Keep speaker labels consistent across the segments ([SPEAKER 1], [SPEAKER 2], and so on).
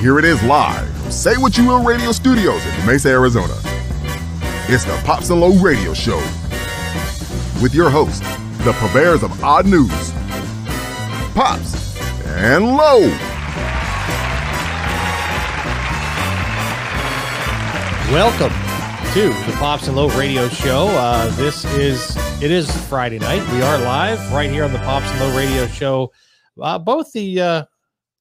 [SPEAKER 1] here it is live. Say what you will, radio studios in Mesa, Arizona. It's the Pops and Low Radio Show with your hosts, the purveyors of odd news, Pops and Low.
[SPEAKER 2] Welcome to the Pops and Low Radio Show. Uh, this is it is Friday night. We are live right here on the Pops and Low Radio Show, uh, both the uh,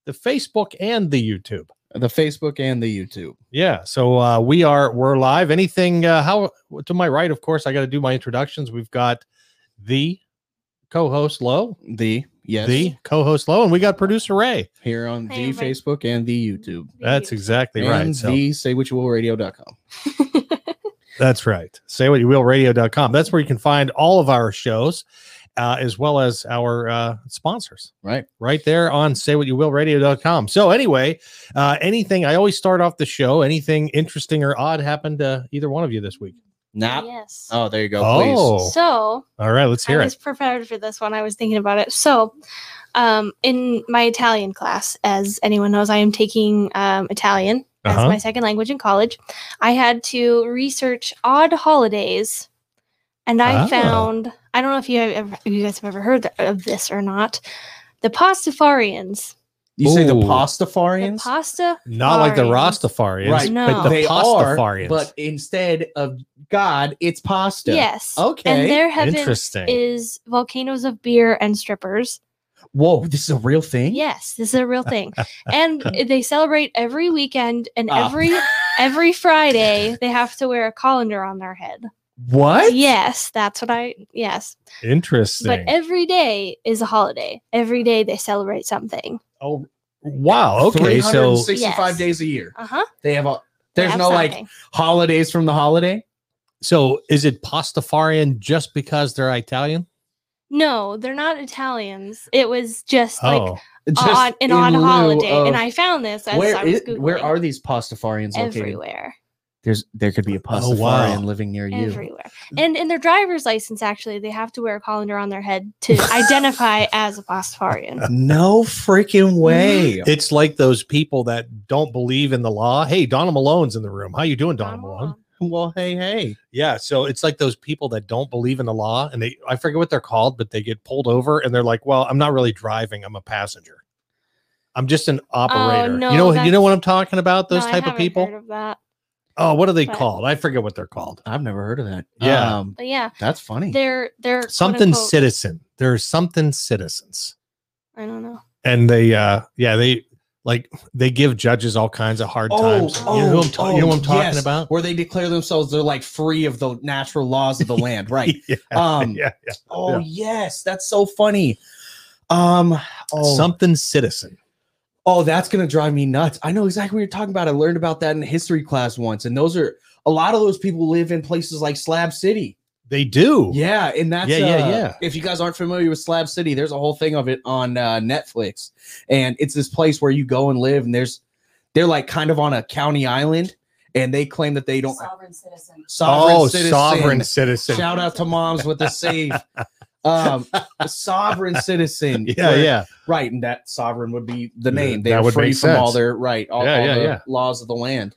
[SPEAKER 2] the Facebook and the YouTube.
[SPEAKER 3] the Facebook and the YouTube.
[SPEAKER 2] Yeah, so uh, we are we're live. Anything uh, how to my right? Of course, I got to do my introductions. We've got the co-host Low,
[SPEAKER 3] The yes,
[SPEAKER 2] the co-host Low, and we got producer Ray.
[SPEAKER 3] here on
[SPEAKER 4] Hi,
[SPEAKER 3] the
[SPEAKER 4] everybody.
[SPEAKER 3] Facebook and the YouTube.
[SPEAKER 2] That's exactly right.
[SPEAKER 3] and
[SPEAKER 2] So
[SPEAKER 3] the say what you will radio.com.
[SPEAKER 2] That's right. Say what you will radio.com. That's where you can find all of our shows uh, as well as our uh, sponsors.
[SPEAKER 3] Right.
[SPEAKER 2] Right there on say what you will radio.com. So, anyway, uh, anything I always start off the show, anything interesting or odd happened to either one of you this week?
[SPEAKER 3] Not
[SPEAKER 4] Yes.
[SPEAKER 3] oh there you go.
[SPEAKER 2] Oh.
[SPEAKER 4] So
[SPEAKER 2] All right, let's hear
[SPEAKER 4] I
[SPEAKER 2] it.
[SPEAKER 4] was prepared for this one. I was thinking about it. So, um, in my Italian class, as anyone knows, I am taking um, Italian
[SPEAKER 2] Uh-huh.
[SPEAKER 4] as my second language in college. I had to research odd holidays, and I
[SPEAKER 2] Ah.
[SPEAKER 4] found I don't know if you have ever, if you guys have ever heard of this or not. The Pastafarians.
[SPEAKER 3] please. You say the
[SPEAKER 2] Ooh.
[SPEAKER 4] The
[SPEAKER 3] Pastafarians?
[SPEAKER 4] pasta.
[SPEAKER 2] Not like the
[SPEAKER 4] Pastafarians.
[SPEAKER 2] Rastafarians,
[SPEAKER 3] right.
[SPEAKER 4] No.
[SPEAKER 2] but the
[SPEAKER 3] they
[SPEAKER 2] Pastafarians.
[SPEAKER 3] are, but instead of God, it's pasta.
[SPEAKER 4] Yes.
[SPEAKER 3] Okay.
[SPEAKER 4] And their heaven
[SPEAKER 2] Interesting.
[SPEAKER 4] is volcanoes of beer and strippers.
[SPEAKER 3] Whoa, this is a real thing.
[SPEAKER 4] Yes, this is a real thing. and they celebrate every weekend and
[SPEAKER 3] Ah.
[SPEAKER 4] every every Friday they have to wear a colander on their head.
[SPEAKER 3] What?
[SPEAKER 4] Yes, that's what I yes.
[SPEAKER 2] Interesting.
[SPEAKER 4] But every day is a holiday. Every day they celebrate something.
[SPEAKER 2] oh, wow. Okay. So,
[SPEAKER 3] 365
[SPEAKER 4] Yes.
[SPEAKER 3] days a year.
[SPEAKER 4] Uh-huh.
[SPEAKER 3] They have a
[SPEAKER 4] They
[SPEAKER 3] there's
[SPEAKER 4] have
[SPEAKER 3] no like
[SPEAKER 4] something.
[SPEAKER 3] holidays from the holiday.
[SPEAKER 2] so is it Pastafarian just because they're Italian?
[SPEAKER 4] No, they're not Italians. It was just like
[SPEAKER 2] Oh,
[SPEAKER 4] Uh, on, an odd
[SPEAKER 3] in lieu
[SPEAKER 4] holiday.
[SPEAKER 3] of-
[SPEAKER 4] and I found this as I
[SPEAKER 3] where,
[SPEAKER 4] was
[SPEAKER 3] is,
[SPEAKER 4] Googling.
[SPEAKER 3] where are these pastafarians located?
[SPEAKER 4] everywhere.
[SPEAKER 3] There's there could be a
[SPEAKER 2] Oh,
[SPEAKER 3] pastafarian
[SPEAKER 2] wow.
[SPEAKER 3] living near you.
[SPEAKER 4] Everywhere. And in their driver's license, actually, they have to wear a colander on their head to identify as a Pastafarian.
[SPEAKER 3] No freaking way.
[SPEAKER 2] it's like those people that don't believe in the law. Hey, Donald Malone's in the room. How you doing,
[SPEAKER 4] Oh.
[SPEAKER 2] Donald Malone?
[SPEAKER 3] well, hey, hey.
[SPEAKER 2] Yeah, so it's like those people that don't believe in the law and they I forget what they're called, but they get pulled over and they're like, "Well, I'm not really driving, I'm a passenger. I'm just an operator."
[SPEAKER 4] Oh, no,
[SPEAKER 2] you know you know
[SPEAKER 4] that's-
[SPEAKER 2] what I'm talking about? Those
[SPEAKER 4] No, I
[SPEAKER 2] type of
[SPEAKER 4] haven't
[SPEAKER 2] people?
[SPEAKER 4] heard of that.
[SPEAKER 2] oh, what are they
[SPEAKER 4] but-
[SPEAKER 2] called? I forget what they're called.
[SPEAKER 3] I've never heard of that.
[SPEAKER 2] Yeah.
[SPEAKER 3] Um,
[SPEAKER 4] But yeah,
[SPEAKER 3] that's funny.
[SPEAKER 4] they're they're quote
[SPEAKER 2] Something
[SPEAKER 4] unquote-
[SPEAKER 2] citizen. They're something citizens.
[SPEAKER 4] I don't know.
[SPEAKER 2] And they uh yeah, they like they give judges all kinds of hard times. You know who I'm, ta- you know who I'm
[SPEAKER 3] oh,
[SPEAKER 2] talking
[SPEAKER 3] yes,
[SPEAKER 2] about?
[SPEAKER 3] Where they declare themselves they're like free of the natural laws of the land, right?
[SPEAKER 2] Yeah,
[SPEAKER 3] Um
[SPEAKER 2] yeah, yeah.
[SPEAKER 3] oh yes, that's so funny. Um oh,
[SPEAKER 2] Something citizen.
[SPEAKER 3] oh that's gonna drive me nuts. I know exactly what you're talking about. I learned about that in history class once, and those are a lot of those people live in places like Slab City.
[SPEAKER 2] They do.
[SPEAKER 3] Yeah, and that's
[SPEAKER 2] Yeah, yeah,
[SPEAKER 3] uh,
[SPEAKER 2] yeah.
[SPEAKER 3] If you guys aren't familiar with Slab City, there's a whole thing of it on uh, Netflix, and it's this place where you go and live, and there's they're like kind of on a county island, and they claim that they don't
[SPEAKER 5] sovereign citizen.
[SPEAKER 3] sovereign
[SPEAKER 2] oh,
[SPEAKER 3] citizen.
[SPEAKER 2] sovereign citizen.
[SPEAKER 3] Shout out to moms with the save. Um, sovereign citizen.
[SPEAKER 2] yeah,
[SPEAKER 3] Where-
[SPEAKER 2] yeah.
[SPEAKER 3] Right, and that sovereign would be the
[SPEAKER 2] Yeah,
[SPEAKER 3] name.
[SPEAKER 2] that
[SPEAKER 3] They're
[SPEAKER 2] would
[SPEAKER 3] free
[SPEAKER 2] make
[SPEAKER 3] from all
[SPEAKER 2] sense.
[SPEAKER 3] their right, all,
[SPEAKER 2] Yeah,
[SPEAKER 3] all
[SPEAKER 2] yeah,
[SPEAKER 3] the
[SPEAKER 2] yeah.
[SPEAKER 3] laws of the land.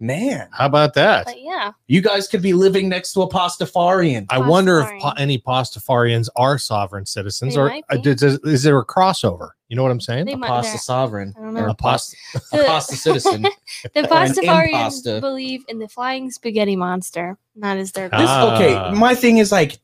[SPEAKER 3] Man,
[SPEAKER 2] How about that?
[SPEAKER 4] But yeah,
[SPEAKER 3] you guys could be living next to a Pastafarian.
[SPEAKER 2] I wonder if pa-
[SPEAKER 4] Pastafarian.
[SPEAKER 2] any Pastafarians are sovereign citizens,
[SPEAKER 4] They
[SPEAKER 2] or
[SPEAKER 4] might
[SPEAKER 2] uh,
[SPEAKER 4] be.
[SPEAKER 2] does, is, there a crossover? You know what I'm saying?
[SPEAKER 4] they might.
[SPEAKER 3] Pasta
[SPEAKER 4] they're-
[SPEAKER 3] sovereign
[SPEAKER 4] I don't
[SPEAKER 3] or
[SPEAKER 4] know.
[SPEAKER 3] a pasta, a
[SPEAKER 4] The-
[SPEAKER 3] pasta citizen.
[SPEAKER 4] The
[SPEAKER 3] impasta.
[SPEAKER 4] Pastafarians believe in the flying spaghetti monster. and That is their.
[SPEAKER 3] This,
[SPEAKER 2] Ah.
[SPEAKER 3] okay, my thing is like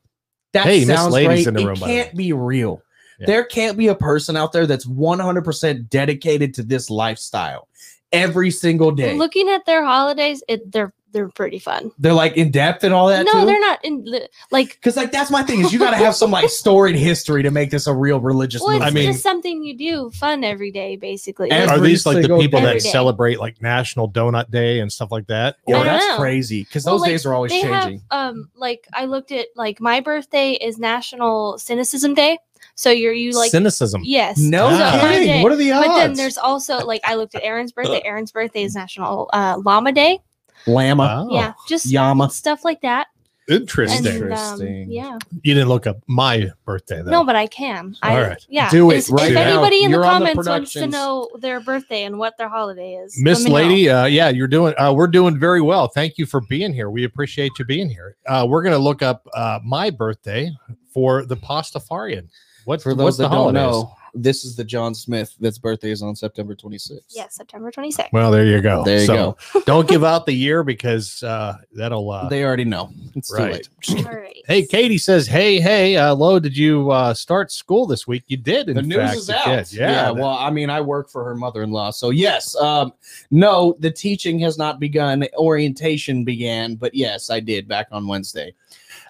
[SPEAKER 3] that
[SPEAKER 2] Hey, Miss
[SPEAKER 3] sounds
[SPEAKER 2] Lady's
[SPEAKER 3] right.
[SPEAKER 2] in the room,
[SPEAKER 3] it
[SPEAKER 2] by the way.
[SPEAKER 3] can't be real.
[SPEAKER 2] Yeah.
[SPEAKER 3] There can't be a person out there that's 100% dedicated to this lifestyle every single day.
[SPEAKER 4] Looking at their holidays, it they're they're pretty fun.
[SPEAKER 3] they're like in depth and all that
[SPEAKER 4] No,
[SPEAKER 3] too.
[SPEAKER 4] they're not in the- like.
[SPEAKER 3] Cause like that's my thing is you got to have some like storied history to make this a real religious.
[SPEAKER 4] Well, it's
[SPEAKER 2] I mean-
[SPEAKER 4] just something you do fun every day, basically.
[SPEAKER 3] Every
[SPEAKER 2] are these like "Oh, the
[SPEAKER 3] single
[SPEAKER 2] people
[SPEAKER 4] day.
[SPEAKER 2] that celebrate like National Donut Day and stuff like that?
[SPEAKER 3] oh,
[SPEAKER 4] I don't
[SPEAKER 2] Or-
[SPEAKER 3] that's
[SPEAKER 4] know.
[SPEAKER 3] crazy. Cause
[SPEAKER 4] Well,
[SPEAKER 3] those
[SPEAKER 4] like,
[SPEAKER 3] days are always
[SPEAKER 4] they
[SPEAKER 3] changing.
[SPEAKER 4] have um like I looked at like my birthday is National Cynicism Day, so you're you like
[SPEAKER 2] cynicism.
[SPEAKER 4] yes
[SPEAKER 3] no
[SPEAKER 2] Ah.
[SPEAKER 4] so my
[SPEAKER 3] kidding.
[SPEAKER 4] day-
[SPEAKER 3] What are the odds?
[SPEAKER 4] But then there's also like I looked at Aaron's birthday. Aaron's birthday is National uh, Llama Day.
[SPEAKER 3] llama,
[SPEAKER 2] Wow.
[SPEAKER 4] Yeah, just
[SPEAKER 3] Oh, llama.
[SPEAKER 4] stuff like that. And,
[SPEAKER 2] Interesting.
[SPEAKER 4] um,
[SPEAKER 3] Interesting.
[SPEAKER 4] yeah.
[SPEAKER 2] you didn't look up my birthday though.
[SPEAKER 4] No, but I can. I,
[SPEAKER 2] All right.
[SPEAKER 4] Yeah.
[SPEAKER 3] Do it
[SPEAKER 4] Is-
[SPEAKER 3] right
[SPEAKER 4] if
[SPEAKER 2] now.
[SPEAKER 4] anybody in
[SPEAKER 3] You're
[SPEAKER 4] the
[SPEAKER 3] on the
[SPEAKER 4] comments wants to
[SPEAKER 3] productions.
[SPEAKER 4] know their birthday and what their holiday is, let
[SPEAKER 2] Miss
[SPEAKER 4] me know.
[SPEAKER 2] Lady, uh, yeah, you're doing. Uh, we're doing very well. Thank you for being here. We appreciate you being here. Uh, we're gonna look up uh, my birthday for the Pastafarian. What's
[SPEAKER 3] For
[SPEAKER 2] what's
[SPEAKER 3] those
[SPEAKER 2] the
[SPEAKER 3] that don't
[SPEAKER 2] holidays?
[SPEAKER 3] know, this is the John Smith that's birthday is on September 26th.
[SPEAKER 4] Yeah, September 26th.
[SPEAKER 2] Well, there you go.
[SPEAKER 3] There you
[SPEAKER 2] So, don't give out the year because uh, that'll. Uh,
[SPEAKER 3] They already know. It's
[SPEAKER 2] Right.
[SPEAKER 3] too late.
[SPEAKER 4] All right.
[SPEAKER 2] hey, Katie says, "Hey, hey, uh, Lo, did you uh, start school this week? You did. In
[SPEAKER 3] the news
[SPEAKER 2] fact,
[SPEAKER 3] is
[SPEAKER 2] you
[SPEAKER 3] out.
[SPEAKER 2] did. Yeah. that-
[SPEAKER 3] Well, I mean, I work for her mother-in-law, so yes. Um, no, the teaching has not begun. Orientation began, but yes, I did back on Wednesday.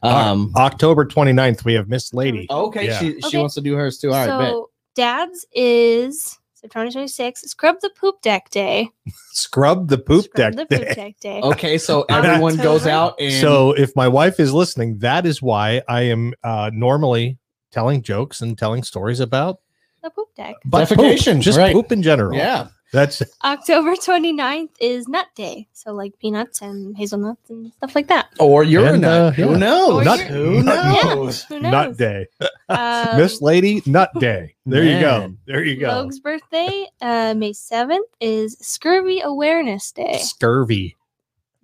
[SPEAKER 3] Um, Oh.
[SPEAKER 2] October 29th, we have Miss Lady.
[SPEAKER 3] okay,
[SPEAKER 2] yeah.
[SPEAKER 3] she she
[SPEAKER 4] Okay.
[SPEAKER 3] wants to do hers too. All right, bet.
[SPEAKER 4] so dad's is September 26th. Scrub the poop deck day.
[SPEAKER 2] Scrub the poop
[SPEAKER 4] Scrub
[SPEAKER 2] deck
[SPEAKER 4] the
[SPEAKER 2] day.
[SPEAKER 4] poop deck day.
[SPEAKER 3] Okay, so everyone goes out and
[SPEAKER 2] So if my wife is listening, that is why I am uh, normally telling jokes and telling stories about
[SPEAKER 4] The poop deck.
[SPEAKER 2] but poop,
[SPEAKER 3] Defecation,
[SPEAKER 2] just
[SPEAKER 3] right.
[SPEAKER 2] poop in general.
[SPEAKER 3] yeah,
[SPEAKER 2] that's
[SPEAKER 4] October 29th is nut day. So like peanuts and hazelnuts and stuff like that.
[SPEAKER 3] or you're
[SPEAKER 2] And, uh, yeah.
[SPEAKER 3] Who knows?
[SPEAKER 4] Or
[SPEAKER 2] nut,
[SPEAKER 4] you're-
[SPEAKER 3] Who
[SPEAKER 2] nut,
[SPEAKER 3] knows?
[SPEAKER 4] Who knows?
[SPEAKER 2] Oh, nut day.
[SPEAKER 4] Um,
[SPEAKER 2] Miss Lady Nut Day. There you go.
[SPEAKER 3] Man.
[SPEAKER 2] There you go.
[SPEAKER 4] Logue's birthday, uh, May 7th, is Scurvy Awareness Day.
[SPEAKER 2] Scurvy.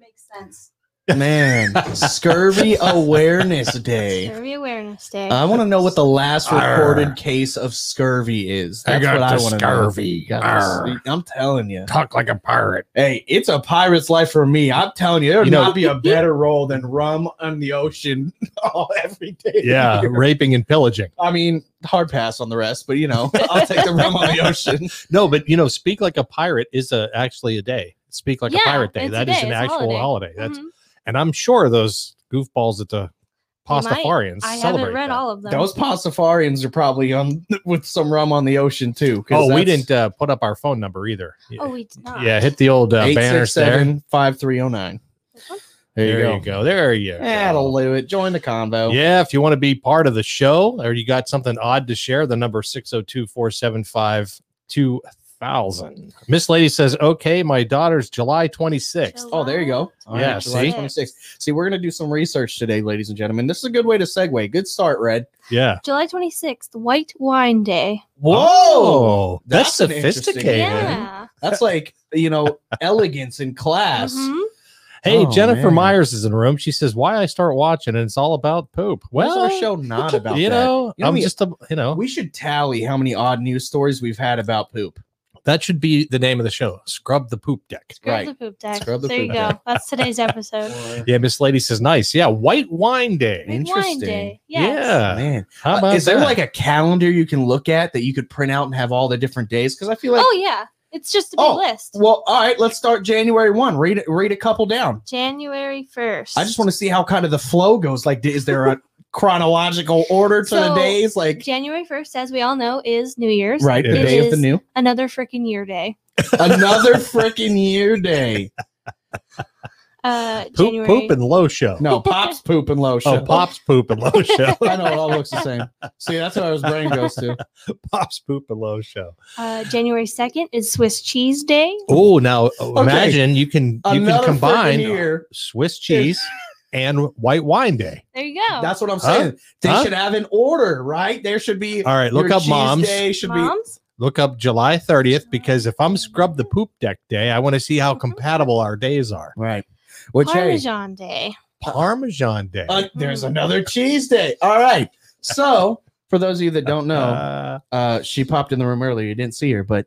[SPEAKER 4] Makes sense.
[SPEAKER 3] Man, Scurvy Awareness Day.
[SPEAKER 4] Scurvy Awareness Day.
[SPEAKER 3] I want to know what the last recorded
[SPEAKER 2] Arr.
[SPEAKER 3] case of scurvy is.
[SPEAKER 2] I
[SPEAKER 3] That's
[SPEAKER 2] got
[SPEAKER 3] what I
[SPEAKER 2] the
[SPEAKER 3] want to
[SPEAKER 2] scurvy.
[SPEAKER 3] Know. Got the-
[SPEAKER 2] Arr.
[SPEAKER 3] I'm telling you.
[SPEAKER 2] Talk like a pirate.
[SPEAKER 3] Hey, it's a pirate's life for me. I'm telling you, there would
[SPEAKER 2] You know-
[SPEAKER 3] not be a better role than rum on the ocean all every day. of the
[SPEAKER 2] Yeah,
[SPEAKER 3] year.
[SPEAKER 2] raping and pillaging.
[SPEAKER 3] I mean, hard pass on the rest, but you know, I'll take the rum on the ocean.
[SPEAKER 2] No, but you know, speak like a pirate is a actually a day. Speak like
[SPEAKER 4] Yeah,
[SPEAKER 2] a pirate day.
[SPEAKER 4] it's a
[SPEAKER 2] That is
[SPEAKER 4] day.
[SPEAKER 2] an
[SPEAKER 4] It's a
[SPEAKER 2] actual holiday.
[SPEAKER 4] holiday.
[SPEAKER 2] That's
[SPEAKER 4] Mhm.
[SPEAKER 2] and I'm sure those goofballs at the
[SPEAKER 4] They might.
[SPEAKER 2] Pastafarians
[SPEAKER 4] I
[SPEAKER 2] celebrate
[SPEAKER 4] haven't read
[SPEAKER 2] that.
[SPEAKER 4] all of them.
[SPEAKER 3] Those Pastafarians are probably on with some rum on the ocean too. 'cause
[SPEAKER 2] Oh, we
[SPEAKER 3] that's
[SPEAKER 2] didn't uh, put up our phone number either. Yeah,
[SPEAKER 4] oh, we did not.
[SPEAKER 2] yeah hit the old uh, banners there.
[SPEAKER 3] 867-5309.
[SPEAKER 4] This one?
[SPEAKER 3] There, you go.
[SPEAKER 2] There you
[SPEAKER 3] Eh, That'll
[SPEAKER 2] go.
[SPEAKER 3] do it. Join the convo.
[SPEAKER 2] Yeah, if you want to be part of the show or you got something odd to share, the number 602-475-2000. Miss Lady says, "Okay, my daughter's July 26th."
[SPEAKER 3] Oh, there you go. All
[SPEAKER 2] Yeah,
[SPEAKER 3] right, July
[SPEAKER 2] see?
[SPEAKER 3] 26th. See, we're going to do some research today, ladies and gentlemen. This is a good way to segue. Good start, Red.
[SPEAKER 2] Yeah.
[SPEAKER 4] July 26th, White Wine Day.
[SPEAKER 2] Whoa. Oh, that's,
[SPEAKER 3] That's an interesting
[SPEAKER 2] sophisticated.
[SPEAKER 3] Yeah.
[SPEAKER 4] Yeah.
[SPEAKER 3] Oh, That's like, you know, elegance in class.
[SPEAKER 4] Mhm.
[SPEAKER 2] Hey,
[SPEAKER 3] Oh,
[SPEAKER 2] Jennifer
[SPEAKER 3] man.
[SPEAKER 2] Myers is in the room. She says, "Why I start watching and it's all about poop."
[SPEAKER 3] Why is
[SPEAKER 2] Well,
[SPEAKER 3] our show not about
[SPEAKER 2] you
[SPEAKER 3] that?
[SPEAKER 2] know,
[SPEAKER 3] You know,
[SPEAKER 2] I'm
[SPEAKER 3] we-
[SPEAKER 2] just a, you know,
[SPEAKER 3] We should tally how many odd news stories we've had about poop.
[SPEAKER 2] that should be the name of the show. Scrub the poop deck.
[SPEAKER 4] Scrub
[SPEAKER 3] Right.
[SPEAKER 4] the poop deck.
[SPEAKER 3] Scrub the
[SPEAKER 4] there
[SPEAKER 3] poop
[SPEAKER 4] you go. That's today's episode.
[SPEAKER 2] Yeah, Miss Lady says nice. Yeah, white wine day.
[SPEAKER 4] Red Wine
[SPEAKER 3] Interesting.
[SPEAKER 4] Day. Yes.
[SPEAKER 2] Yeah.
[SPEAKER 3] Man,
[SPEAKER 2] How
[SPEAKER 3] Uh,
[SPEAKER 2] about
[SPEAKER 3] is there
[SPEAKER 2] that?
[SPEAKER 3] like a calendar you can look at that you could print out and have all the different days? Because I feel like,
[SPEAKER 4] oh, yeah. It's just a big
[SPEAKER 3] Oh,
[SPEAKER 4] list.
[SPEAKER 3] well, all right, let's start January one. Read read a couple down.
[SPEAKER 4] January 1st.
[SPEAKER 3] I just want to see how kind of the flow goes. Like, d- is there a chronological order to the
[SPEAKER 4] So,
[SPEAKER 3] days? Like,
[SPEAKER 4] January 1st, as we all know, is New Year's.
[SPEAKER 3] right, the
[SPEAKER 2] It
[SPEAKER 3] day of the
[SPEAKER 4] is.
[SPEAKER 3] new,
[SPEAKER 4] Another freaking year day.
[SPEAKER 3] another freaking year day.
[SPEAKER 4] Uh,
[SPEAKER 2] poop,
[SPEAKER 4] January.
[SPEAKER 2] poop and low show?
[SPEAKER 3] No, pops, poop, and lotion.
[SPEAKER 2] oh, pops, poop and low show.
[SPEAKER 3] I know it all looks the same. See, that's where his brain goes to.
[SPEAKER 2] pops, poop and low show.
[SPEAKER 4] Uh, January 2nd is Swiss Cheese Day.
[SPEAKER 2] Oh, now imagine you can you can
[SPEAKER 3] Another freaking
[SPEAKER 2] combine
[SPEAKER 3] year.
[SPEAKER 2] Swiss cheese and white wine day.
[SPEAKER 4] There you go.
[SPEAKER 3] That's what I'm
[SPEAKER 2] Huh?
[SPEAKER 3] saying. They
[SPEAKER 2] Huh?
[SPEAKER 3] should have an order, right? There should be.
[SPEAKER 2] All right, look
[SPEAKER 3] your
[SPEAKER 2] up
[SPEAKER 3] cheese
[SPEAKER 2] moms.
[SPEAKER 3] Day should be.
[SPEAKER 4] Moms?
[SPEAKER 2] Look up July 30th because if I'm scrub the poop deck day, I want to see how
[SPEAKER 4] Mhm.
[SPEAKER 2] compatible our days are.
[SPEAKER 3] Right. Which hey,
[SPEAKER 4] Parmesan Day.
[SPEAKER 2] Parmesan day.
[SPEAKER 3] uh, there's
[SPEAKER 4] Mm.
[SPEAKER 3] another cheese day. All right. So for those of you that don't know,
[SPEAKER 2] Uh,
[SPEAKER 3] uh, she popped in the room earlier. You didn't see her, but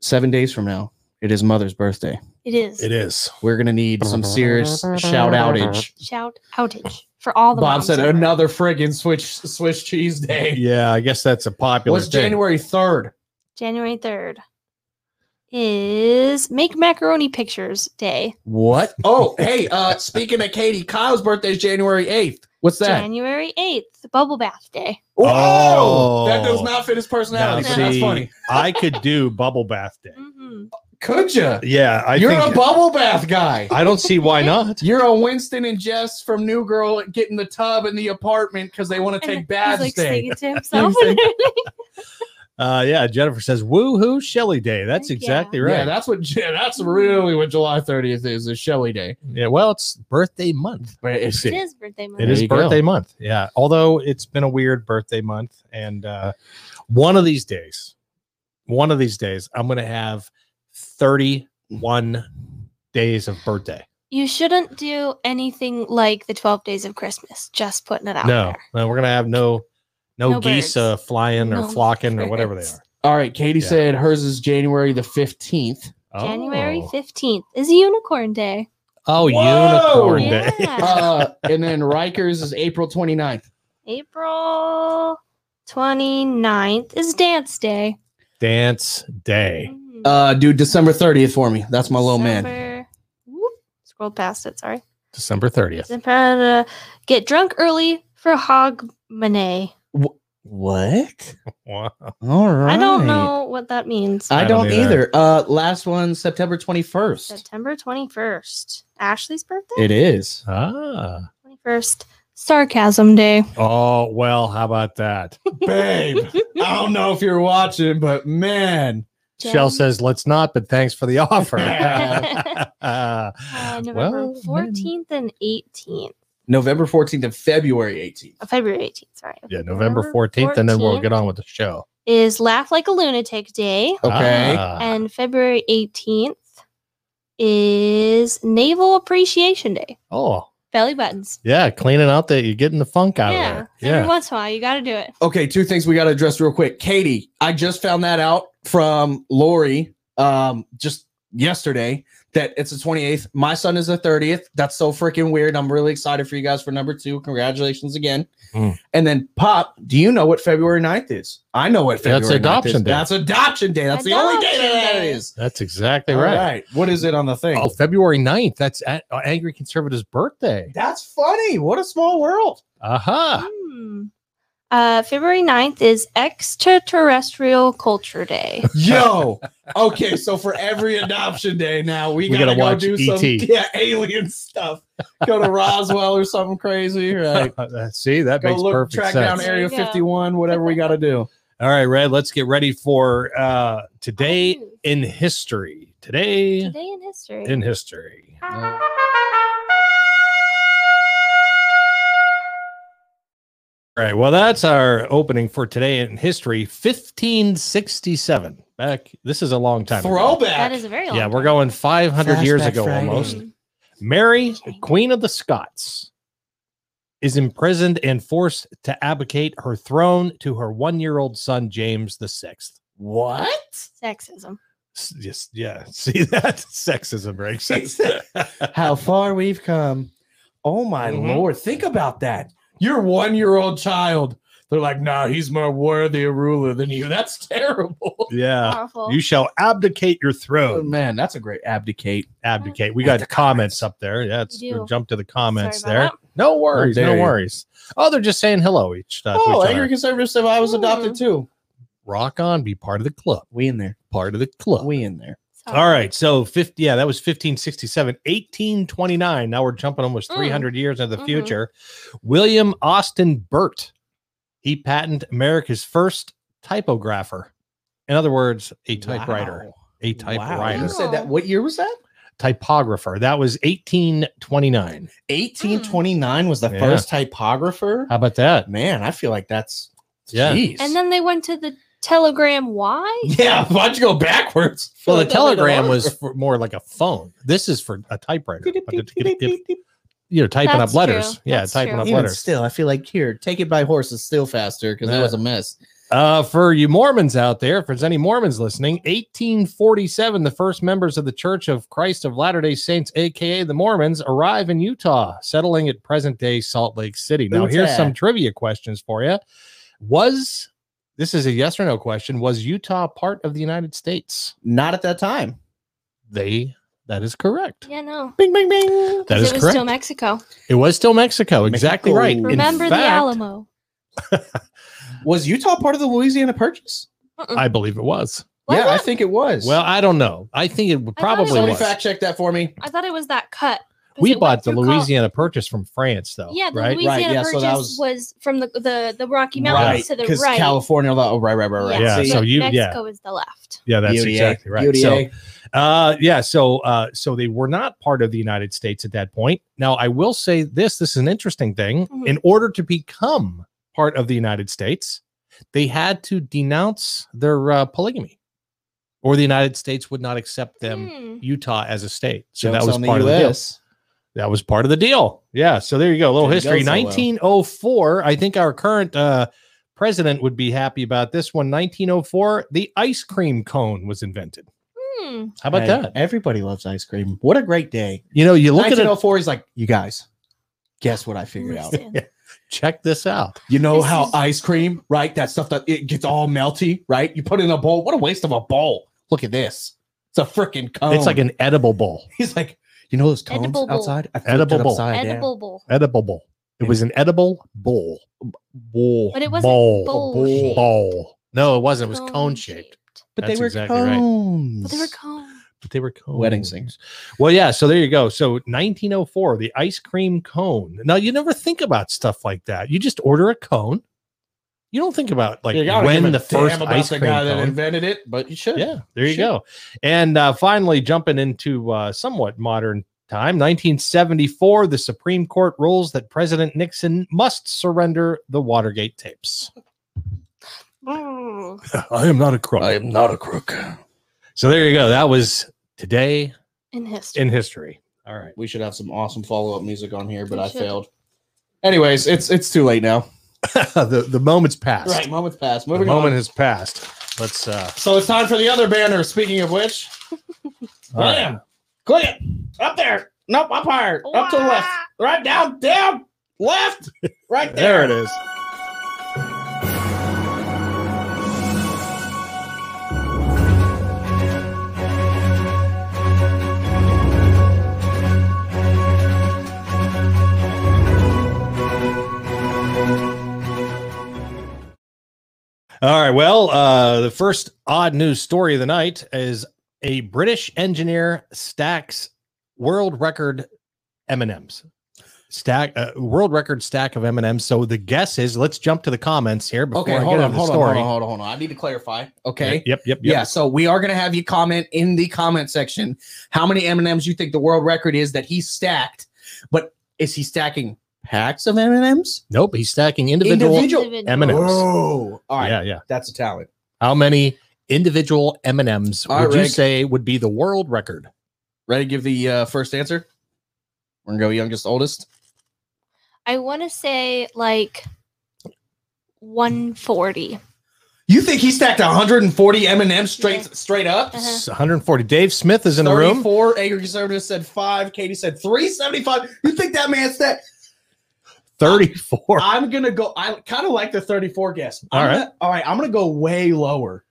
[SPEAKER 3] seven days from now, it is Mother's birthday.
[SPEAKER 4] It is.
[SPEAKER 2] it is.
[SPEAKER 3] We're gonna need some serious shout outage.
[SPEAKER 4] Shout outage for all the
[SPEAKER 3] Bob
[SPEAKER 4] moms
[SPEAKER 3] said
[SPEAKER 4] out there.
[SPEAKER 3] another friggin' Swiss Swiss cheese day.
[SPEAKER 2] Yeah, I guess that's a popular
[SPEAKER 3] What's
[SPEAKER 2] thing.
[SPEAKER 3] January third?
[SPEAKER 4] January 3rd is Make Macaroni Pictures Day.
[SPEAKER 3] What? Oh, hey. Uh, speaking of Katie, Kyle's birthday is January eighth. What's that?
[SPEAKER 4] January 8th, Bubble Bath Day.
[SPEAKER 3] Whoa!
[SPEAKER 2] Oh.
[SPEAKER 3] That does not fit his personality,
[SPEAKER 4] Now
[SPEAKER 3] but that's
[SPEAKER 2] see-
[SPEAKER 3] funny.
[SPEAKER 2] I could do bubble bath day.
[SPEAKER 4] Mhm.
[SPEAKER 3] Could you?
[SPEAKER 2] Yeah, I
[SPEAKER 3] You're
[SPEAKER 2] think
[SPEAKER 3] a bubble bath guy.
[SPEAKER 2] I don't see why not.
[SPEAKER 3] You're a Winston and Jess from New Girl getting the tub in the apartment because they want to
[SPEAKER 4] And
[SPEAKER 3] take
[SPEAKER 4] He's
[SPEAKER 3] baths
[SPEAKER 4] like
[SPEAKER 3] day.
[SPEAKER 4] singing to himself.
[SPEAKER 2] Uh, yeah, Jennifer says, "Woohoo, Shelly Day." That's
[SPEAKER 4] Heck yeah.
[SPEAKER 2] exactly right.
[SPEAKER 3] Yeah, that's what. That's really what July 30th is. Is Shelly Day.
[SPEAKER 2] yeah, well, it's birthday month.
[SPEAKER 3] But it's-
[SPEAKER 4] It is birthday month.
[SPEAKER 2] It
[SPEAKER 3] There
[SPEAKER 2] is
[SPEAKER 3] you go.
[SPEAKER 2] birthday month. Yeah. Although it's been a weird birthday month. And uh, one of these days, one of these days, I'm going to have 31 days of birthday.
[SPEAKER 4] You shouldn't do anything like the 12 days of Christmas. Just putting it out
[SPEAKER 2] No,
[SPEAKER 4] there.
[SPEAKER 2] no, we're going to have no. No,
[SPEAKER 4] No
[SPEAKER 2] geese
[SPEAKER 4] birds.
[SPEAKER 2] uh, flying or
[SPEAKER 4] No
[SPEAKER 2] flocking or whatever they
[SPEAKER 4] birds.
[SPEAKER 2] are.
[SPEAKER 3] All right, Katie
[SPEAKER 2] Yeah.
[SPEAKER 3] said hers is January the 15th.
[SPEAKER 4] January
[SPEAKER 2] Oh.
[SPEAKER 4] 15th is Unicorn Day.
[SPEAKER 2] Oh,
[SPEAKER 3] Whoa!
[SPEAKER 2] unicorn
[SPEAKER 4] Yeah.
[SPEAKER 2] day.
[SPEAKER 3] Uh, and then Rikers is April 29th.
[SPEAKER 4] April 29th is Dance Day.
[SPEAKER 2] Dance day.
[SPEAKER 4] Mm.
[SPEAKER 3] Uh, dude, December 30th for me. That's my little man.
[SPEAKER 4] December- Whoop. Scroll past it. Sorry.
[SPEAKER 2] December 30th.
[SPEAKER 4] December- uh, Get drunk early for Hogmanay.
[SPEAKER 3] What?
[SPEAKER 2] Wow.
[SPEAKER 3] All right.
[SPEAKER 4] I don't know what that means.
[SPEAKER 3] I
[SPEAKER 2] I
[SPEAKER 3] don't,
[SPEAKER 2] don't
[SPEAKER 3] either. Uh, last one, September 21st.
[SPEAKER 4] September 21st. Ashley's birthday?
[SPEAKER 3] It is.
[SPEAKER 2] Ah.
[SPEAKER 4] 21st. Sarcasm Day.
[SPEAKER 2] Oh, well, how about that?
[SPEAKER 3] Babe, I don't know if you're watching, but man.
[SPEAKER 2] Shell
[SPEAKER 4] Jen.
[SPEAKER 2] says, let's not, but thanks for the offer.
[SPEAKER 4] Uh, November
[SPEAKER 2] Well,
[SPEAKER 4] 14th and 18th.
[SPEAKER 3] November 14th and February 18th.
[SPEAKER 4] Uh, February 18th, sorry.
[SPEAKER 2] Yeah, November 14th, and then we'll get on with the show.
[SPEAKER 4] Is Laugh Like a Lunatic Day.
[SPEAKER 3] Okay.
[SPEAKER 2] Ah,
[SPEAKER 4] And February 18th is Naval Appreciation Day.
[SPEAKER 2] oh,
[SPEAKER 4] Belly buttons.
[SPEAKER 2] yeah, cleaning out that you're getting the funk out
[SPEAKER 4] yeah.
[SPEAKER 2] of there.
[SPEAKER 4] Every
[SPEAKER 2] Yeah.
[SPEAKER 4] once in a while, you got to do it.
[SPEAKER 3] Okay, two things we got to address real quick. Katie, I just found that out from Lori um, just yesterday that it's the 28th. My son is the 30th. That's so freaking weird. I'm really excited for you guys for number two. Congratulations again.
[SPEAKER 2] Mm.
[SPEAKER 3] And then, Pop, do you know what February 9th is? I know what
[SPEAKER 2] That's
[SPEAKER 3] February 9th
[SPEAKER 2] adoption
[SPEAKER 3] is.
[SPEAKER 2] day.
[SPEAKER 3] That's adoption day. That's the only day
[SPEAKER 4] Adoption
[SPEAKER 3] that, that
[SPEAKER 4] day.
[SPEAKER 3] is.
[SPEAKER 2] That's exactly
[SPEAKER 3] All
[SPEAKER 2] right.
[SPEAKER 3] What is it on the thing?
[SPEAKER 2] Oh, February 9th. That's at, uh, Angry Conservative's birthday.
[SPEAKER 3] That's funny. What a small world.
[SPEAKER 2] Aha.
[SPEAKER 4] Hmm. Uh, February 9th is Extraterrestrial Culture Day.
[SPEAKER 3] Yo, okay, so for every adoption day now, we,
[SPEAKER 2] We
[SPEAKER 3] gotta, E
[SPEAKER 2] gotta
[SPEAKER 3] go
[SPEAKER 2] watch
[SPEAKER 3] do some
[SPEAKER 2] ET.
[SPEAKER 3] yeah, alien stuff. Go to Roswell or something crazy, right?
[SPEAKER 2] See, that
[SPEAKER 3] Go
[SPEAKER 2] makes
[SPEAKER 3] look,
[SPEAKER 2] perfect
[SPEAKER 3] track
[SPEAKER 2] sense.
[SPEAKER 3] down Area
[SPEAKER 4] There you go.
[SPEAKER 3] 51, whatever we gotta do.
[SPEAKER 2] All right, Red, let's get ready for uh, Today
[SPEAKER 4] Oh.
[SPEAKER 2] in History. Today
[SPEAKER 4] Today in history.
[SPEAKER 2] in History. All right. Well, that's our opening for today in history, 1567. Back. This is a long time. ago.
[SPEAKER 3] Throwback.
[SPEAKER 4] that is a very long Hmm.
[SPEAKER 2] Yeah, we're going 500 years
[SPEAKER 3] Flashback
[SPEAKER 2] ago
[SPEAKER 3] Friday.
[SPEAKER 2] almost. Mary, Queen of the Scots, is imprisoned and forced to abdicate her throne to her one-year-old son James the Sixth.
[SPEAKER 3] what?
[SPEAKER 4] Sexism.
[SPEAKER 2] Yes, yeah. See that sexism, right?
[SPEAKER 3] How far we've come. Oh my
[SPEAKER 2] Mhm.
[SPEAKER 3] lord, think about that. Your one-year-old child. They're like, nah, he's more worthy a ruler than you. That's terrible.
[SPEAKER 2] yeah.
[SPEAKER 4] Powerful.
[SPEAKER 2] Uh, You shall abdicate your
[SPEAKER 3] Oh,
[SPEAKER 2] throne.
[SPEAKER 3] man, that's a great abdicate.
[SPEAKER 2] Abdicate. We got comments up there. Yeah, it's,
[SPEAKER 4] We do.
[SPEAKER 2] we jump to the comments
[SPEAKER 4] Sorry
[SPEAKER 2] there.
[SPEAKER 4] about
[SPEAKER 2] No worries,
[SPEAKER 3] dare
[SPEAKER 2] no
[SPEAKER 3] you.
[SPEAKER 2] worries. Oh, they're just saying hello each time.
[SPEAKER 3] oh,
[SPEAKER 2] each
[SPEAKER 3] angry
[SPEAKER 2] other.
[SPEAKER 3] conservative said I was adopted too.
[SPEAKER 2] Rock on, be part of the club.
[SPEAKER 3] We in there.
[SPEAKER 2] Part of the club.
[SPEAKER 3] We in there.
[SPEAKER 4] that. Sorry.
[SPEAKER 2] All right, so 50 yeah, that was 1567, 1829. Now we're jumping almost
[SPEAKER 4] Mm.
[SPEAKER 2] 300 years into the
[SPEAKER 4] Mhm.
[SPEAKER 2] future. William Austin Burt. He patented America's first typographer. In other words, a typewriter,
[SPEAKER 3] Wow.
[SPEAKER 2] a
[SPEAKER 3] Wow.
[SPEAKER 2] typewriter,
[SPEAKER 3] You said that. What year was that?
[SPEAKER 2] typographer. That was 1829.
[SPEAKER 3] 1829 was the
[SPEAKER 2] Yeah.
[SPEAKER 3] first typographer.
[SPEAKER 2] How about that?
[SPEAKER 3] Man, I feel like that's
[SPEAKER 2] Yeah.
[SPEAKER 3] Jeez.
[SPEAKER 4] And then they went to the telegram. Why?
[SPEAKER 3] yeah, why'd you go backwards?
[SPEAKER 2] Well, the telegram was for more like a phone. This is for a typewriter. you know, typing
[SPEAKER 4] That's
[SPEAKER 2] up letters.
[SPEAKER 4] true.
[SPEAKER 2] Yeah,
[SPEAKER 4] That's
[SPEAKER 2] typing
[SPEAKER 4] true.
[SPEAKER 2] up
[SPEAKER 3] Even
[SPEAKER 2] letters.
[SPEAKER 3] still, I feel like here, take it by horse is still faster because that
[SPEAKER 2] Yeah.
[SPEAKER 3] was a mess.
[SPEAKER 2] Uh, for you Mormons out there, if there's any Mormons listening, 1847, the first members of the Church of Christ of Latter day Saints, aka the Mormons, arrive in Utah, settling at present day Salt Lake City. Now,
[SPEAKER 3] Ooh,
[SPEAKER 2] here's
[SPEAKER 3] yeah.
[SPEAKER 2] some trivia questions for you. Was this is a yes or no question? Was Utah part of the United States?
[SPEAKER 3] Not at that time.
[SPEAKER 2] They that is correct.
[SPEAKER 4] Yeah, no.
[SPEAKER 3] Bing, bing, bing.
[SPEAKER 2] That
[SPEAKER 4] 'Cause
[SPEAKER 2] is
[SPEAKER 4] it was
[SPEAKER 2] correct.
[SPEAKER 4] still Mexico.
[SPEAKER 2] it was still Mexico. Exactly
[SPEAKER 3] Mexico.
[SPEAKER 2] right. In
[SPEAKER 4] Remember the
[SPEAKER 2] fact,
[SPEAKER 4] Alamo.
[SPEAKER 3] Was Utah part of the Louisiana Purchase?
[SPEAKER 4] Uh-uh.
[SPEAKER 2] I believe it was.
[SPEAKER 4] Was
[SPEAKER 3] yeah, I
[SPEAKER 4] it?
[SPEAKER 3] think it was.
[SPEAKER 2] Well, I don't know. I think it
[SPEAKER 4] I thought it
[SPEAKER 2] probably
[SPEAKER 3] somebody
[SPEAKER 2] was.
[SPEAKER 3] fact check that for me.
[SPEAKER 4] I thought it was that cut
[SPEAKER 2] We
[SPEAKER 4] it went
[SPEAKER 2] bought the
[SPEAKER 4] through Col-
[SPEAKER 2] Louisiana purchase from France, though.
[SPEAKER 4] Yeah, the
[SPEAKER 2] right.
[SPEAKER 4] Louisiana
[SPEAKER 3] yeah, so
[SPEAKER 4] purchase
[SPEAKER 3] that
[SPEAKER 4] was,
[SPEAKER 3] was-
[SPEAKER 4] from the, the the Rocky Mountains
[SPEAKER 3] right?
[SPEAKER 4] to the
[SPEAKER 3] Because
[SPEAKER 4] right.
[SPEAKER 3] California, oh, right, right, right, right.
[SPEAKER 2] Yeah,
[SPEAKER 4] but
[SPEAKER 3] See?
[SPEAKER 2] so you- yeah.
[SPEAKER 4] Mexico is the left.
[SPEAKER 2] yeah, that's
[SPEAKER 3] UDA,
[SPEAKER 2] exactly right.
[SPEAKER 3] UDA.
[SPEAKER 2] So, Uh, yeah. So, uh, so they were not part of the United States at that point. Now, I will say this: this is an interesting thing.
[SPEAKER 4] Mhm.
[SPEAKER 2] In order to become part of the United States, they had to denounce their uh, polygamy, or the United States would not accept them
[SPEAKER 4] Hmm.
[SPEAKER 2] Utah as a state. So
[SPEAKER 3] Jokes
[SPEAKER 2] that was
[SPEAKER 3] on
[SPEAKER 2] part of the deal.
[SPEAKER 3] US.
[SPEAKER 2] That was part of the deal. Yeah. So there you go. A little
[SPEAKER 3] Didn't go
[SPEAKER 2] history.
[SPEAKER 3] so well.
[SPEAKER 2] 1904. I think our current uh, president would be happy about this one. 1904. The ice cream cone was invented.
[SPEAKER 4] Hmm.
[SPEAKER 2] How about
[SPEAKER 3] Hey,
[SPEAKER 2] that?
[SPEAKER 3] Everybody loves ice cream. What a great day.
[SPEAKER 2] You know, you look at it,
[SPEAKER 3] 1904, he's like, you guys, guess what I figured out?
[SPEAKER 4] Listen.
[SPEAKER 3] oh-
[SPEAKER 2] check this out.
[SPEAKER 3] You know
[SPEAKER 4] This
[SPEAKER 3] how
[SPEAKER 4] is-
[SPEAKER 3] ice cream, right? That stuff that it gets all melty, right? You put it in a bowl. What a waste of a bowl. Look at this. It's a freaking cone.
[SPEAKER 2] It's like an edible bowl.
[SPEAKER 3] he's like, you know those cones
[SPEAKER 4] Edible bowl.
[SPEAKER 3] outside? I
[SPEAKER 2] Edible bowl.
[SPEAKER 3] Edible.
[SPEAKER 4] Edible bowl.
[SPEAKER 2] Edible bowl. It was an edible bowl.
[SPEAKER 3] Bowl.
[SPEAKER 4] But it wasn't
[SPEAKER 2] Bowl.
[SPEAKER 4] bowl
[SPEAKER 2] Bowl.
[SPEAKER 4] shaped.
[SPEAKER 2] bowl. No, it wasn't. It was cone shaped.
[SPEAKER 3] But
[SPEAKER 2] That's
[SPEAKER 3] they were
[SPEAKER 2] exactly right.
[SPEAKER 3] cones.
[SPEAKER 4] But they were cones.
[SPEAKER 2] But they were cones.
[SPEAKER 3] Wedding singers.
[SPEAKER 2] Well, yeah. So there you go. So 1904, the ice cream cone. Now you never think about stuff like that. You just order a cone. You don't think about like
[SPEAKER 3] You gotta give
[SPEAKER 2] when the
[SPEAKER 3] a damn
[SPEAKER 2] first
[SPEAKER 3] about
[SPEAKER 2] ice
[SPEAKER 3] the
[SPEAKER 2] cream
[SPEAKER 3] guy
[SPEAKER 2] cone.
[SPEAKER 3] that invented it, but you should.
[SPEAKER 2] Yeah, there you
[SPEAKER 3] Sure.
[SPEAKER 2] go. And uh, finally, jumping into uh, somewhat modern time, 1974, the Supreme Court rules that President Nixon must surrender the Watergate tapes.
[SPEAKER 4] Mm.
[SPEAKER 2] I am not a crook.
[SPEAKER 3] am not a crook.
[SPEAKER 2] So there you go. That was today
[SPEAKER 4] In history.
[SPEAKER 2] in history. All right.
[SPEAKER 3] We should have some awesome follow up music on here, but
[SPEAKER 4] We
[SPEAKER 3] I
[SPEAKER 4] should.
[SPEAKER 3] failed. Anyways, it's it's too late now.
[SPEAKER 2] the, the moment's passed.
[SPEAKER 3] Right, moment's passed.
[SPEAKER 2] The
[SPEAKER 3] Moving
[SPEAKER 2] moment
[SPEAKER 3] on.
[SPEAKER 2] has passed. Let's uh
[SPEAKER 3] so it's time for the other banner. Speaking of which,
[SPEAKER 2] all right.
[SPEAKER 3] Bam! Click! Up there! Nope, up higher! Up to the left! Right down, down, left, right there.
[SPEAKER 2] There it is. All right. Well, uh, the first odd news story of the night is a British engineer stacks world record M and M's stack uh, world record stack of M&Ms. So the guess is let's jump to the comments here before
[SPEAKER 3] Okay,
[SPEAKER 2] I
[SPEAKER 3] hold
[SPEAKER 2] get
[SPEAKER 3] on,
[SPEAKER 2] into the
[SPEAKER 3] hold on, hold
[SPEAKER 2] story.
[SPEAKER 3] on, hold on, hold on. I need to clarify. Okay.
[SPEAKER 2] Yep, yep, yep.
[SPEAKER 3] Yeah, so we are gonna have you comment in the comment section how many M and M's you think the world record is that he stacked, but is he stacking packs of M and M's?
[SPEAKER 2] Nope, he's stacking individual,
[SPEAKER 3] Individual
[SPEAKER 2] M&Ms.
[SPEAKER 3] Whoa! All right,
[SPEAKER 2] Yeah, yeah.
[SPEAKER 3] that's a talent.
[SPEAKER 2] How many individual M&Ms
[SPEAKER 3] All
[SPEAKER 2] would
[SPEAKER 3] right,
[SPEAKER 2] you
[SPEAKER 3] Rick.
[SPEAKER 2] say would be the world record?
[SPEAKER 3] Ready to give the uh, first answer? We're gonna go youngest, oldest.
[SPEAKER 4] I want to say like 140.
[SPEAKER 3] You think he stacked 140 M and M's straight
[SPEAKER 4] Yeah.
[SPEAKER 3] straight up?
[SPEAKER 4] Uh-huh.
[SPEAKER 2] S- 140. Dave Smith is in the room.
[SPEAKER 3] 34 Angry conservative said five. Katie said 375. You think that man's that?
[SPEAKER 2] 34.
[SPEAKER 3] I'm gonna go. I kind of like the 34 guess. I'm
[SPEAKER 2] All right.
[SPEAKER 3] gonna- all right. I'm gonna go way lower.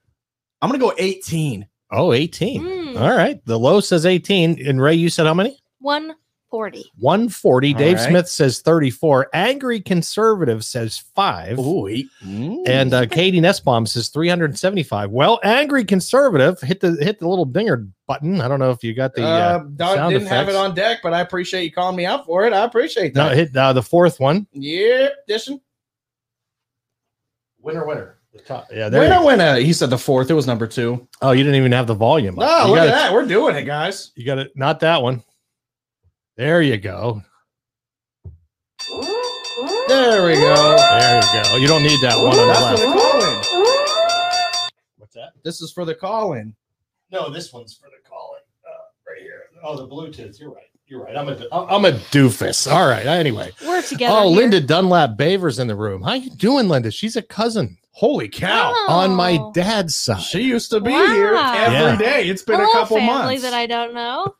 [SPEAKER 3] I'm gonna go 18.
[SPEAKER 2] Oh, 18.
[SPEAKER 4] Mm,
[SPEAKER 2] All right. The low says 18 and Ray you said how many?
[SPEAKER 4] 140.
[SPEAKER 2] 140.
[SPEAKER 3] All
[SPEAKER 2] Dave
[SPEAKER 3] right.
[SPEAKER 2] Smith says 34. Angry conservative says 5.
[SPEAKER 3] Ooh, Hmm.
[SPEAKER 2] And uh, Katie Nessbaum says 375. Well, angry conservative hit the hit the little dinger button. I don't know if you got the. Uh,
[SPEAKER 3] Don
[SPEAKER 2] sound
[SPEAKER 3] didn't have it
[SPEAKER 2] effects.
[SPEAKER 3] on deck, but I appreciate you calling me out for it. I appreciate
[SPEAKER 2] no,
[SPEAKER 3] that.
[SPEAKER 2] hit uh, the fourth one.
[SPEAKER 3] yeah, dishing.
[SPEAKER 2] Winner, winner. The top. Yeah, Uh, there. you
[SPEAKER 3] Winner,
[SPEAKER 2] go.
[SPEAKER 3] winner. uh, He said the fourth. It was number two.
[SPEAKER 2] Oh, you didn't even have the volume.
[SPEAKER 3] No,
[SPEAKER 2] up. you
[SPEAKER 3] look
[SPEAKER 2] got
[SPEAKER 3] at that. We're doing it, guys.
[SPEAKER 2] You got it. Not that one. There you go.
[SPEAKER 3] There we go.
[SPEAKER 2] There you go. You don't need that one on the
[SPEAKER 3] That's for
[SPEAKER 2] left.
[SPEAKER 3] the call-in.
[SPEAKER 2] What's that?
[SPEAKER 3] This is for the call-in.
[SPEAKER 2] No, this one's for the calling. Uh, right here. Oh, the Bluetooth. You're right. You're right. I'm a I'm a doofus. All right. Anyway.
[SPEAKER 4] We're together.
[SPEAKER 2] oh,
[SPEAKER 4] here.
[SPEAKER 2] Linda Dunlap Baver's in the room. How you doing, Linda? She's a cousin.
[SPEAKER 3] Holy cow.
[SPEAKER 2] on my
[SPEAKER 4] Oh.
[SPEAKER 2] dad's side.
[SPEAKER 3] She used to be
[SPEAKER 4] Wow.
[SPEAKER 3] here every
[SPEAKER 2] Yeah.
[SPEAKER 3] day. It's been a
[SPEAKER 4] Hello,
[SPEAKER 3] couple
[SPEAKER 4] family
[SPEAKER 3] months.
[SPEAKER 4] that I don't know.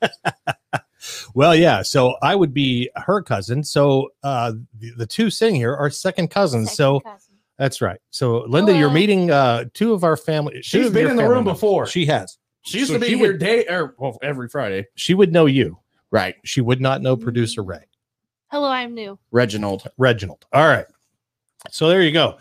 [SPEAKER 2] Well, yeah. So I would be her cousin. So uh, the, the two sitting here are second cousins.
[SPEAKER 4] Second
[SPEAKER 2] so
[SPEAKER 4] cousin.
[SPEAKER 2] that's right. So Linda, you're
[SPEAKER 4] Hello.
[SPEAKER 2] meeting uh, two of our family. two
[SPEAKER 3] She's
[SPEAKER 2] of
[SPEAKER 3] been
[SPEAKER 2] your
[SPEAKER 3] in the
[SPEAKER 2] family
[SPEAKER 3] room
[SPEAKER 2] members.
[SPEAKER 3] before.
[SPEAKER 2] She has.
[SPEAKER 3] she used
[SPEAKER 2] so
[SPEAKER 3] to be
[SPEAKER 2] she
[SPEAKER 3] here
[SPEAKER 2] would-
[SPEAKER 3] day or well, every Friday.
[SPEAKER 2] She would know you.
[SPEAKER 3] Right.
[SPEAKER 2] She would not know
[SPEAKER 4] Mm-hmm.
[SPEAKER 2] producer Ray
[SPEAKER 4] Hello, I'm new.
[SPEAKER 3] Reginald.
[SPEAKER 2] Reginald. All right. So there you go.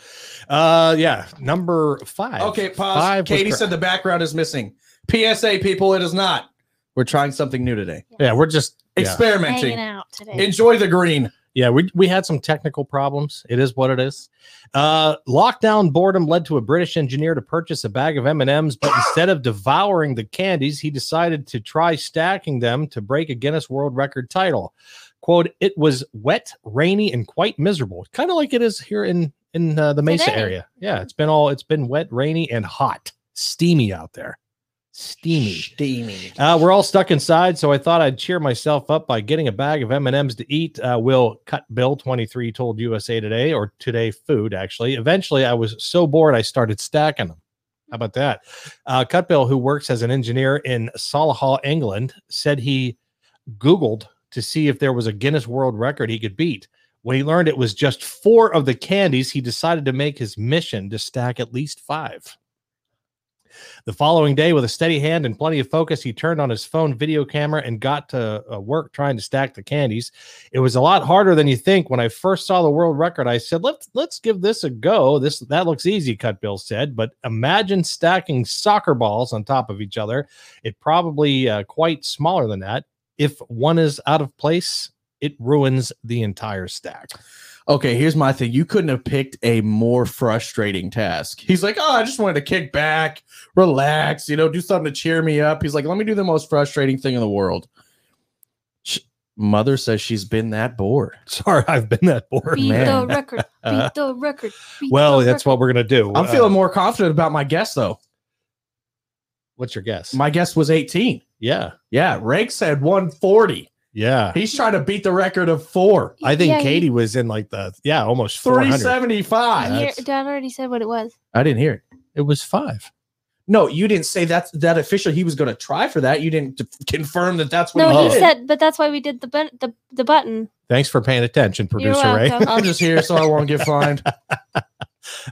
[SPEAKER 2] Uh, yeah. Number five.
[SPEAKER 3] Okay, pause.
[SPEAKER 2] Five was
[SPEAKER 3] Katie
[SPEAKER 2] correct.
[SPEAKER 3] said the background is missing. PSA people, it is not. We're trying something new today.
[SPEAKER 2] Yeah, we're just Yeah.
[SPEAKER 4] Hanging
[SPEAKER 3] experimenting.
[SPEAKER 4] out today.
[SPEAKER 3] Enjoy the green.
[SPEAKER 2] Yeah, we, we had some technical problems. It is what it is. Uh, lockdown boredom led to a British engineer to purchase a bag of M&Ms, but instead of devouring the candies, he decided to try stacking them to break a Guinness World Record title. Quote, it was wet, rainy, and quite miserable. Kind of like it is here in in uh, the Mesa
[SPEAKER 4] Today.
[SPEAKER 2] area. Yeah, it's been all it's been wet, rainy, and hot. Steamy out there. Steamy.
[SPEAKER 3] Steamy.
[SPEAKER 2] Uh, we're all stuck inside, so I thought I'd cheer myself up by getting a bag of M and M's to eat. Uh, Will cut Bill twenty three told USA Today or Today Food actually. Eventually, I was so bored I started stacking them. How about that? Uh, Cutbill, who works as an engineer in Solihull, England, said he Googled to see if there was a Guinness World Record he could beat. When he learned it was just four of the candies, he decided to make his mission to stack at least five. The following day, with a steady hand and plenty of focus, he turned on his phone video camera and got to uh, work trying to stack the candies. It was a lot harder than you think. When I first saw the world record, I said, "Let's let's give this a go. This that looks easy." Cutbill said, "But imagine stacking soccer balls on top of each other. It probably uh, quite smaller than that. If one is out of place." It ruins the entire stack.
[SPEAKER 3] Okay, here's my thing. You couldn't have picked a more frustrating task. He's like, oh, I just wanted to kick back, relax, you know, do something to cheer me up. He's like, let me do the most frustrating thing in the world. Sh- Mother says she's been that bored.
[SPEAKER 2] Sorry, I've been that bored.
[SPEAKER 4] Beat
[SPEAKER 3] man.
[SPEAKER 4] the record.
[SPEAKER 2] Uh,
[SPEAKER 4] Beat the record. beat
[SPEAKER 2] Well,
[SPEAKER 4] the
[SPEAKER 2] that's
[SPEAKER 4] record.
[SPEAKER 2] what we're gonna do.
[SPEAKER 3] I'm
[SPEAKER 2] Uh,
[SPEAKER 3] feeling more confident about my guess though.
[SPEAKER 2] What's your guess?
[SPEAKER 3] My guess was 18.
[SPEAKER 2] yeah,
[SPEAKER 3] Yeah, Rake said 140.
[SPEAKER 2] yeah.
[SPEAKER 3] He's trying to beat the record of four.
[SPEAKER 2] I think
[SPEAKER 4] Yeah, you-
[SPEAKER 2] Katie was in like the yeah almost four hundred.
[SPEAKER 3] 375.
[SPEAKER 4] Here- Dad already said what it was.
[SPEAKER 3] I didn't hear it.
[SPEAKER 2] It was five.
[SPEAKER 3] No, you didn't say that's that official. He was going to try for that. You didn't d- confirm that that's what
[SPEAKER 4] No,
[SPEAKER 3] he
[SPEAKER 4] he
[SPEAKER 3] did.
[SPEAKER 4] said, but that's why we did the bun- the, the button.
[SPEAKER 2] Thanks for paying attention,
[SPEAKER 4] You're
[SPEAKER 2] producer Ray.
[SPEAKER 4] welcome.
[SPEAKER 3] I'm just here so I won't get fined.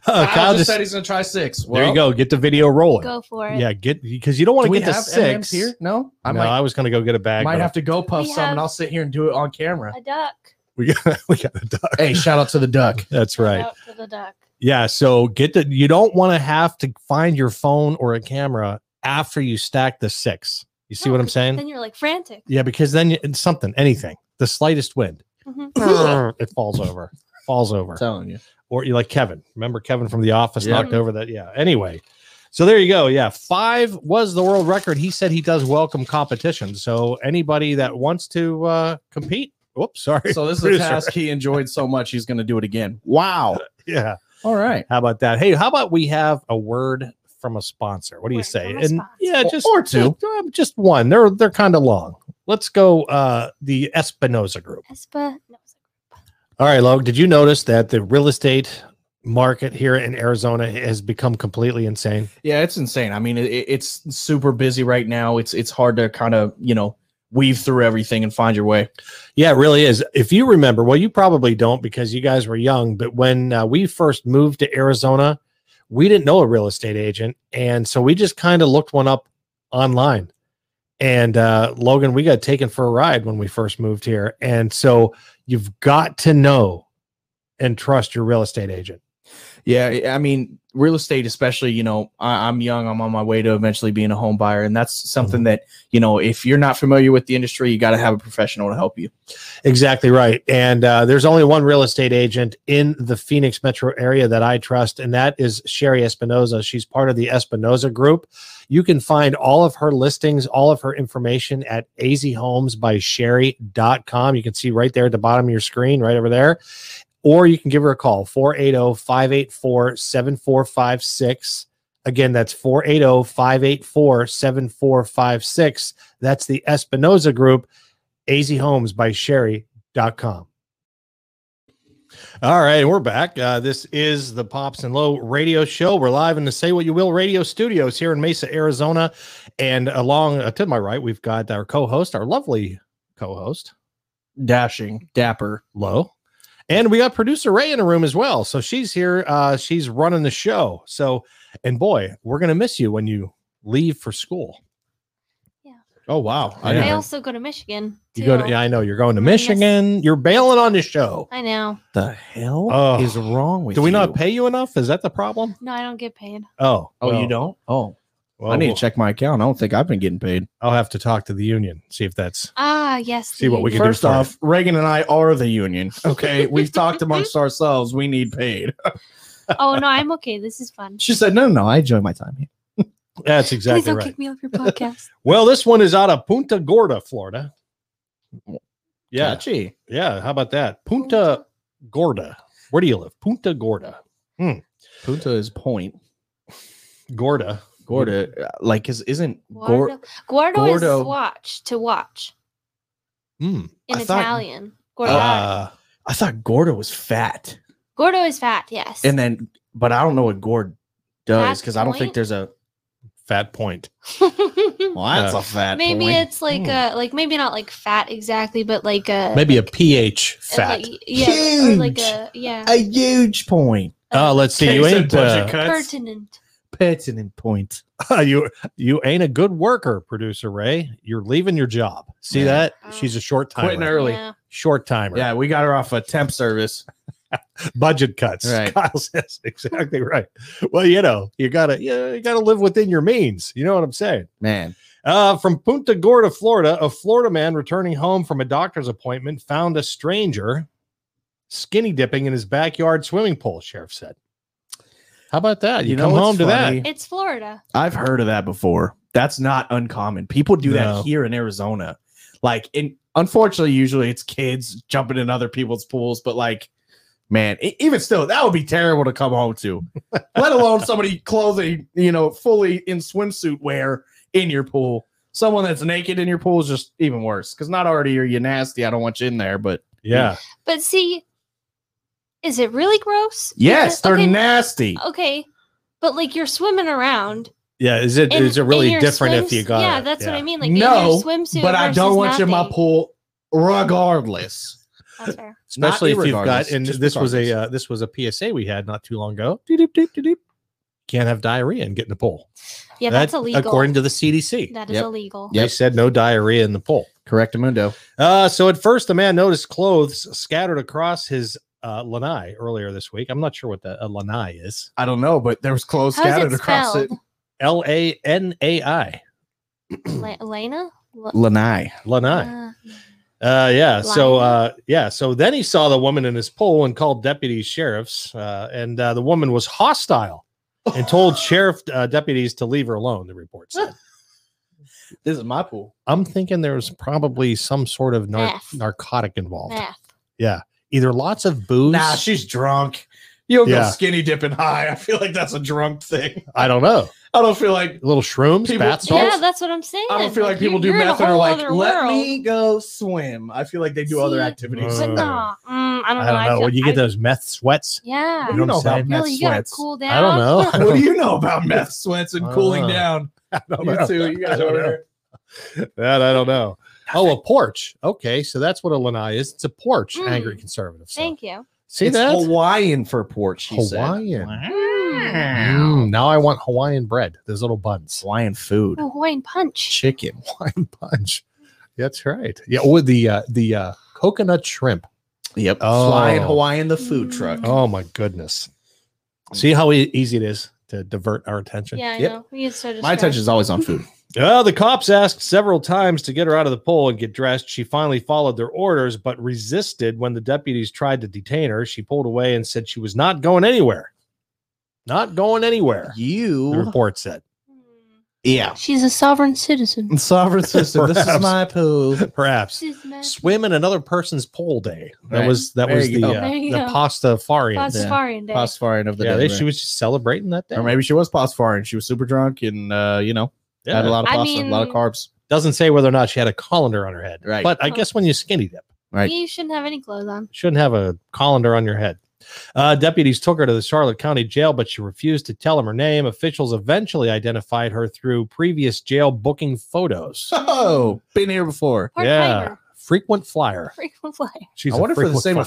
[SPEAKER 2] Uh, Kyle just,
[SPEAKER 3] said he's going to try six.
[SPEAKER 2] there you go. Get the video rolling.
[SPEAKER 4] Go for it.
[SPEAKER 2] Yeah, get because you don't
[SPEAKER 3] Do
[SPEAKER 2] want to
[SPEAKER 3] we
[SPEAKER 2] get to
[SPEAKER 3] Oh, have six
[SPEAKER 2] six.
[SPEAKER 3] here? No, I
[SPEAKER 2] no,
[SPEAKER 3] might,
[SPEAKER 2] I was gonna go get a bag.
[SPEAKER 3] might
[SPEAKER 2] but
[SPEAKER 3] have to go puff
[SPEAKER 4] We
[SPEAKER 3] some,
[SPEAKER 4] have-
[SPEAKER 3] and I'll sit here and do it on camera.
[SPEAKER 4] A duck.
[SPEAKER 2] we got we got a duck.
[SPEAKER 3] hey, shout out to the duck.
[SPEAKER 2] That's right.
[SPEAKER 4] Out for the duck.
[SPEAKER 2] Yeah. So get the you don't want to have to find your phone or a camera after you stack the six. You see
[SPEAKER 4] No,
[SPEAKER 2] what I'm
[SPEAKER 4] 'cause
[SPEAKER 2] saying?
[SPEAKER 4] Oh, Then you're like frantic.
[SPEAKER 2] Yeah, because then you, it's something, anything, the slightest wind,
[SPEAKER 4] Mhm.
[SPEAKER 2] it falls over. Falls over.
[SPEAKER 3] I'm telling you.
[SPEAKER 2] or you like Kevin. Remember Kevin from The Office
[SPEAKER 3] Yeah.
[SPEAKER 2] knocked over that? Yeah. Anyway, so there you go. Yeah, five was the world record. He said he does welcome competition. So anybody that wants to uh, compete, whoops, sorry.
[SPEAKER 3] So this is a
[SPEAKER 2] Producer.
[SPEAKER 3] task he enjoyed so much he's going to do it again. Wow.
[SPEAKER 2] yeah.
[SPEAKER 3] All right.
[SPEAKER 2] How about that? Hey, how about we have a word from a sponsor? What do you
[SPEAKER 4] Word
[SPEAKER 2] say?
[SPEAKER 4] from a
[SPEAKER 2] And
[SPEAKER 4] sponsor.
[SPEAKER 2] yeah,
[SPEAKER 3] Or-
[SPEAKER 2] just
[SPEAKER 3] or two.
[SPEAKER 2] just, just one. They're they're kind of long. Let's go uh the Espinosa group.
[SPEAKER 4] Espa. No, it's
[SPEAKER 2] All right, Log. Did you notice that the real estate market here in Arizona has become completely insane?
[SPEAKER 3] Yeah, it's insane. I mean, it, it's super busy right now. It's it's hard to kind of you know weave through everything and find your way.
[SPEAKER 2] Yeah, it really is. If you remember, well, you probably don't because you guys were young, but when uh, we first moved to Arizona, we didn't know a real estate agent. And so we just kind of looked one up online. And uh, Logan, we got taken for a ride when we first moved here. And so you've got to know and trust your real estate agent.
[SPEAKER 3] Yeah, I- I mean, real estate, especially, you know, I, I'm young, I'm on my way to eventually being a home buyer. And that's something that, you know, if you're not familiar with the industry, you got to have a professional to help you.
[SPEAKER 2] Exactly right. And uh, there's only one real estate agent in the Phoenix metro area that I trust, and that is Sherry Espinoza. She's part of the Espinoza group. You can find all of her listings, all of her information at azhomesbysherry.com. You can see right there at the bottom of your screen, right over there. Or you can give her a call, oh, 480 584 7456. Again, that's oh, 480 584 7456. That's the Espinoza group. AZ Homes by Sherry.com. All right, we're back. Uh, this is the Pops and Low radio show. We're live in the Say What You Will radio studios here in Mesa, Arizona. And along uh, to my right, we've got our co host, our lovely co host,
[SPEAKER 3] Dashing, dapper.
[SPEAKER 2] Low. And we got producer Ray in the room as well. So she's here. Uh, she's running the show. So, and boy, we're going to miss you when you leave for school.
[SPEAKER 3] Oh, wow. I
[SPEAKER 2] Yeah.
[SPEAKER 4] I
[SPEAKER 3] didn't-
[SPEAKER 4] also go to Michigan.
[SPEAKER 2] You go to,
[SPEAKER 4] too.
[SPEAKER 2] yeah, I know you're going to
[SPEAKER 4] I'm gonna miss-
[SPEAKER 2] Michigan. You're bailing on the show.
[SPEAKER 4] I know.
[SPEAKER 3] the hell
[SPEAKER 2] Oh.
[SPEAKER 3] is wrong with
[SPEAKER 2] Do we
[SPEAKER 3] you?
[SPEAKER 2] not pay you enough? Is that the problem?
[SPEAKER 4] No, I don't get paid.
[SPEAKER 2] Oh,
[SPEAKER 3] Oh,
[SPEAKER 2] well,
[SPEAKER 3] you don't? Oh,
[SPEAKER 2] Well,
[SPEAKER 5] I need to
[SPEAKER 2] we'll-
[SPEAKER 5] check my account. I don't think I've been getting paid.
[SPEAKER 2] I'll have to talk to the union, see if that's
[SPEAKER 4] Ah, yes.
[SPEAKER 2] See what we
[SPEAKER 4] the
[SPEAKER 2] can do
[SPEAKER 4] union.
[SPEAKER 5] First
[SPEAKER 2] for
[SPEAKER 5] off, Reagan and I are the union. Okay. We've talked amongst ourselves. We need paid.
[SPEAKER 4] Oh no, I'm okay. This is fun.
[SPEAKER 5] She said, no, no, no. I enjoy my time here.
[SPEAKER 2] that's
[SPEAKER 4] Please
[SPEAKER 2] exactly
[SPEAKER 4] don't
[SPEAKER 2] right.
[SPEAKER 4] kick me off your podcast.
[SPEAKER 2] Well, this one is out of Punta Gorda, Florida. Yeah,
[SPEAKER 5] Catchy.
[SPEAKER 2] yeah. How about that, Punta Gorda? Where do you live? Punta Gorda.
[SPEAKER 5] Punta is point.
[SPEAKER 2] Gorda.
[SPEAKER 5] Gorda, uh, like, is, isn't Gorda?
[SPEAKER 4] Guardo, Guardo,
[SPEAKER 5] Gordo.
[SPEAKER 4] is watch to watch
[SPEAKER 2] Hmm.
[SPEAKER 4] in
[SPEAKER 5] I thought-
[SPEAKER 4] Italian. Gordo.
[SPEAKER 2] Uh,
[SPEAKER 5] I thought Gorda was fat.
[SPEAKER 4] Gordo is fat. Yes.
[SPEAKER 5] And then, but I don't know what Gord does
[SPEAKER 4] Fat
[SPEAKER 5] because I don't think
[SPEAKER 4] point?
[SPEAKER 5] there's a.
[SPEAKER 2] fat point.
[SPEAKER 5] Well,
[SPEAKER 2] that's
[SPEAKER 5] a fat
[SPEAKER 4] maybe it's like
[SPEAKER 2] Hmm.
[SPEAKER 4] a like maybe not like fat exactly, but like a
[SPEAKER 2] Maybe a pH fat.
[SPEAKER 4] Like, yeah, or like
[SPEAKER 5] Huge.
[SPEAKER 4] a yeah
[SPEAKER 5] a huge point,
[SPEAKER 2] Uh, let's see. You
[SPEAKER 6] Takes a
[SPEAKER 2] ain't
[SPEAKER 6] bunch
[SPEAKER 2] uh,
[SPEAKER 6] of cuts.
[SPEAKER 4] pertinent.
[SPEAKER 5] pertinent point.
[SPEAKER 2] you you ain't a good worker, producer Ray. You're leaving your job. See
[SPEAKER 5] Yeah.
[SPEAKER 2] that?
[SPEAKER 4] Oh.
[SPEAKER 2] She's a short timer.
[SPEAKER 5] Quitting early.
[SPEAKER 4] Yeah.
[SPEAKER 2] Short timer.
[SPEAKER 5] Yeah, we got her off a temp service.
[SPEAKER 2] Budget cuts.
[SPEAKER 5] Right.
[SPEAKER 2] Kyle says exactly right. Well, you know, you gotta you, you gotta live within your means. You know what I'm saying?
[SPEAKER 5] Man,
[SPEAKER 2] Uh, from Punta Gorda, Florida, a Florida man returning home from a doctor's appointment found a stranger skinny dipping in his backyard swimming pool. Sheriff said. How about that? You,
[SPEAKER 5] You know
[SPEAKER 2] come
[SPEAKER 5] what's
[SPEAKER 2] home to
[SPEAKER 5] funny?
[SPEAKER 2] that.
[SPEAKER 4] It's Florida.
[SPEAKER 5] I've heard of that before. That's not uncommon. People do
[SPEAKER 2] No.
[SPEAKER 5] that here in Arizona. Like, in unfortunately, usually it's kids jumping in other people's pools, but like, man, e- even still, that would be terrible to come home to, let alone somebody clothing, you know, fully in swimsuit wear in your pool. Someone that's naked in your pool is just even worse because not already are you nasty. I don't want you in there, but
[SPEAKER 2] Yeah.
[SPEAKER 4] But see, is it really gross? Because-
[SPEAKER 5] yes, they're
[SPEAKER 4] okay,
[SPEAKER 5] nasty.
[SPEAKER 4] okay. But like you're swimming around.
[SPEAKER 2] Yeah. Is it is
[SPEAKER 4] in-
[SPEAKER 2] it
[SPEAKER 4] in
[SPEAKER 2] really
[SPEAKER 4] your
[SPEAKER 2] different if
[SPEAKER 4] swims-
[SPEAKER 2] you got
[SPEAKER 4] Yeah,
[SPEAKER 2] it?
[SPEAKER 4] that's
[SPEAKER 2] Yeah.
[SPEAKER 4] what I mean. Like in
[SPEAKER 5] No,
[SPEAKER 4] your swimsuit.
[SPEAKER 5] But I
[SPEAKER 4] versus
[SPEAKER 5] don't want you in my
[SPEAKER 4] nothing.
[SPEAKER 5] pool regardless.
[SPEAKER 4] That's fair.
[SPEAKER 5] Not
[SPEAKER 2] especially if you've got
[SPEAKER 5] irregardless,
[SPEAKER 2] and
[SPEAKER 5] just
[SPEAKER 2] this was a
[SPEAKER 5] regardless.
[SPEAKER 2] uh, this was a psa we had not too long ago Doop, doop, doop, doop. can't have diarrhea and get in the pool
[SPEAKER 4] Yeah, that's
[SPEAKER 2] That,
[SPEAKER 4] illegal.
[SPEAKER 2] according to the cdc
[SPEAKER 4] That is
[SPEAKER 5] Yep.
[SPEAKER 4] illegal.
[SPEAKER 2] they said no diarrhea in the pool
[SPEAKER 5] correct, Amundo.
[SPEAKER 2] uh, so at first the man noticed clothes scattered across his uh, lanai earlier this week i'm not sure what the a lanai is
[SPEAKER 5] I don't know, but there was clothes
[SPEAKER 4] How's it
[SPEAKER 5] scattered across it.
[SPEAKER 4] spelled?
[SPEAKER 2] l-a-n-a-i
[SPEAKER 4] La- Lena? La-
[SPEAKER 5] Lanai.
[SPEAKER 2] lanai
[SPEAKER 4] uh,
[SPEAKER 2] Uh, yeah. So,
[SPEAKER 4] Blimey.
[SPEAKER 2] uh, yeah. So then he saw the woman in his pool and called deputy sheriffs. Uh, and uh, the woman was hostile and told sheriff uh, deputies to leave her alone. The report said.
[SPEAKER 5] This is my pool.
[SPEAKER 2] I'm thinking there was probably some sort of nar-
[SPEAKER 4] Meth.
[SPEAKER 2] narcotic involved.
[SPEAKER 4] math.
[SPEAKER 2] Either lots of booze.
[SPEAKER 5] Nah, she's drunk. You don't
[SPEAKER 2] Yeah.
[SPEAKER 5] go skinny dipping high. I feel like that's a drunk thing.
[SPEAKER 2] I don't know.
[SPEAKER 5] I don't feel like
[SPEAKER 2] Little shrooms,
[SPEAKER 5] People-
[SPEAKER 2] bath
[SPEAKER 5] So
[SPEAKER 4] yeah,
[SPEAKER 2] salts.
[SPEAKER 4] that's what I'm saying.
[SPEAKER 5] I don't feel like people do
[SPEAKER 4] you're in a
[SPEAKER 5] meth and are
[SPEAKER 4] whole
[SPEAKER 5] like,
[SPEAKER 4] other
[SPEAKER 5] let
[SPEAKER 4] world."
[SPEAKER 5] me go swim. I feel like they do other
[SPEAKER 4] See?
[SPEAKER 5] activities.
[SPEAKER 2] Uh,
[SPEAKER 4] But no, mm, I don't know.
[SPEAKER 2] I don't know.
[SPEAKER 4] feel-
[SPEAKER 2] When you get
[SPEAKER 4] I-
[SPEAKER 2] those meth sweats,
[SPEAKER 4] yeah,
[SPEAKER 2] you know what I'm saying?
[SPEAKER 4] really, you gotta
[SPEAKER 5] sweats?
[SPEAKER 4] cool down.
[SPEAKER 2] I don't know. I
[SPEAKER 5] What do
[SPEAKER 2] don't-
[SPEAKER 5] you know about meth sweats and cooling
[SPEAKER 2] Uh,
[SPEAKER 5] down?
[SPEAKER 2] I don't
[SPEAKER 5] You
[SPEAKER 2] know.
[SPEAKER 5] too. You
[SPEAKER 2] I
[SPEAKER 5] guys
[SPEAKER 2] don't
[SPEAKER 5] over
[SPEAKER 2] know.
[SPEAKER 5] there.
[SPEAKER 2] That I don't know. Oh, a porch. Okay, so that's what a lanai is. It's a porch.
[SPEAKER 4] Mm.
[SPEAKER 2] Angry conservative. So.
[SPEAKER 4] Thank you.
[SPEAKER 2] See
[SPEAKER 5] it's
[SPEAKER 2] that?
[SPEAKER 5] Hawaiian for porch. she said.
[SPEAKER 2] Hawaiian.
[SPEAKER 4] Mm.
[SPEAKER 2] Mm, now I want Hawaiian bread. Those little buns.
[SPEAKER 5] Hawaiian food.
[SPEAKER 4] Oh, Hawaiian punch.
[SPEAKER 5] Chicken.
[SPEAKER 2] Hawaiian punch. That's right. Yeah, with the uh, the uh, coconut shrimp.
[SPEAKER 5] Yep.
[SPEAKER 2] Oh.
[SPEAKER 5] Flying Hawaiian the food truck.
[SPEAKER 4] Mm.
[SPEAKER 2] Oh my goodness! See how e- easy it is to divert our attention.
[SPEAKER 4] Yeah, I
[SPEAKER 5] Yep.
[SPEAKER 4] know. We get so
[SPEAKER 5] My
[SPEAKER 4] distracted.
[SPEAKER 5] attention is always on food.
[SPEAKER 2] Uh, the cops asked several times to get her out of the pool and get dressed. She finally followed their orders, but resisted when the deputies tried to detain her. She pulled away and said she was not going anywhere. Not going anywhere. The
[SPEAKER 5] You
[SPEAKER 2] report said.
[SPEAKER 4] Mm.
[SPEAKER 5] Yeah.
[SPEAKER 4] She's a sovereign citizen.
[SPEAKER 5] Sovereign sister, this is
[SPEAKER 2] Perhaps.
[SPEAKER 5] my poo.
[SPEAKER 2] Perhaps
[SPEAKER 4] She's mad.
[SPEAKER 2] swim in another person's pool day. That
[SPEAKER 5] Right.
[SPEAKER 2] was that
[SPEAKER 5] There
[SPEAKER 2] was the
[SPEAKER 5] you go.
[SPEAKER 2] uh,
[SPEAKER 4] There you
[SPEAKER 2] the
[SPEAKER 4] go.
[SPEAKER 2] pasta farian.
[SPEAKER 4] Pastafarian day.
[SPEAKER 5] Phosphorin of the
[SPEAKER 2] Yeah,
[SPEAKER 5] day.
[SPEAKER 2] they,
[SPEAKER 5] right?
[SPEAKER 2] she was just celebrating that day.
[SPEAKER 5] or maybe she was phosphorin. She was super drunk and uh, you know,
[SPEAKER 2] Yeah.
[SPEAKER 5] had a lot of
[SPEAKER 4] I
[SPEAKER 5] pasta, a lot of
[SPEAKER 4] mean-
[SPEAKER 5] carbs.
[SPEAKER 2] Doesn't say whether or not she had a colander on her head.
[SPEAKER 5] Right.
[SPEAKER 2] But I
[SPEAKER 4] Oh.
[SPEAKER 2] guess when you skinny dip,
[SPEAKER 5] Right.
[SPEAKER 4] You shouldn't have any clothes on.
[SPEAKER 2] you shouldn't have a colander on your head. Uh, deputies took her to the Charlotte County Jail, but she refused to tell them her name. Officials eventually identified her through previous jail booking photos.
[SPEAKER 5] Oh, been here before.
[SPEAKER 4] Part
[SPEAKER 2] yeah, frequent flyer.
[SPEAKER 4] Frequent flyer.
[SPEAKER 2] She's
[SPEAKER 5] I
[SPEAKER 2] a
[SPEAKER 5] wonder if for the
[SPEAKER 2] frequent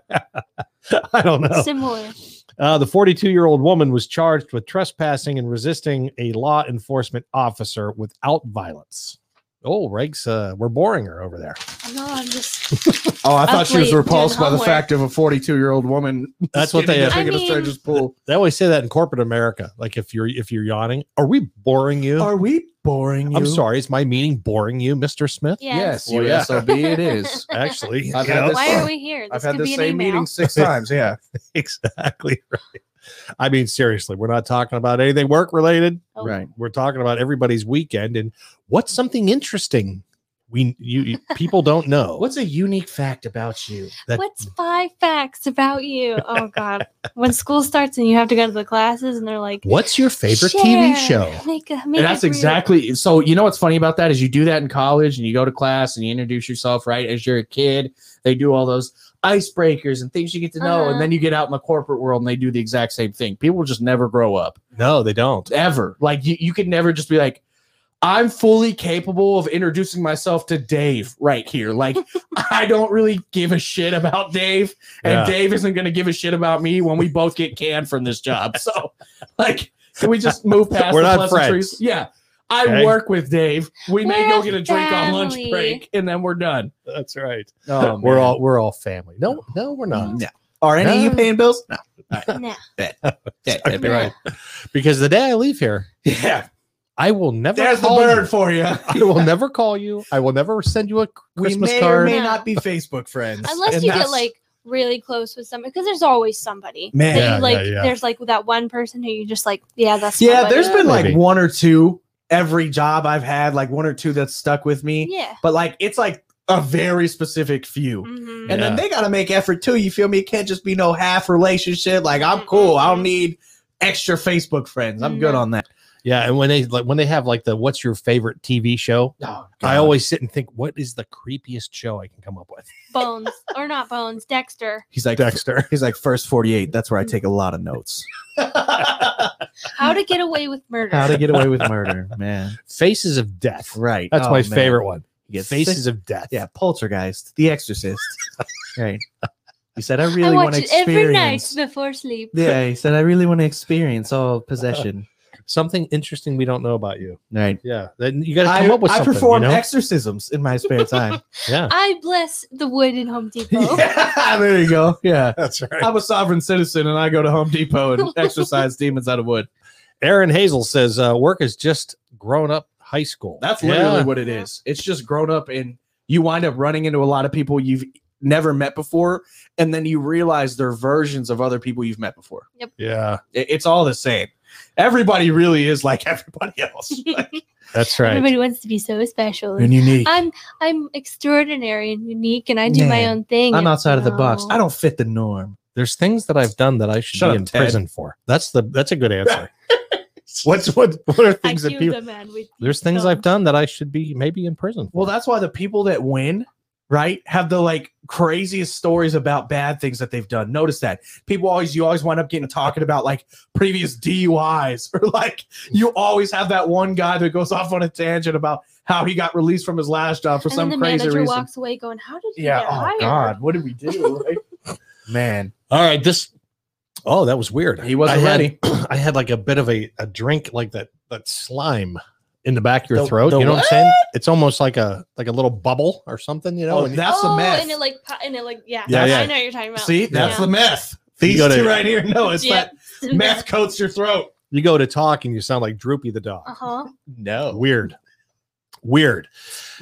[SPEAKER 2] flyer.
[SPEAKER 5] offense.
[SPEAKER 2] I don't know.
[SPEAKER 4] Similar.
[SPEAKER 2] Uh, the 42 year old woman was charged with trespassing and resisting a law enforcement officer without violence. Oh, Reg's, uh, we're boring her over there.
[SPEAKER 4] No, I'm just.
[SPEAKER 3] Oh, I thought she was
[SPEAKER 4] Athlete doing
[SPEAKER 3] repulsed by the
[SPEAKER 4] homework.
[SPEAKER 3] fact of a 42 year old woman.
[SPEAKER 2] That's what they-
[SPEAKER 3] standing there
[SPEAKER 4] I
[SPEAKER 3] in a
[SPEAKER 4] mean-
[SPEAKER 3] stranger's pool.
[SPEAKER 2] They always say that in corporate America. Like if you're if you're yawning, are we boring you?
[SPEAKER 3] Are we boring you?
[SPEAKER 2] I'm sorry, is my meeting boring you, Mr. Smith?
[SPEAKER 4] Yes.
[SPEAKER 3] Yes,
[SPEAKER 2] Well, yeah.
[SPEAKER 3] USOB it is.
[SPEAKER 2] Actually,
[SPEAKER 3] I've had
[SPEAKER 2] yeah,
[SPEAKER 3] this-
[SPEAKER 4] Why are we here? This
[SPEAKER 3] I've had
[SPEAKER 4] could
[SPEAKER 3] this
[SPEAKER 4] be an
[SPEAKER 3] same
[SPEAKER 4] email.
[SPEAKER 3] meeting six times. Yeah.
[SPEAKER 2] exactly right. I mean, seriously, we're not talking about anything work related.
[SPEAKER 4] Oh.
[SPEAKER 3] Right.
[SPEAKER 2] We're talking about everybody's weekend and what's something interesting we you you- people don't know.
[SPEAKER 3] What's a unique fact about you?
[SPEAKER 2] that-
[SPEAKER 4] What's five facts about you? Oh God! when school starts and you have to go to the classes, and they're like,
[SPEAKER 2] What's your favorite
[SPEAKER 4] "Share,
[SPEAKER 2] TV show?
[SPEAKER 4] Make a, make
[SPEAKER 3] And
[SPEAKER 4] it
[SPEAKER 3] that's
[SPEAKER 4] real."
[SPEAKER 3] exactly so. You know what's funny about that is you do that in college and you go to class and you introduce yourself, right? As you're a kid, they do all those icebreakers and things you get to know.
[SPEAKER 4] Uh-huh.
[SPEAKER 3] And then you get out in the corporate world and they do the exact same thing. People just never grow up,
[SPEAKER 2] No, they don't.
[SPEAKER 3] ever. Like you, you could never just be like, I'm fully capable of introducing myself to Dave right here. Like, I don't really give a shit about Dave, and
[SPEAKER 2] Yeah.
[SPEAKER 3] Dave isn't going to give a shit about me when we both get canned from this job. So, like, can we just move past
[SPEAKER 2] We're
[SPEAKER 3] the
[SPEAKER 2] not
[SPEAKER 3] pleasantries?
[SPEAKER 2] friends.
[SPEAKER 3] Yeah. I
[SPEAKER 2] Okay.
[SPEAKER 3] work with Dave. We may
[SPEAKER 4] We're
[SPEAKER 3] go get a drink on lunch
[SPEAKER 4] family.
[SPEAKER 3] break and then we're done.
[SPEAKER 2] That's right.
[SPEAKER 3] Oh,
[SPEAKER 2] we're all we're all family. No, no, we're not.
[SPEAKER 3] Are
[SPEAKER 2] any of you
[SPEAKER 3] paying bills? No.
[SPEAKER 4] Nah.
[SPEAKER 2] Sorry, right. Because the day I leave here,
[SPEAKER 3] Yeah.
[SPEAKER 2] I will never
[SPEAKER 3] There's the
[SPEAKER 2] call you.
[SPEAKER 3] bird for you.
[SPEAKER 2] I will never call you. I will never send you a Christmas
[SPEAKER 3] may or
[SPEAKER 2] card.
[SPEAKER 4] No.
[SPEAKER 3] be Facebook friends.
[SPEAKER 4] Unless
[SPEAKER 3] And
[SPEAKER 4] you get
[SPEAKER 3] that's-
[SPEAKER 4] like really close with somebody, because there's always somebody.
[SPEAKER 3] Man.
[SPEAKER 4] that you,
[SPEAKER 2] Yeah,
[SPEAKER 4] like
[SPEAKER 2] yeah, yeah.
[SPEAKER 4] there's like that one person who you just like, yeah, that's my
[SPEAKER 5] Yeah, there's
[SPEAKER 4] buddy."
[SPEAKER 5] been like
[SPEAKER 2] Maybe.
[SPEAKER 5] one or two every job I've had, like one or two that's stuck with me.
[SPEAKER 4] yeah.
[SPEAKER 5] But like it's like a very specific few.
[SPEAKER 4] Mhm.
[SPEAKER 5] And then
[SPEAKER 2] Yeah.
[SPEAKER 5] they gotta make effort too. You feel me? It can't just be no half relationship. Like I'm cool. I don't need extra Facebook friends. I'm good
[SPEAKER 4] No.
[SPEAKER 5] on that.
[SPEAKER 2] Yeah, and when they like when they have like the what's your favorite TV show?
[SPEAKER 3] Oh,
[SPEAKER 2] I
[SPEAKER 3] God.
[SPEAKER 2] always sit and think, what is the creepiest show I can come up with?
[SPEAKER 4] Bones or not Bones, Dexter.
[SPEAKER 5] He's like
[SPEAKER 2] Dexter.
[SPEAKER 5] He's like first 48. That's where I take a lot of notes.
[SPEAKER 4] How to get away with murder.
[SPEAKER 5] How to get away with murder, man.
[SPEAKER 2] Faces of Death.
[SPEAKER 5] Right.
[SPEAKER 2] That's
[SPEAKER 5] Oh,
[SPEAKER 2] my
[SPEAKER 5] man.
[SPEAKER 2] favorite one.
[SPEAKER 5] You get
[SPEAKER 2] Faces of Death.
[SPEAKER 5] Yeah, Poltergeist, The Exorcist. right. He said, I
[SPEAKER 4] I
[SPEAKER 5] really want
[SPEAKER 4] watch
[SPEAKER 5] to
[SPEAKER 4] it every night
[SPEAKER 5] experience.
[SPEAKER 4] before sleep.
[SPEAKER 5] Yeah, he said, I really want to experience all possession.
[SPEAKER 2] Something interesting we don't know about you.
[SPEAKER 5] Right.
[SPEAKER 2] Yeah. Then you got to
[SPEAKER 5] I,
[SPEAKER 2] come up with
[SPEAKER 5] I
[SPEAKER 2] something.
[SPEAKER 5] perform
[SPEAKER 2] you know?
[SPEAKER 5] exorcisms in my spare time.
[SPEAKER 2] yeah.
[SPEAKER 4] I bless the wood in Home Depot.
[SPEAKER 5] yeah, there you go. Yeah.
[SPEAKER 2] That's right.
[SPEAKER 5] I'm a sovereign citizen and I go to Home Depot and exercise demons out of wood.
[SPEAKER 2] Aaron Hazel says uh, work is just grown up high school.
[SPEAKER 5] That's
[SPEAKER 2] Yeah.
[SPEAKER 5] literally what it is. It's just grown up and you wind up running into a lot of people you've never met before. And then you realize they're versions of other people you've met before.
[SPEAKER 2] Yeah.
[SPEAKER 5] It- it's all the same. Everybody really is like everybody else.
[SPEAKER 2] That's right.
[SPEAKER 4] Everybody wants to be so special.
[SPEAKER 5] and unique.
[SPEAKER 4] I'm I'm extraordinary and unique, and I do my
[SPEAKER 5] Yeah.
[SPEAKER 4] own thing.
[SPEAKER 5] I'm outside of the box.
[SPEAKER 4] No.
[SPEAKER 5] I don't fit the norm.
[SPEAKER 2] There's things that I've done that I should
[SPEAKER 5] Shut
[SPEAKER 2] be
[SPEAKER 5] up,
[SPEAKER 2] in
[SPEAKER 5] Ted.
[SPEAKER 2] prison for. That's the that's a good answer. What's what what are
[SPEAKER 4] I
[SPEAKER 2] things that
[SPEAKER 4] do
[SPEAKER 2] people
[SPEAKER 4] the man with
[SPEAKER 2] there's things
[SPEAKER 4] dumb.
[SPEAKER 2] I've done that I should be maybe in prison.
[SPEAKER 5] Well,
[SPEAKER 2] for.
[SPEAKER 5] that's why the people that win, right, have the like craziest stories about bad things that they've done. Notice that people always, you always wind up getting talking about like previous DUIs, or like you always have that one guy that goes off on a tangent about how he got released from his last job for
[SPEAKER 4] And
[SPEAKER 5] some
[SPEAKER 4] then the
[SPEAKER 5] crazy
[SPEAKER 4] manager
[SPEAKER 5] reason.
[SPEAKER 4] walks away going, "How did you
[SPEAKER 5] yeah.
[SPEAKER 4] get
[SPEAKER 5] Oh
[SPEAKER 4] hired?"
[SPEAKER 5] God, what did we do? Right? Man,
[SPEAKER 2] all right, this oh that was weird.
[SPEAKER 5] he wasn't
[SPEAKER 2] I had-
[SPEAKER 5] ready.
[SPEAKER 2] I had like a bit of a, a drink like that that slime in the back of your
[SPEAKER 5] The-
[SPEAKER 2] throat.
[SPEAKER 5] the
[SPEAKER 2] you know what? I'm saying? It's almost like a like a little bubble or something, you know.
[SPEAKER 5] Oh,
[SPEAKER 2] and
[SPEAKER 5] that's
[SPEAKER 4] oh,
[SPEAKER 5] the meth.
[SPEAKER 4] and it like pu- and it like yeah,
[SPEAKER 2] Yeah, yeah.
[SPEAKER 4] I know what you're talking about.
[SPEAKER 5] See, that's
[SPEAKER 4] yeah.
[SPEAKER 5] the meth.
[SPEAKER 2] You
[SPEAKER 5] These
[SPEAKER 2] gotta-
[SPEAKER 5] two right here, no, it's
[SPEAKER 4] Yep.
[SPEAKER 5] that meth coats your throat.
[SPEAKER 2] you go to talk and you sound like Droopy the dog.
[SPEAKER 4] Uh huh.
[SPEAKER 5] No,
[SPEAKER 2] Weird. Weird.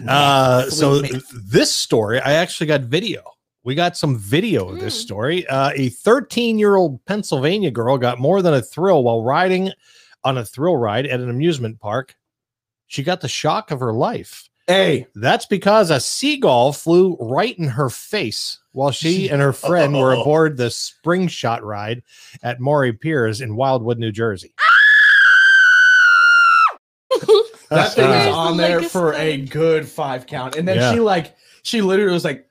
[SPEAKER 2] Uh, so
[SPEAKER 5] Absolutely.
[SPEAKER 2] this story, I actually got video. We got some video of
[SPEAKER 5] Hmm.
[SPEAKER 2] this
[SPEAKER 4] Mm.
[SPEAKER 2] story. Uh, a 13 year old Pennsylvania girl got more than a thrill while riding on a thrill ride at an amusement park. She got the shock of her life.
[SPEAKER 5] hey,
[SPEAKER 2] That's because a seagull flew right in her face while she and her friend were
[SPEAKER 5] Oh.
[SPEAKER 2] aboard the spring shot ride at Maury Piers in Wildwood, New Jersey.
[SPEAKER 5] that thing was
[SPEAKER 4] There's
[SPEAKER 2] Uh,
[SPEAKER 5] on
[SPEAKER 4] like
[SPEAKER 5] there
[SPEAKER 4] this
[SPEAKER 5] for a
[SPEAKER 4] thing.
[SPEAKER 5] good five count and then
[SPEAKER 2] Yeah.
[SPEAKER 5] she like she literally was like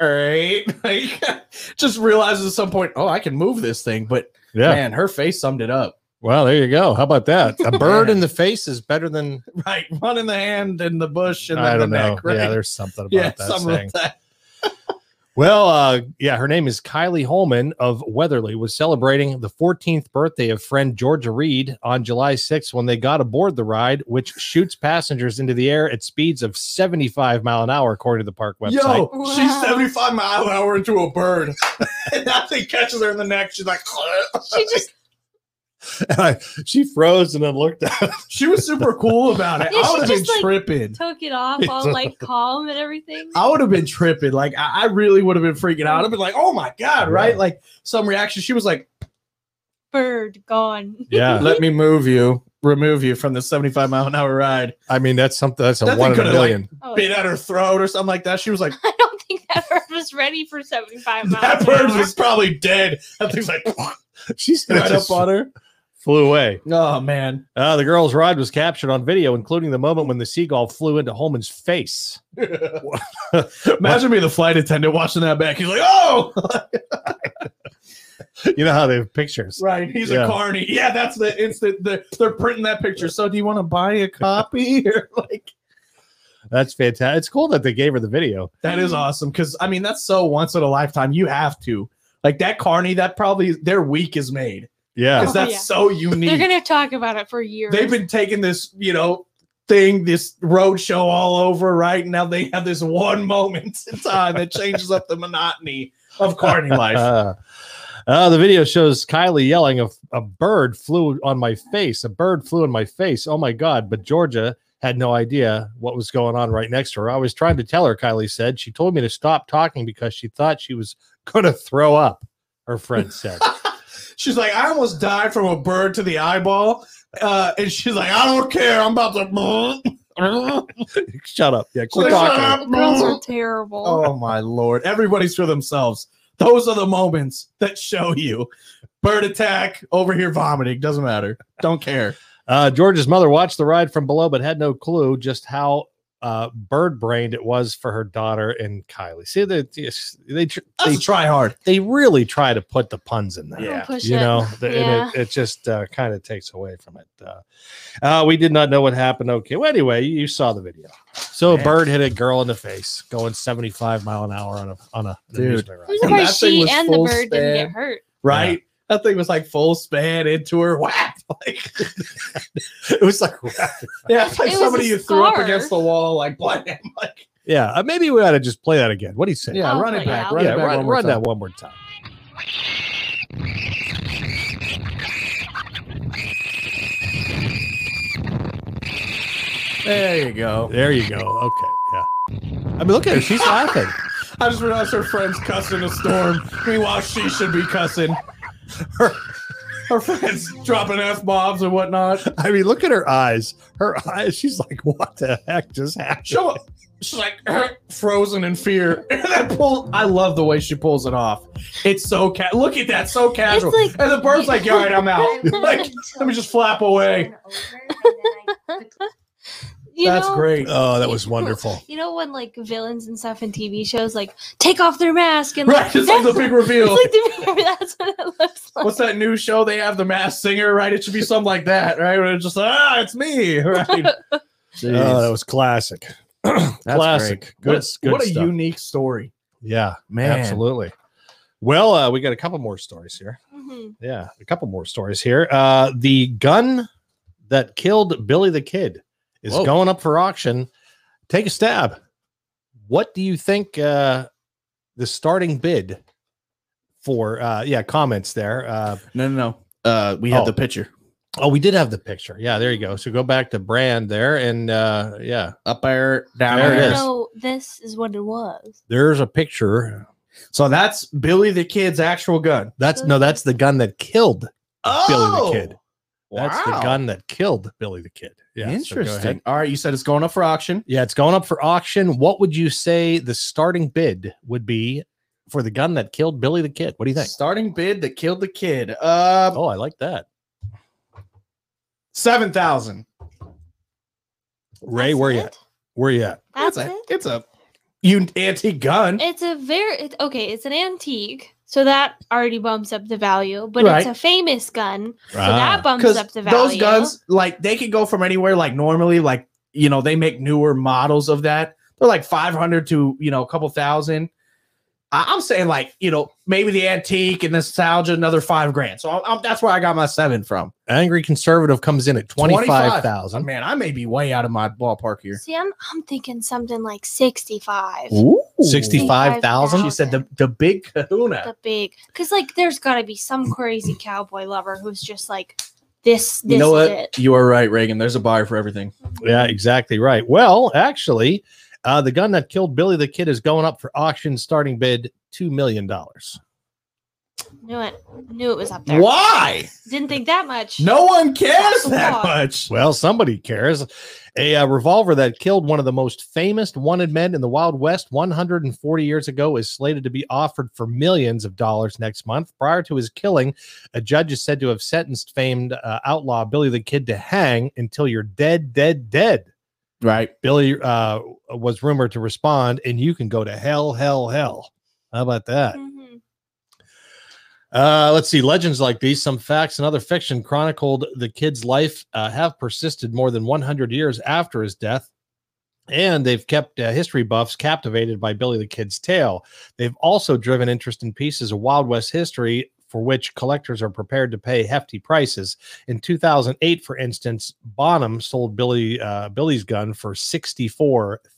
[SPEAKER 5] all right like just realizes at some point oh i can move this thing but
[SPEAKER 2] Yeah.
[SPEAKER 5] man her face summed it up
[SPEAKER 2] Well, there you go. How about that? A bird
[SPEAKER 5] Man.
[SPEAKER 2] in the face is better than
[SPEAKER 5] right one in the hand and the bush and then
[SPEAKER 2] I don't
[SPEAKER 5] the
[SPEAKER 2] know.
[SPEAKER 5] neck right
[SPEAKER 2] Yeah, there's something about
[SPEAKER 5] yeah
[SPEAKER 2] that
[SPEAKER 5] something
[SPEAKER 2] saying.
[SPEAKER 5] like that
[SPEAKER 2] Well, uh, yeah, her name is Kylie Holman of Weatherly, was celebrating the 14th birthday of friend Georgia Reed on July 6th when they got aboard the ride, which shoots passengers into the air at speeds of 75 mile an hour, according to the park website.
[SPEAKER 5] Yo,
[SPEAKER 4] Wow.
[SPEAKER 5] she's 75 mile an hour into a bird. and that thing catches her in the neck. She's like,
[SPEAKER 4] She just
[SPEAKER 2] she froze and then looked up.
[SPEAKER 5] she was super cool about it.
[SPEAKER 4] Yeah,
[SPEAKER 5] I
[SPEAKER 4] she
[SPEAKER 5] would have been
[SPEAKER 4] just, like-
[SPEAKER 5] tripping.
[SPEAKER 4] took it off all like calm and everything.
[SPEAKER 5] I would have been tripping. Like, I, I really would have been freaking out. I'd been like, oh my God, right? Like, some reaction. She was like,
[SPEAKER 4] Bird gone.
[SPEAKER 2] Yeah,
[SPEAKER 5] let me move you, remove you from the 75 mile an hour ride.
[SPEAKER 2] I mean that's something. That's a
[SPEAKER 5] That thing
[SPEAKER 2] one in a
[SPEAKER 5] coulda, like,
[SPEAKER 2] million.
[SPEAKER 4] Oh,
[SPEAKER 5] Bit at her throat or something like that. She was like,
[SPEAKER 4] I don't think that bird was ready for 75 miles.
[SPEAKER 5] that
[SPEAKER 4] an
[SPEAKER 5] bird
[SPEAKER 4] hour.
[SPEAKER 5] was probably dead. That thing's like,
[SPEAKER 2] she said it
[SPEAKER 5] right up
[SPEAKER 2] just
[SPEAKER 5] on her.
[SPEAKER 2] flew away.
[SPEAKER 5] Oh, man.
[SPEAKER 2] Uh, the girl's ride was captured on video, including the moment when the seagull flew into Holman's face.
[SPEAKER 5] Imagine me, the flight attendant, watching that back. He's like, oh,
[SPEAKER 2] You know how they have pictures.
[SPEAKER 5] right. He's
[SPEAKER 2] Yeah.
[SPEAKER 5] a carny. Yeah, that's the instant the, they're printing that picture. So, do you want to buy a copy? Or like,
[SPEAKER 2] That's fantastic. It's cool that they gave her the video.
[SPEAKER 5] that is awesome. Cause I mean, that's so once in a lifetime. You have to. Like, that carny, that probably their week is made.
[SPEAKER 2] Yeah,
[SPEAKER 5] Because that's
[SPEAKER 4] Oh, yeah.
[SPEAKER 5] so
[SPEAKER 4] They're
[SPEAKER 5] unique.
[SPEAKER 4] going to talk about it for years.
[SPEAKER 5] They've been taking this, you know, thing, this road show all over, right? Now they have this one moment in time that changes up the monotony of carny life.
[SPEAKER 2] Uh, uh, the video shows Kylie yelling, a, a bird flew on my face. A bird flew in my face. Oh my God. But Georgia had no idea what was going on right next to her. I was trying to tell her, Kylie said. She told me to stop talking because she thought she was going to throw up, her friend said.
[SPEAKER 5] She's like, I almost died from a bird to the eyeball. Uh, and she's like, I don't care. I'm about to.
[SPEAKER 2] Shut up. Yeah,
[SPEAKER 5] She's
[SPEAKER 2] quit
[SPEAKER 5] like,
[SPEAKER 2] talking.
[SPEAKER 4] Girls are
[SPEAKER 5] "Shut up."
[SPEAKER 4] terrible.
[SPEAKER 5] Oh, my Lord. Everybody's for themselves. Those are the moments that show you. Bird attack, over here vomiting. Doesn't matter. Don't care.
[SPEAKER 2] Uh, George's mother watched the ride from below, but had no clue just how uh, bird brained it was for her daughter and Kylie. See, they they tr-
[SPEAKER 5] That's
[SPEAKER 2] they,
[SPEAKER 5] a try hard.
[SPEAKER 2] they really try to put the puns in there.
[SPEAKER 4] Don't push
[SPEAKER 2] You
[SPEAKER 4] it.
[SPEAKER 2] know, the-
[SPEAKER 4] Yeah.
[SPEAKER 2] and it, it just uh, kind of takes away from it. Uh, uh, we did not know what happened. Okay. Well, anyway, you saw the video. So a
[SPEAKER 5] Man.
[SPEAKER 2] bird hit a girl in the face, going 75 mile an hour on a on a an
[SPEAKER 5] Dude.
[SPEAKER 2] amusement
[SPEAKER 4] I'm
[SPEAKER 2] ride.
[SPEAKER 5] That
[SPEAKER 4] surprised
[SPEAKER 5] thing
[SPEAKER 4] she
[SPEAKER 5] was
[SPEAKER 4] and the
[SPEAKER 5] full
[SPEAKER 4] bird didn't get
[SPEAKER 5] span.
[SPEAKER 4] hurt.
[SPEAKER 5] right? That thing was like full span into her, whack. Like,
[SPEAKER 2] It was like,
[SPEAKER 5] yeah, it's like
[SPEAKER 4] It was
[SPEAKER 5] somebody
[SPEAKER 4] a
[SPEAKER 5] you threw up
[SPEAKER 4] scar.
[SPEAKER 5] against the wall, like, blam. Like,
[SPEAKER 2] yeah, uh, maybe we ought to just play that again. What do you say?
[SPEAKER 5] yeah,
[SPEAKER 4] I'll
[SPEAKER 5] run it
[SPEAKER 4] play
[SPEAKER 5] back.
[SPEAKER 4] out.
[SPEAKER 5] Run
[SPEAKER 2] yeah,
[SPEAKER 5] it back.
[SPEAKER 2] run,
[SPEAKER 5] one more
[SPEAKER 2] run
[SPEAKER 5] time.
[SPEAKER 2] that one more time.
[SPEAKER 5] There you go.
[SPEAKER 2] There you go. Okay. Yeah. I mean, look at her. She's laughing.
[SPEAKER 5] I just realized her friend's cussing a storm. Meanwhile, she should be cussing. Her, her friend's dropping F bombs and whatnot.
[SPEAKER 2] I mean, look at her eyes. Her eyes. She's like, what the heck just happened?
[SPEAKER 5] Show up. She's like frozen in fear. And that pull, I love the way she pulls it off. It's so ca- look at that, so casual.
[SPEAKER 4] It's like-
[SPEAKER 5] and the bird's like, "All right, I'm out." like, let me just flap away.
[SPEAKER 4] You
[SPEAKER 5] That's
[SPEAKER 4] know,
[SPEAKER 5] great.
[SPEAKER 2] Oh, that
[SPEAKER 4] you
[SPEAKER 2] was
[SPEAKER 4] know-
[SPEAKER 2] wonderful.
[SPEAKER 4] You know when like villains and stuff in TV shows like take off their mask and
[SPEAKER 5] Right, it's like the big reveal.
[SPEAKER 4] It's like the, that's what it looks like.
[SPEAKER 5] What's that new show they have the masked singer, right? It should be something like that, right? Where it's just ah, it's me, right?
[SPEAKER 2] Oh, that was classic. classic. Good,
[SPEAKER 5] What,
[SPEAKER 2] good
[SPEAKER 5] what a
[SPEAKER 2] stuff.
[SPEAKER 5] unique story.
[SPEAKER 2] yeah,
[SPEAKER 5] Man.
[SPEAKER 2] absolutely. Well, uh, we got a couple more stories here.
[SPEAKER 4] Mhm.
[SPEAKER 2] Yeah, a couple more stories here. Uh, the gun that killed Billy the Kid is
[SPEAKER 5] Whoa.
[SPEAKER 2] going up for auction. Take a stab. What do you think uh, the starting bid for? Uh, yeah, comments there. Uh,
[SPEAKER 5] No, no, no. Uh, we
[SPEAKER 2] have
[SPEAKER 5] have
[SPEAKER 2] the
[SPEAKER 5] the picture
[SPEAKER 2] Oh, we did have the picture. Yeah, there you go. So go back to brand there, and uh, yeah,
[SPEAKER 5] up there, down
[SPEAKER 2] There it
[SPEAKER 5] there.
[SPEAKER 2] is.
[SPEAKER 4] No, this is what it was.
[SPEAKER 2] there's a picture.
[SPEAKER 5] So that's Billy the Kid's actual gun.
[SPEAKER 2] That's no, that's the gun that killed. Billy the Kid.
[SPEAKER 5] Oh,
[SPEAKER 2] That's the
[SPEAKER 5] wow.
[SPEAKER 2] gun that killed Billy the Kid. Yeah, so go
[SPEAKER 5] Interesting.
[SPEAKER 2] ahead.
[SPEAKER 5] All right, you said it's going up for auction.
[SPEAKER 2] yeah, it's going up for auction. What would you say the starting bid would be for the gun that killed Billy the Kid? What do you think?
[SPEAKER 5] Starting bid that killed the kid. Uh,
[SPEAKER 2] Oh, I like that.
[SPEAKER 5] seven thousand.
[SPEAKER 2] Ray,
[SPEAKER 4] That's
[SPEAKER 2] where you
[SPEAKER 4] it?
[SPEAKER 2] at? Where you at?
[SPEAKER 4] That's
[SPEAKER 5] a
[SPEAKER 4] it.
[SPEAKER 5] it's a you antique gun.
[SPEAKER 4] It's a very it, okay. It's an antique, so that already bumps up the value. But
[SPEAKER 5] Right.
[SPEAKER 4] it's a famous gun, so
[SPEAKER 2] Ah,
[SPEAKER 4] that bumps up the value.
[SPEAKER 5] those guns like they could go from anywhere like normally like you know they make newer models of that they're like 500 to you know a couple thousand I- I'm saying like you know maybe the antique and nostalgia another five grand. So I'm, I'm- that's where I got my seven from.
[SPEAKER 2] Angry conservative comes in at 25,000.
[SPEAKER 5] Man, I may be way out of my ballpark here.
[SPEAKER 4] See, I'm I'm thinking something like 65.
[SPEAKER 5] Ooh.
[SPEAKER 2] 65,000.
[SPEAKER 5] She said the the big Kahuna.
[SPEAKER 4] The big, because like there's got to be some crazy cowboy lover who's just like this. This
[SPEAKER 5] You know
[SPEAKER 4] is
[SPEAKER 5] what?
[SPEAKER 4] it.
[SPEAKER 5] You are right, Reagan. There's a buyer for everything.
[SPEAKER 2] Yeah, exactly right. Well, actually, uh, the gun that killed Billy the Kid is going up for auction starting bid $2 million.
[SPEAKER 4] Knew it. Knew it was up there.
[SPEAKER 5] Why?
[SPEAKER 4] Didn't think that much.
[SPEAKER 5] No one cares that
[SPEAKER 4] Fuck.
[SPEAKER 5] much.
[SPEAKER 2] Well, somebody cares. A uh, revolver that killed one of the most famous wanted men in the Wild West 140 years ago is slated to be offered for millions of dollars next month. Prior to his killing, a judge is said to have sentenced famed uh, outlaw Billy the Kid to hang until you're dead, dead, dead.
[SPEAKER 5] Right.
[SPEAKER 2] Billy uh, was rumored to respond, and you can go to hell, hell, hell. How about that?
[SPEAKER 4] Mhm.
[SPEAKER 2] Uh, let's see. Legends like these, some facts and other fiction chronicled the kid's life, uh, have persisted more than 100 years after his death. And they've kept uh, history buffs captivated by Billy the Kid's tale. They've also driven interest in pieces of Wild West history for which collectors are prepared to pay hefty prices. In 2008, for instance, Bonham sold Billy uh, Billy's gun for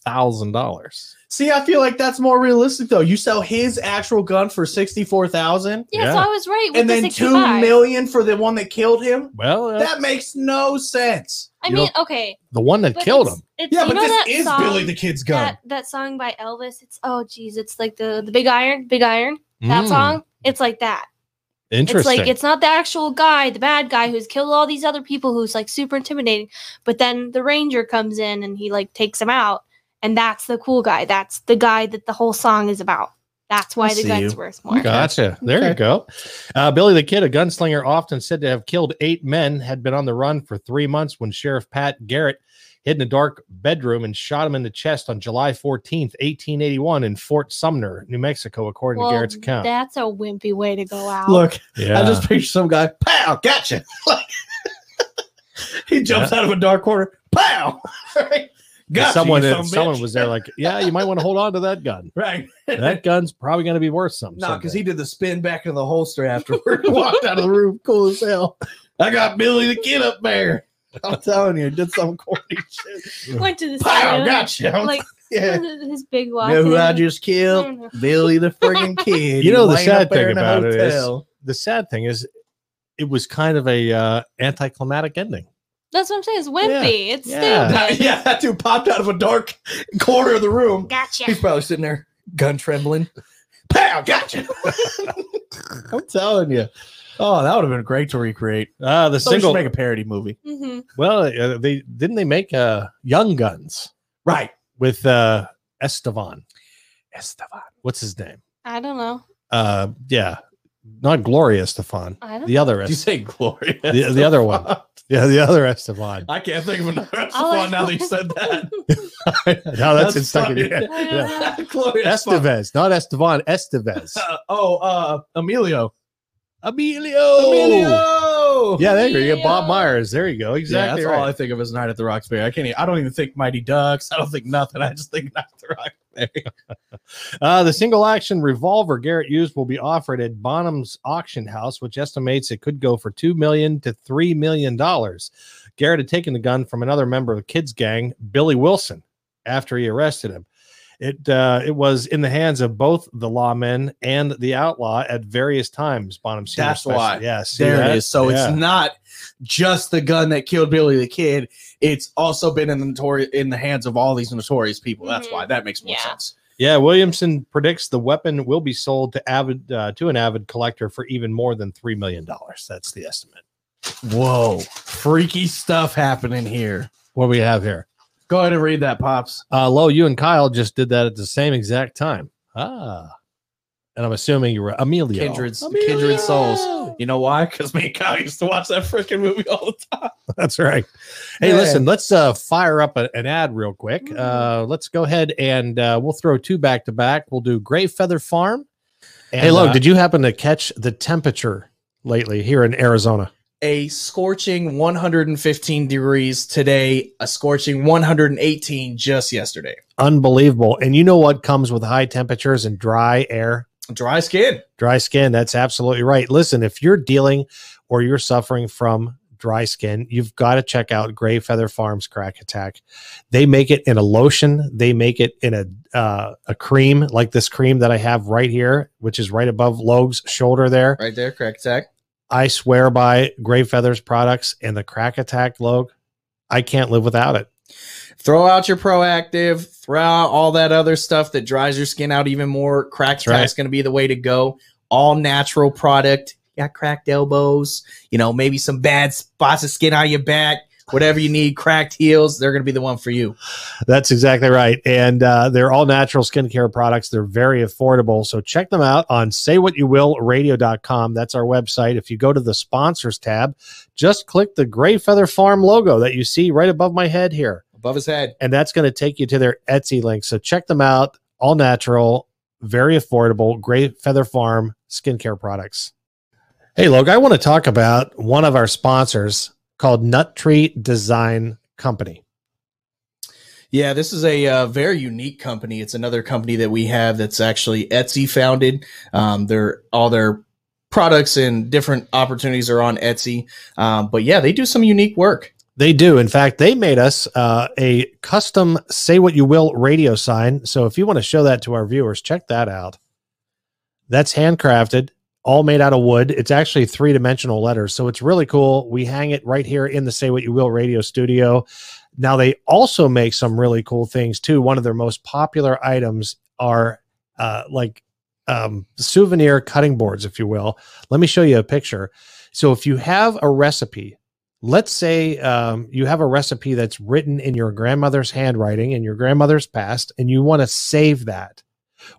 [SPEAKER 2] $64,000.
[SPEAKER 5] See, I feel like that's more realistic though. You sell his actual gun for sixty four thousand,
[SPEAKER 4] Yeah, so
[SPEAKER 2] Yeah.
[SPEAKER 4] I was right. With
[SPEAKER 5] and
[SPEAKER 4] the
[SPEAKER 5] then two
[SPEAKER 4] 65.
[SPEAKER 5] million for the one that killed him.
[SPEAKER 2] Well, uh,
[SPEAKER 5] That makes no sense.
[SPEAKER 4] I
[SPEAKER 2] you
[SPEAKER 4] mean, okay.
[SPEAKER 2] the one that
[SPEAKER 4] but
[SPEAKER 2] killed
[SPEAKER 4] it's-
[SPEAKER 2] him.
[SPEAKER 4] it's-
[SPEAKER 5] Yeah,
[SPEAKER 4] you
[SPEAKER 5] but
[SPEAKER 4] know
[SPEAKER 5] this
[SPEAKER 4] that
[SPEAKER 5] is
[SPEAKER 4] song-
[SPEAKER 5] Billy the Kid's gun.
[SPEAKER 4] Um, That, that song by Elvis. It's oh geez, it's like the the Big Iron, Big Iron. That
[SPEAKER 2] Mm,
[SPEAKER 4] song. It's like that. It's
[SPEAKER 2] Interesting.
[SPEAKER 4] like it's not the actual guy, the bad guy who's killed all these other people who's like super intimidating. But then the ranger comes in and he like takes him out, and that's the cool guy. That's the guy that the whole song is about. That's why
[SPEAKER 5] I
[SPEAKER 4] the
[SPEAKER 5] see
[SPEAKER 4] gun's
[SPEAKER 5] you.
[SPEAKER 4] worth more.
[SPEAKER 2] Gotcha. There you
[SPEAKER 5] Okay.
[SPEAKER 2] go. Uh, Billy the Kid, a gunslinger often said to have killed eight men, had been on the run for three months when Sheriff Pat Garrett hid in a dark bedroom and shot him in the chest on July 14th, 1881, in Fort Sumner, New Mexico, according
[SPEAKER 4] Well,
[SPEAKER 2] to Garrett's account. Uh,
[SPEAKER 4] that's a wimpy way to go out.
[SPEAKER 5] Look,
[SPEAKER 2] yeah.
[SPEAKER 5] I just picture some guy, pow, gotcha. Like, he jumps out of a dark corner, pow. Right?
[SPEAKER 2] If
[SPEAKER 5] Gotcha,
[SPEAKER 2] someone,
[SPEAKER 5] you
[SPEAKER 2] if
[SPEAKER 5] son of a
[SPEAKER 2] someone
[SPEAKER 5] bitch.
[SPEAKER 2] was there, like, yeah, you might want to hold on to that gun.
[SPEAKER 5] Right.
[SPEAKER 2] That gun's probably going to be worth something.
[SPEAKER 5] No, because
[SPEAKER 2] someday.
[SPEAKER 5] he did the spin back into the holster afterward. walked out of the room, cool as hell. I got Billy the Kid up there. I'm telling you, did some corny shit.
[SPEAKER 4] Went to the
[SPEAKER 5] Pow,
[SPEAKER 4] side.
[SPEAKER 5] gotcha. I'm-
[SPEAKER 4] Like
[SPEAKER 5] yeah.
[SPEAKER 4] his big walk.
[SPEAKER 5] Know who
[SPEAKER 4] and
[SPEAKER 5] I
[SPEAKER 4] then-
[SPEAKER 5] just killed?
[SPEAKER 4] Mm.
[SPEAKER 5] Billy the friggin' kid.
[SPEAKER 2] You know the
[SPEAKER 5] Laying
[SPEAKER 2] sad
[SPEAKER 5] up there
[SPEAKER 2] thing
[SPEAKER 5] in a
[SPEAKER 2] about it is-
[SPEAKER 5] hotel.
[SPEAKER 2] the sad thing is, it was kind of a uh, anticlimactic ending.
[SPEAKER 4] That's what I'm saying. It's wimpy. It's
[SPEAKER 2] Yeah.
[SPEAKER 4] stupid.
[SPEAKER 5] yeah, that dude popped out of a dark corner of the room.
[SPEAKER 4] Gotcha.
[SPEAKER 5] He's probably sitting there, gun trembling. Pow, gotcha. I'm telling you. Oh, that would have been great to recreate.
[SPEAKER 2] Uh, the
[SPEAKER 5] So
[SPEAKER 2] single,
[SPEAKER 5] make a parody movie.
[SPEAKER 4] hmm
[SPEAKER 2] well, uh, they didn't they make uh, Young Guns?
[SPEAKER 5] Right.
[SPEAKER 2] with uh Estevan.
[SPEAKER 5] Esteban.
[SPEAKER 2] What's his name?
[SPEAKER 4] I don't know.
[SPEAKER 2] Uh yeah. Not Gloria Estefan.
[SPEAKER 4] I don't.
[SPEAKER 2] The other
[SPEAKER 5] Did you
[SPEAKER 2] Est-
[SPEAKER 5] say Gloria?
[SPEAKER 2] the, the other one.
[SPEAKER 5] Estefan?
[SPEAKER 2] Yeah, the other Estevan.
[SPEAKER 5] I can't think of another
[SPEAKER 4] All I-
[SPEAKER 5] Esteban now that you said that.
[SPEAKER 2] no, that's, it's stuck in your
[SPEAKER 5] funny.
[SPEAKER 2] head.
[SPEAKER 4] I don't
[SPEAKER 2] Yeah.
[SPEAKER 4] know.
[SPEAKER 5] Gloria Estefan.
[SPEAKER 2] Estevez, not Estevan, Estevez.
[SPEAKER 5] Uh, oh, uh, Emilio.
[SPEAKER 2] Emilio.
[SPEAKER 5] Emilio.
[SPEAKER 2] Yeah, there you go. Bob
[SPEAKER 4] Emilio.
[SPEAKER 2] Myers. There you go. Exactly
[SPEAKER 5] yeah, that's all I
[SPEAKER 2] right.
[SPEAKER 5] think of as Night at the Roxbury. I can't. Even, I don't even think Mighty Ducks. I don't think nothing. I just think Night at the Roxbury.
[SPEAKER 2] Uh, the single action revolver Garrett used will be offered at Bonham's auction house, which estimates it could go for two million to three million dollars. Garrett had taken the gun from another member of the kids' gang, Billy Wilson, after he arrested him. It uh, it was in the hands of both the lawmen and the outlaw at various times. Bonham. Senior
[SPEAKER 5] That's
[SPEAKER 2] especially.
[SPEAKER 5] why.
[SPEAKER 2] Yeah, see
[SPEAKER 5] There
[SPEAKER 2] that?
[SPEAKER 5] it is. So
[SPEAKER 2] Yeah.
[SPEAKER 5] it's not just the gun that killed Billy the Kid. It's also been in the notori- in the hands of all these notorious people. That's
[SPEAKER 4] Mhm.
[SPEAKER 5] why that makes more
[SPEAKER 4] Yeah.
[SPEAKER 5] sense.
[SPEAKER 2] Yeah, Williamson predicts the weapon will be sold to avid uh, to an avid collector for even more than three million dollars. That's the estimate.
[SPEAKER 5] Whoa, freaky stuff happening here.
[SPEAKER 2] What do we have here?
[SPEAKER 5] Go ahead and read that, pops.
[SPEAKER 2] Uh, Lo, you and Kyle just did that at the same exact time. Ah, and I'm assuming you were Emilio.
[SPEAKER 5] Kindreds,
[SPEAKER 2] Emilio.
[SPEAKER 5] kindred souls. You know why? Because me and Kyle used to watch that freaking movie all the time.
[SPEAKER 2] That's right. Hey,
[SPEAKER 5] Man.
[SPEAKER 2] listen, let's uh, fire up a- an ad real quick. Uh, let's go ahead and uh, we'll throw two back to back. We'll do Gray Feather Farm. hey, Lo,
[SPEAKER 5] uh,
[SPEAKER 2] did you happen to catch the temperature lately here in Arizona?
[SPEAKER 5] a scorching 115 degrees today, a scorching 118 just yesterday.
[SPEAKER 2] Unbelievable. And you know what comes with high temperatures and dry air?
[SPEAKER 5] Dry skin.
[SPEAKER 2] Dry skin. That's absolutely right. Listen, if you're dealing or you're suffering from dry skin, you've got to check out Gray Feather Farms Crack Attack. They make it in a lotion. They make it in a uh, a cream like this cream that I have right here, which is right above Loge's shoulder there.
[SPEAKER 5] Right there, correct attack.
[SPEAKER 2] I swear by Gray Feathers products and the Crack Attack Loge. I can't live without it.
[SPEAKER 5] Throw out your proactive, throw out all that other stuff that dries your skin out even more. Crack attack's
[SPEAKER 2] right.
[SPEAKER 5] going to be the way to go. All natural product. Got cracked elbows, you know, maybe some bad spots of skin on your back, whatever you need, cracked heels, they're going to be the one for you.
[SPEAKER 2] That's exactly right. And uh, they're all natural skincare products. They're very affordable. So check them out on saywhatyouwillradio.com. That's our website. If you go to the sponsors tab, just click the Gray Feather Farm logo that you see right above my head here.
[SPEAKER 5] Above his head.
[SPEAKER 2] And that's going to take you to their Etsy link. So check them out. All natural, very affordable, Gray Feather Farm skincare products. Hey, Log, I want to talk about one of our sponsors called Nut Tree Design Company.
[SPEAKER 5] Yeah, this is a uh, very unique company. It's another company that we have that's actually Etsy founded. Um, their all their products and different opportunities are on Etsy. Um, but yeah, they do some unique work.
[SPEAKER 2] They do. In fact, they made us uh, a custom "Say What You Will" radio sign. So if you want to show that to our viewers, check that out. That's handcrafted, all made out of wood. It's actually three dimensional letters, so it's really cool. We hang it right here in the "Say What You Will" radio studio. Now they also make some really cool things too. One of their most popular items are uh, like um, souvenir cutting boards, if you will. Let me show you a picture. So if you have a recipe let's say um, you have a recipe that's written in your grandmother's handwriting and your grandmother's past and you want to save that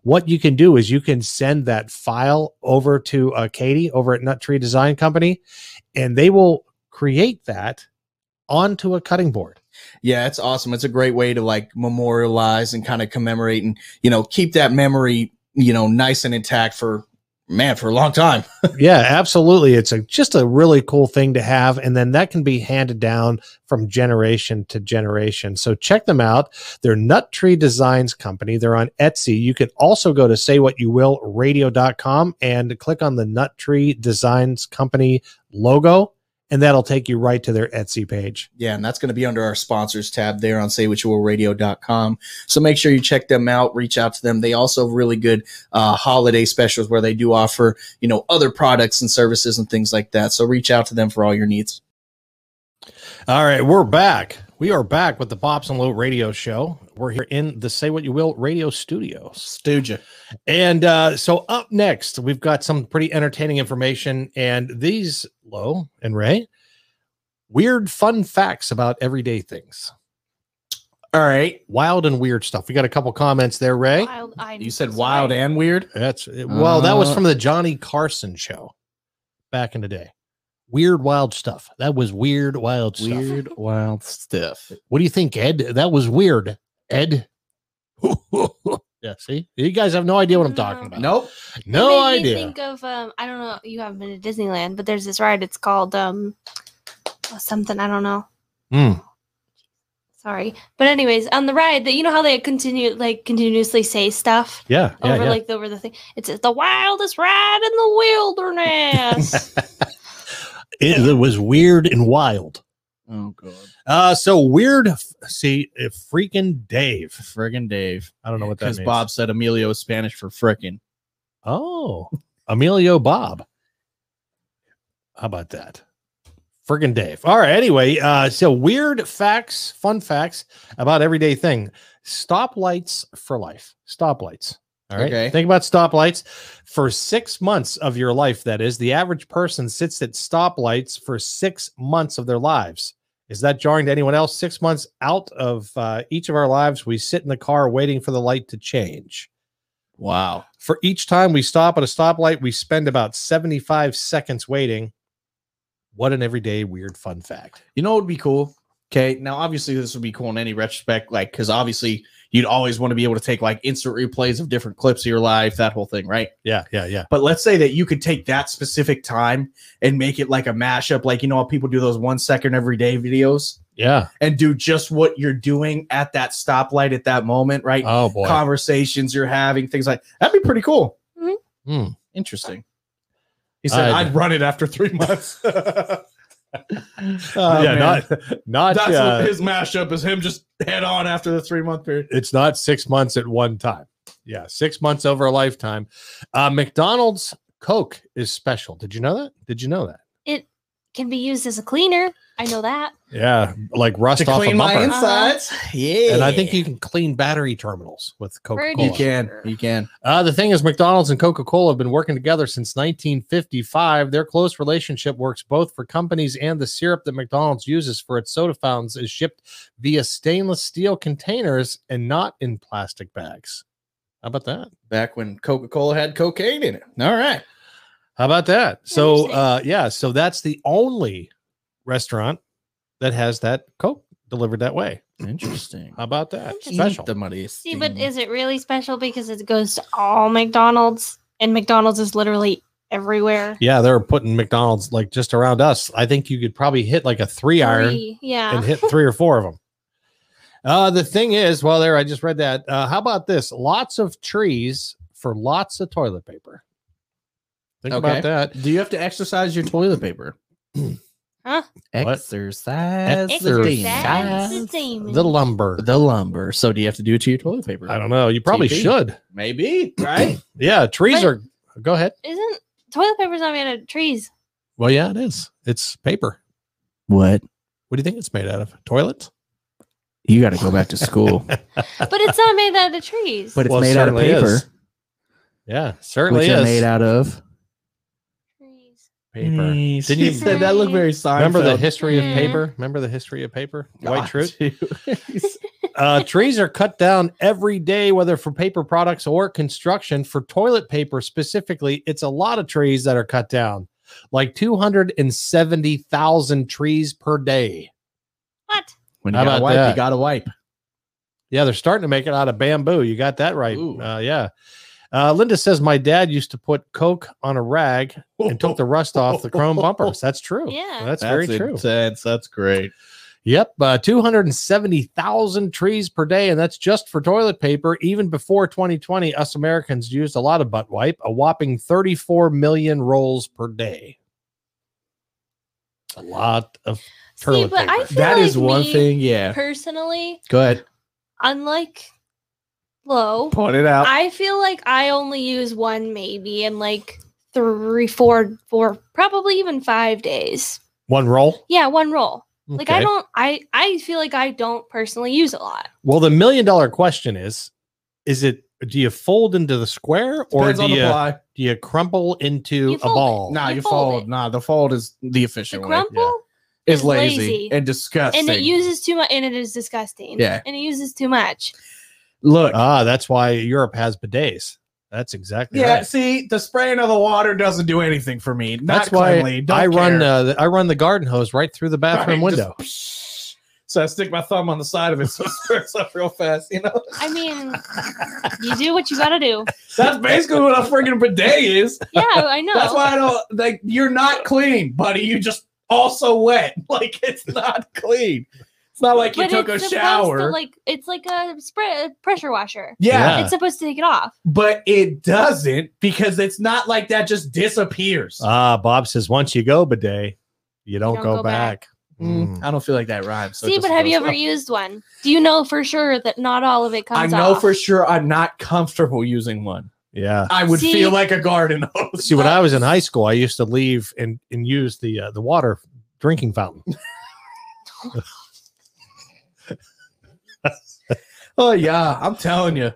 [SPEAKER 2] what you can do is you can send that file over to uh, katie over at nut tree design company and they will create that onto a cutting board
[SPEAKER 5] Yeah, it's awesome. It's a great way to like memorialize and kind of commemorate and you know keep that memory you know nice and intact for man for a long time.
[SPEAKER 2] yeah absolutely it's a just a really cool thing to have and then that can be handed down from generation to generation so check them out they're nut tree designs company they're on etsy you can also go to say what you will radio.com and click on the nut tree designs company logo and that'll take you right to their etsy page
[SPEAKER 5] Yeah, and that's going to be under our sponsors tab there on saywhatchouwillradio.com. So make sure you check them out, reach out to them. They also have really good uh, holiday specials where they do offer, you know, other products and services and things like that. So reach out to them for all your needs.
[SPEAKER 2] All right, we're back. We are back with the Pops and Low Radio Show. We're here in the Say What You Will Radio Studios.
[SPEAKER 5] Stooja.
[SPEAKER 2] And uh, so up next, we've got some pretty entertaining information. And these, Low and Ray, weird fun facts about everyday things.
[SPEAKER 5] All right.
[SPEAKER 2] Wild and weird stuff. We got a couple comments there, Ray.
[SPEAKER 4] Wild, I
[SPEAKER 5] You said wild and weird.
[SPEAKER 2] That's well, that was
[SPEAKER 5] Uh.
[SPEAKER 2] from the Johnny Carson show back in the day. Weird wild stuff. That was weird wild stuff.
[SPEAKER 5] wild stuff.
[SPEAKER 2] What do you think, Ed? That was weird, Ed. yeah, see, you guys have no idea what I'm talking about.
[SPEAKER 5] Nope.
[SPEAKER 2] no
[SPEAKER 4] It made me
[SPEAKER 2] idea.
[SPEAKER 4] Think of um, I don't know. You haven't been to Disneyland, but there's this ride. It's called um, something I don't know.
[SPEAKER 2] Hmm.
[SPEAKER 4] Sorry, but anyways, on the ride, that you know how they continue like continuously say stuff
[SPEAKER 2] Yeah, yeah,
[SPEAKER 4] over
[SPEAKER 2] yeah.
[SPEAKER 4] like over the thing. It's the wildest ride in the wilderness.
[SPEAKER 2] it, it was weird and wild.
[SPEAKER 5] Oh, God.
[SPEAKER 2] Uh, so weird. f- See, uh, freaking Dave.
[SPEAKER 5] Friggin' Dave.
[SPEAKER 2] I don't know what that
[SPEAKER 5] Because
[SPEAKER 2] means.
[SPEAKER 5] Bob said Emilio is Spanish for frickin'.
[SPEAKER 2] Oh, Emilio Bob. How about that? Friggin' Dave. All right. Anyway, uh, so weird facts, fun facts about everyday thing. Stoplights for life. Stoplights. All right.
[SPEAKER 5] Okay.
[SPEAKER 2] Think about stoplights. For six months of your life, that is, the average person sits at stoplights for six months of their lives. Is that jarring to anyone else? Six months out of uh, each of our lives, we sit in the car waiting for the light to change.
[SPEAKER 5] Wow.
[SPEAKER 2] For each time we stop at a stoplight, we spend about 75 seconds waiting. What an everyday weird fun fact.
[SPEAKER 5] You know what would be cool? Okay. Now, obviously, this would be cool in any retrospect, like, because obviously you'd always want to be able to take like instant replays of different clips of your life, that whole thing, right?
[SPEAKER 2] Yeah, yeah, yeah.
[SPEAKER 5] But let's say that you could take that specific time and make it like a mashup, like you know how people do those one second every day videos
[SPEAKER 2] Yeah.
[SPEAKER 5] and do just what you're doing at that stoplight at that moment, right?
[SPEAKER 2] Oh boy.
[SPEAKER 5] Conversations you're having, things like that'd be pretty cool.
[SPEAKER 2] Hmm.
[SPEAKER 5] Interesting. He said,
[SPEAKER 2] I'd-
[SPEAKER 5] I'd, run it after three months. Uh,
[SPEAKER 2] yeah,
[SPEAKER 5] That's oh, man.
[SPEAKER 2] not not
[SPEAKER 5] what
[SPEAKER 2] uh,
[SPEAKER 5] his mashup is him just head on after the three month period.
[SPEAKER 2] it's not six months at one time. Yeah, six months over a lifetime. Uh, McDonald's Coke is special. Did you know that? Did you know that?
[SPEAKER 4] Can be used as a cleaner. I know that.
[SPEAKER 2] Yeah, like rust off a bumper.
[SPEAKER 4] ins- insides.
[SPEAKER 5] Yeah.
[SPEAKER 2] and I think you can clean battery terminals with Coca
[SPEAKER 4] Pretty
[SPEAKER 5] you
[SPEAKER 2] Cola.
[SPEAKER 5] can. You can.
[SPEAKER 2] Uh, the thing is, McDonald's and Coca Cola have been working together since 1955. Their close relationship works both for companies and the syrup that McDonald's uses for its soda fountains is shipped via stainless steel containers and not in plastic bags. How about that?
[SPEAKER 5] Back when Coca Cola had cocaine in it. All right.
[SPEAKER 2] How about that? So,
[SPEAKER 4] Interesting.
[SPEAKER 2] uh, yeah, so that's the only restaurant that has that Coke delivered that way.
[SPEAKER 5] Interesting.
[SPEAKER 2] How about that?
[SPEAKER 4] Interesting.
[SPEAKER 2] Special.
[SPEAKER 5] Eat the money.
[SPEAKER 4] See, but is it really special because it goes to all McDonald's and McDonald's is literally everywhere?
[SPEAKER 2] Yeah, they're putting McDonald's like just around us. I think you could probably hit like a three iron.
[SPEAKER 4] Three, Yeah.
[SPEAKER 2] and hit three or four of them. Uh, the thing is, well, there, I just read that. Uh, how about this? Lots of trees for lots of toilet paper. Think
[SPEAKER 5] Okay.
[SPEAKER 2] about that.
[SPEAKER 5] Do you have to exercise your toilet paper?
[SPEAKER 4] Huh?
[SPEAKER 5] Exercise.
[SPEAKER 4] It's
[SPEAKER 2] Exercise.
[SPEAKER 5] the
[SPEAKER 4] exactly
[SPEAKER 5] demon.
[SPEAKER 4] the same.
[SPEAKER 2] The lumber.
[SPEAKER 5] The lumber. So do you have to do it to your toilet paper?
[SPEAKER 2] I don't know. You probably
[SPEAKER 5] TP.
[SPEAKER 2] should.
[SPEAKER 5] Maybe, right?
[SPEAKER 2] Yeah, trees
[SPEAKER 4] But-
[SPEAKER 2] are. Go ahead.
[SPEAKER 4] Isn't toilet paper's not made out of trees?
[SPEAKER 2] Well, yeah, it is. It's paper.
[SPEAKER 5] what?
[SPEAKER 2] What do you think it's made out of? Toilets?
[SPEAKER 5] You got to go back to school.
[SPEAKER 4] But it's not made out of trees.
[SPEAKER 5] but it's
[SPEAKER 2] Well, it
[SPEAKER 5] made out of
[SPEAKER 2] certainly
[SPEAKER 5] paper,
[SPEAKER 2] is. Yeah, certainly
[SPEAKER 5] which
[SPEAKER 2] is.
[SPEAKER 5] are made out of
[SPEAKER 4] trees.
[SPEAKER 2] paper.
[SPEAKER 5] Didn't
[SPEAKER 2] you-
[SPEAKER 5] said that look very Seinfeld.
[SPEAKER 2] Remember the history of
[SPEAKER 4] Mm.
[SPEAKER 2] paper? Remember the history of paper? White
[SPEAKER 5] God,
[SPEAKER 2] truth.
[SPEAKER 5] dude.
[SPEAKER 2] uh, trees are cut down every day, whether for paper products or construction. For toilet paper specifically, it's a lot of trees that are cut down, like 270,000 trees per day.
[SPEAKER 4] What?
[SPEAKER 5] when you
[SPEAKER 2] How
[SPEAKER 5] got to
[SPEAKER 2] about
[SPEAKER 5] wipe,
[SPEAKER 2] that?
[SPEAKER 5] you got to wipe.
[SPEAKER 2] Yeah, they're starting to make it out of bamboo. You got that right.
[SPEAKER 5] Ooh.
[SPEAKER 2] Uh, yeah. Uh, Linda says, My dad used to put Coke on a rag and took the rust off the chrome bumpers. That's true.
[SPEAKER 4] Yeah.
[SPEAKER 2] That's, very true.
[SPEAKER 5] intense. That's great.
[SPEAKER 2] Yep, uh, 270,000 trees per day, and that's just for toilet paper. Even before 2020, us Americans used a lot of butt wipe, a whopping 34 million rolls per day. A lot of
[SPEAKER 4] See,
[SPEAKER 2] toilet
[SPEAKER 4] but I
[SPEAKER 2] paper.
[SPEAKER 4] feel
[SPEAKER 5] That
[SPEAKER 4] like
[SPEAKER 5] is one
[SPEAKER 4] me,
[SPEAKER 5] thing. Yeah.
[SPEAKER 4] Personally,
[SPEAKER 5] Go ahead.
[SPEAKER 4] unlike Lo,
[SPEAKER 5] Point it out.
[SPEAKER 4] I feel like I only use one maybe in like three, four, four, probably even five days.
[SPEAKER 2] one roll.
[SPEAKER 4] Yeah, one roll. Like I
[SPEAKER 2] Okay.
[SPEAKER 4] don't I I feel like I don't personally use a lot.
[SPEAKER 2] Well, the million dollar question is is it do you fold into the square or
[SPEAKER 5] Depends
[SPEAKER 2] do
[SPEAKER 5] on the uh,
[SPEAKER 2] you,
[SPEAKER 5] ply.
[SPEAKER 2] do you crumple into
[SPEAKER 4] You
[SPEAKER 2] a
[SPEAKER 4] fold it.
[SPEAKER 2] ball?
[SPEAKER 5] Nah,
[SPEAKER 4] You
[SPEAKER 5] you,
[SPEAKER 4] fold
[SPEAKER 5] fold.
[SPEAKER 4] it.
[SPEAKER 5] Nah, the fold is the
[SPEAKER 4] The
[SPEAKER 5] efficient way.
[SPEAKER 4] crumple
[SPEAKER 5] It's
[SPEAKER 4] is
[SPEAKER 5] lazy,
[SPEAKER 4] lazy.
[SPEAKER 5] and disgusting.
[SPEAKER 4] and it uses too much and it is disgusting.
[SPEAKER 5] Yeah.
[SPEAKER 4] And it uses too much.
[SPEAKER 5] Look,
[SPEAKER 2] Ah, that's why Europe has bidets. That's exactly
[SPEAKER 5] Yeah,
[SPEAKER 2] right.
[SPEAKER 5] see, the spraying of the water doesn't do anything for me. Not
[SPEAKER 2] That's why
[SPEAKER 5] cleanly, don't
[SPEAKER 2] I run
[SPEAKER 5] care.
[SPEAKER 2] uh, the, I run the garden hose right through the bathroom
[SPEAKER 5] Right, just
[SPEAKER 2] window.
[SPEAKER 5] psh. so I stick my thumb on the side of it, so it squirts up real fast. You know,
[SPEAKER 4] I mean, you do what you gotta do.
[SPEAKER 5] that's basically what a freaking bidet is.
[SPEAKER 4] Yeah, I know.
[SPEAKER 5] That's why I don't like. You're not clean, buddy. You just also wet. Like it's not clean. It's not like you took a
[SPEAKER 4] supposed
[SPEAKER 5] shower.
[SPEAKER 4] To, like it's like a spray a pressure washer.
[SPEAKER 5] yeah,
[SPEAKER 2] Yeah.
[SPEAKER 4] It's supposed to take it off.
[SPEAKER 5] but it doesn't because it's not like that. Just disappears.
[SPEAKER 2] Ah, Bob says once you go bidet, you don't, go, back.
[SPEAKER 5] Mm,
[SPEAKER 2] Mm.
[SPEAKER 5] I don't feel like that rhymes. so it
[SPEAKER 4] See,
[SPEAKER 5] just
[SPEAKER 4] but have you
[SPEAKER 5] goes
[SPEAKER 4] ever
[SPEAKER 5] up.
[SPEAKER 4] used one? Do you know for sure that not all of it
[SPEAKER 5] I
[SPEAKER 4] comes off?
[SPEAKER 5] know for sure I'm not comfortable using one.
[SPEAKER 2] Yeah.
[SPEAKER 5] I would
[SPEAKER 4] See-
[SPEAKER 5] feel like a garden hose.
[SPEAKER 2] See, when I was in high school, I used to leave and and use the uh, the water drinking fountain.
[SPEAKER 5] Oh yeah, I'm telling you,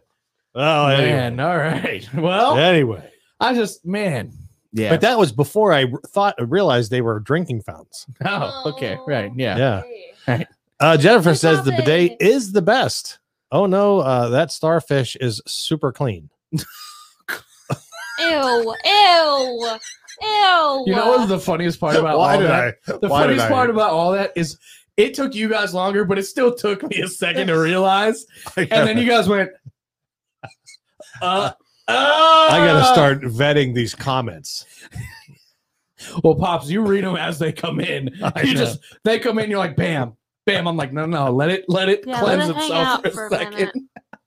[SPEAKER 2] Oh,
[SPEAKER 5] man. All right. Well,
[SPEAKER 2] Anyway,
[SPEAKER 5] I just man. Yeah.
[SPEAKER 2] but that was before I r- thought realized they were drinking fountains.
[SPEAKER 5] oh, okay. Right. Yeah.
[SPEAKER 2] Yeah. Uh, Jennifer
[SPEAKER 4] Good
[SPEAKER 2] says the bidet
[SPEAKER 4] topic.
[SPEAKER 2] is the best. Oh no, uh, that starfish is super clean.
[SPEAKER 4] Ew. Ew. Ew.
[SPEAKER 5] You know what's the funniest part about all that?
[SPEAKER 2] I?
[SPEAKER 5] The
[SPEAKER 2] Why did
[SPEAKER 5] funniest
[SPEAKER 2] I-
[SPEAKER 5] part about all that is It took you guys longer, but it still took me a second to realize. And then you guys went, uh,
[SPEAKER 2] I got to
[SPEAKER 5] uh.
[SPEAKER 2] start vetting these comments.
[SPEAKER 5] Well, pops, you read them as they come in.
[SPEAKER 2] I
[SPEAKER 5] you
[SPEAKER 2] know.
[SPEAKER 5] just they come in, you're like, bam, bam. I'm like, no, no, let it, let it
[SPEAKER 4] Yeah, let
[SPEAKER 5] cleanse
[SPEAKER 4] it hang
[SPEAKER 5] itself
[SPEAKER 4] out
[SPEAKER 5] for a
[SPEAKER 4] for a
[SPEAKER 5] second.
[SPEAKER 4] minute.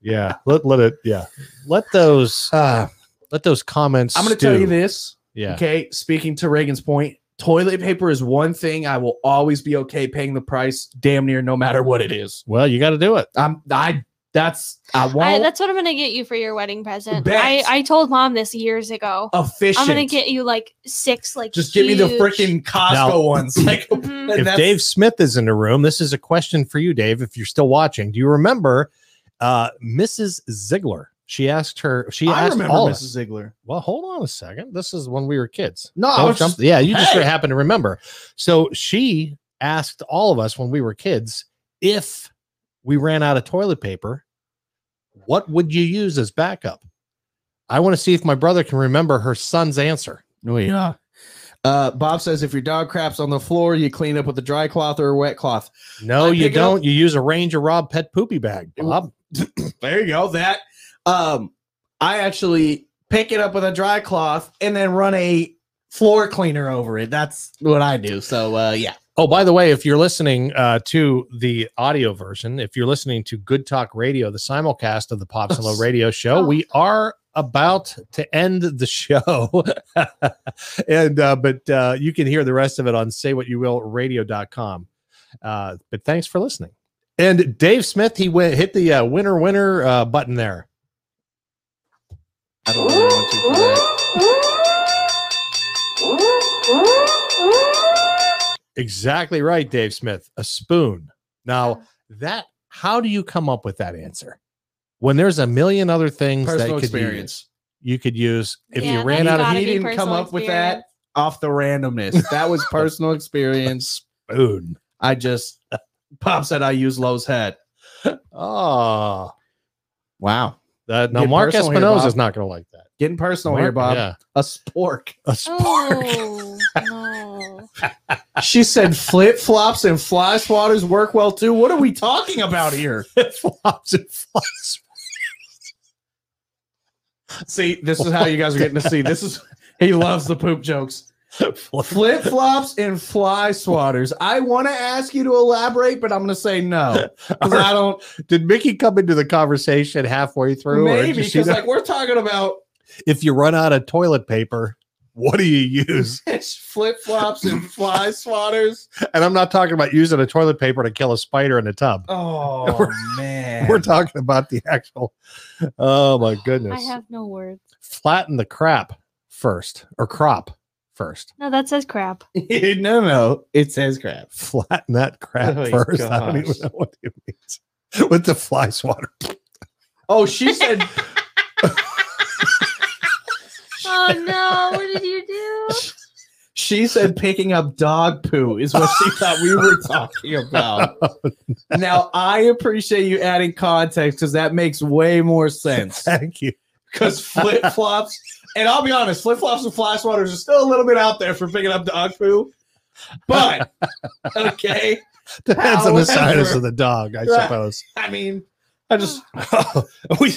[SPEAKER 2] Yeah, let let it. Yeah, let those
[SPEAKER 5] Ah,
[SPEAKER 2] let those comments.
[SPEAKER 5] I'm going to
[SPEAKER 2] stew.
[SPEAKER 5] tell you this.
[SPEAKER 2] Yeah,
[SPEAKER 5] Okay, speaking to Reagan's point, toilet paper is one thing I will always be okay paying the price, damn near no matter what it is.
[SPEAKER 2] well, you got to do it.
[SPEAKER 5] I'm I that's I
[SPEAKER 4] I,
[SPEAKER 5] want
[SPEAKER 4] that's what I'm gonna get you for your wedding present.
[SPEAKER 5] Bet.
[SPEAKER 4] I, I told mom this years ago.
[SPEAKER 5] efficient.
[SPEAKER 4] I'm gonna get you like six like.
[SPEAKER 5] just give me the
[SPEAKER 4] huge-
[SPEAKER 5] freaking Costco
[SPEAKER 2] Now-
[SPEAKER 5] ones. Like
[SPEAKER 4] Mhm.
[SPEAKER 5] And
[SPEAKER 2] if
[SPEAKER 5] that's-
[SPEAKER 2] Dave Smith is in the room, this is a question for you, Dave. If you're still watching, do you remember uh, Mrs. Ziegler? She asked her. She
[SPEAKER 5] I
[SPEAKER 2] asked
[SPEAKER 5] remember
[SPEAKER 2] all. of
[SPEAKER 5] Mrs.
[SPEAKER 2] us-
[SPEAKER 5] Ziegler.
[SPEAKER 2] Well, hold on a second. This is when we were kids.
[SPEAKER 5] No, I
[SPEAKER 2] Don't
[SPEAKER 5] was
[SPEAKER 2] jump-
[SPEAKER 5] just-
[SPEAKER 2] yeah, you just
[SPEAKER 5] hey.
[SPEAKER 2] happen to remember. So she asked all of us when we were kids if we ran out of toilet paper, what would you use as backup? I want to see if my brother can remember her son's answer.
[SPEAKER 5] oh yeah. Uh, Bob says if your dog craps on the floor, you clean up with a dry cloth or a wet cloth.
[SPEAKER 2] No,
[SPEAKER 5] I
[SPEAKER 2] you
[SPEAKER 5] pick it up-
[SPEAKER 2] don't. You use a Ranger Rob pet poopy bag,
[SPEAKER 5] It wa-
[SPEAKER 2] Bob.
[SPEAKER 5] There you go. That um, I actually pick it up with a dry cloth and then run a floor cleaner over it. That's what I do. So uh, yeah.
[SPEAKER 2] Oh, by the way, if you're listening uh, to the audio version, if you're listening to Good Talk Radio, the simulcast of the Pops and Low Radio Show,
[SPEAKER 4] Oh.
[SPEAKER 2] we are about to end the show, and uh, but uh, you can hear the rest of it on SayWhatYouWillRadio.com. Uh, but thanks for listening. And Dave Smith, he went hit the uh, winner winner uh, button there.
[SPEAKER 5] I don't really want to for that.
[SPEAKER 2] Exactly right, Dave Smith. A spoon. Now that, how do you come up with that answer? When there's a million other things
[SPEAKER 5] Personal
[SPEAKER 2] that could be used.
[SPEAKER 5] experience
[SPEAKER 2] you could use if
[SPEAKER 4] Yeah,
[SPEAKER 2] you ran
[SPEAKER 4] that's
[SPEAKER 2] out of
[SPEAKER 4] gotta
[SPEAKER 5] he
[SPEAKER 4] be
[SPEAKER 5] didn't
[SPEAKER 4] personal
[SPEAKER 5] come up with that. off the randomness. That was personal experience.
[SPEAKER 2] spoon.
[SPEAKER 5] I just pop said I use Lowe's hat.
[SPEAKER 2] Oh,
[SPEAKER 5] Wow.
[SPEAKER 2] that now
[SPEAKER 5] Get
[SPEAKER 2] Mark
[SPEAKER 5] personal here,
[SPEAKER 2] Espinosa is
[SPEAKER 5] Bob.
[SPEAKER 2] not going to like that.
[SPEAKER 5] Getting personal here,
[SPEAKER 2] Mark-
[SPEAKER 5] Bob. A spork.
[SPEAKER 2] Yeah. A spark.
[SPEAKER 4] Oh no!
[SPEAKER 5] She said flip flops and fly swatters work well too. What are we talking about here?
[SPEAKER 2] flops and flies.
[SPEAKER 5] See, this is how you guys are getting to see. This is he loves the poop jokes. Flip flops and fly swatters. I want to ask you to elaborate, but I'm going to say no because I don't.
[SPEAKER 2] Did Mickey come into the conversation halfway through? or
[SPEAKER 5] Maybe
[SPEAKER 2] did she
[SPEAKER 5] because
[SPEAKER 2] know-
[SPEAKER 5] like we're talking about
[SPEAKER 2] if you run out of toilet paper, what do you use?
[SPEAKER 5] flip flops and fly swatters.
[SPEAKER 2] And I'm not talking about using a toilet paper to kill a spider in a tub.
[SPEAKER 5] Oh man,
[SPEAKER 2] We're talking about the actual. Oh my
[SPEAKER 4] I
[SPEAKER 2] goodness!
[SPEAKER 4] have no words.
[SPEAKER 2] Flatten the crap first, or crop first.
[SPEAKER 4] No, that says crap.
[SPEAKER 5] no, no, it says crap.
[SPEAKER 2] flatten that crap
[SPEAKER 5] Oh,
[SPEAKER 2] first. I don't even
[SPEAKER 5] gosh.
[SPEAKER 2] know what it means with the fly swatter.
[SPEAKER 5] Oh, she said
[SPEAKER 4] Oh no! What did you do?
[SPEAKER 5] she said picking up dog poo is what she thought we were talking about. Now I appreciate you adding context because that makes way more sense.
[SPEAKER 2] Thank you.
[SPEAKER 5] Because flip flops, and I'll be honest, flip flops and flash waters are still a little bit out there for picking up dog poo. But okay,
[SPEAKER 2] Depends on the size
[SPEAKER 5] However-
[SPEAKER 2] of the dog, I
[SPEAKER 5] Right.
[SPEAKER 2] suppose.
[SPEAKER 5] I mean, I just we,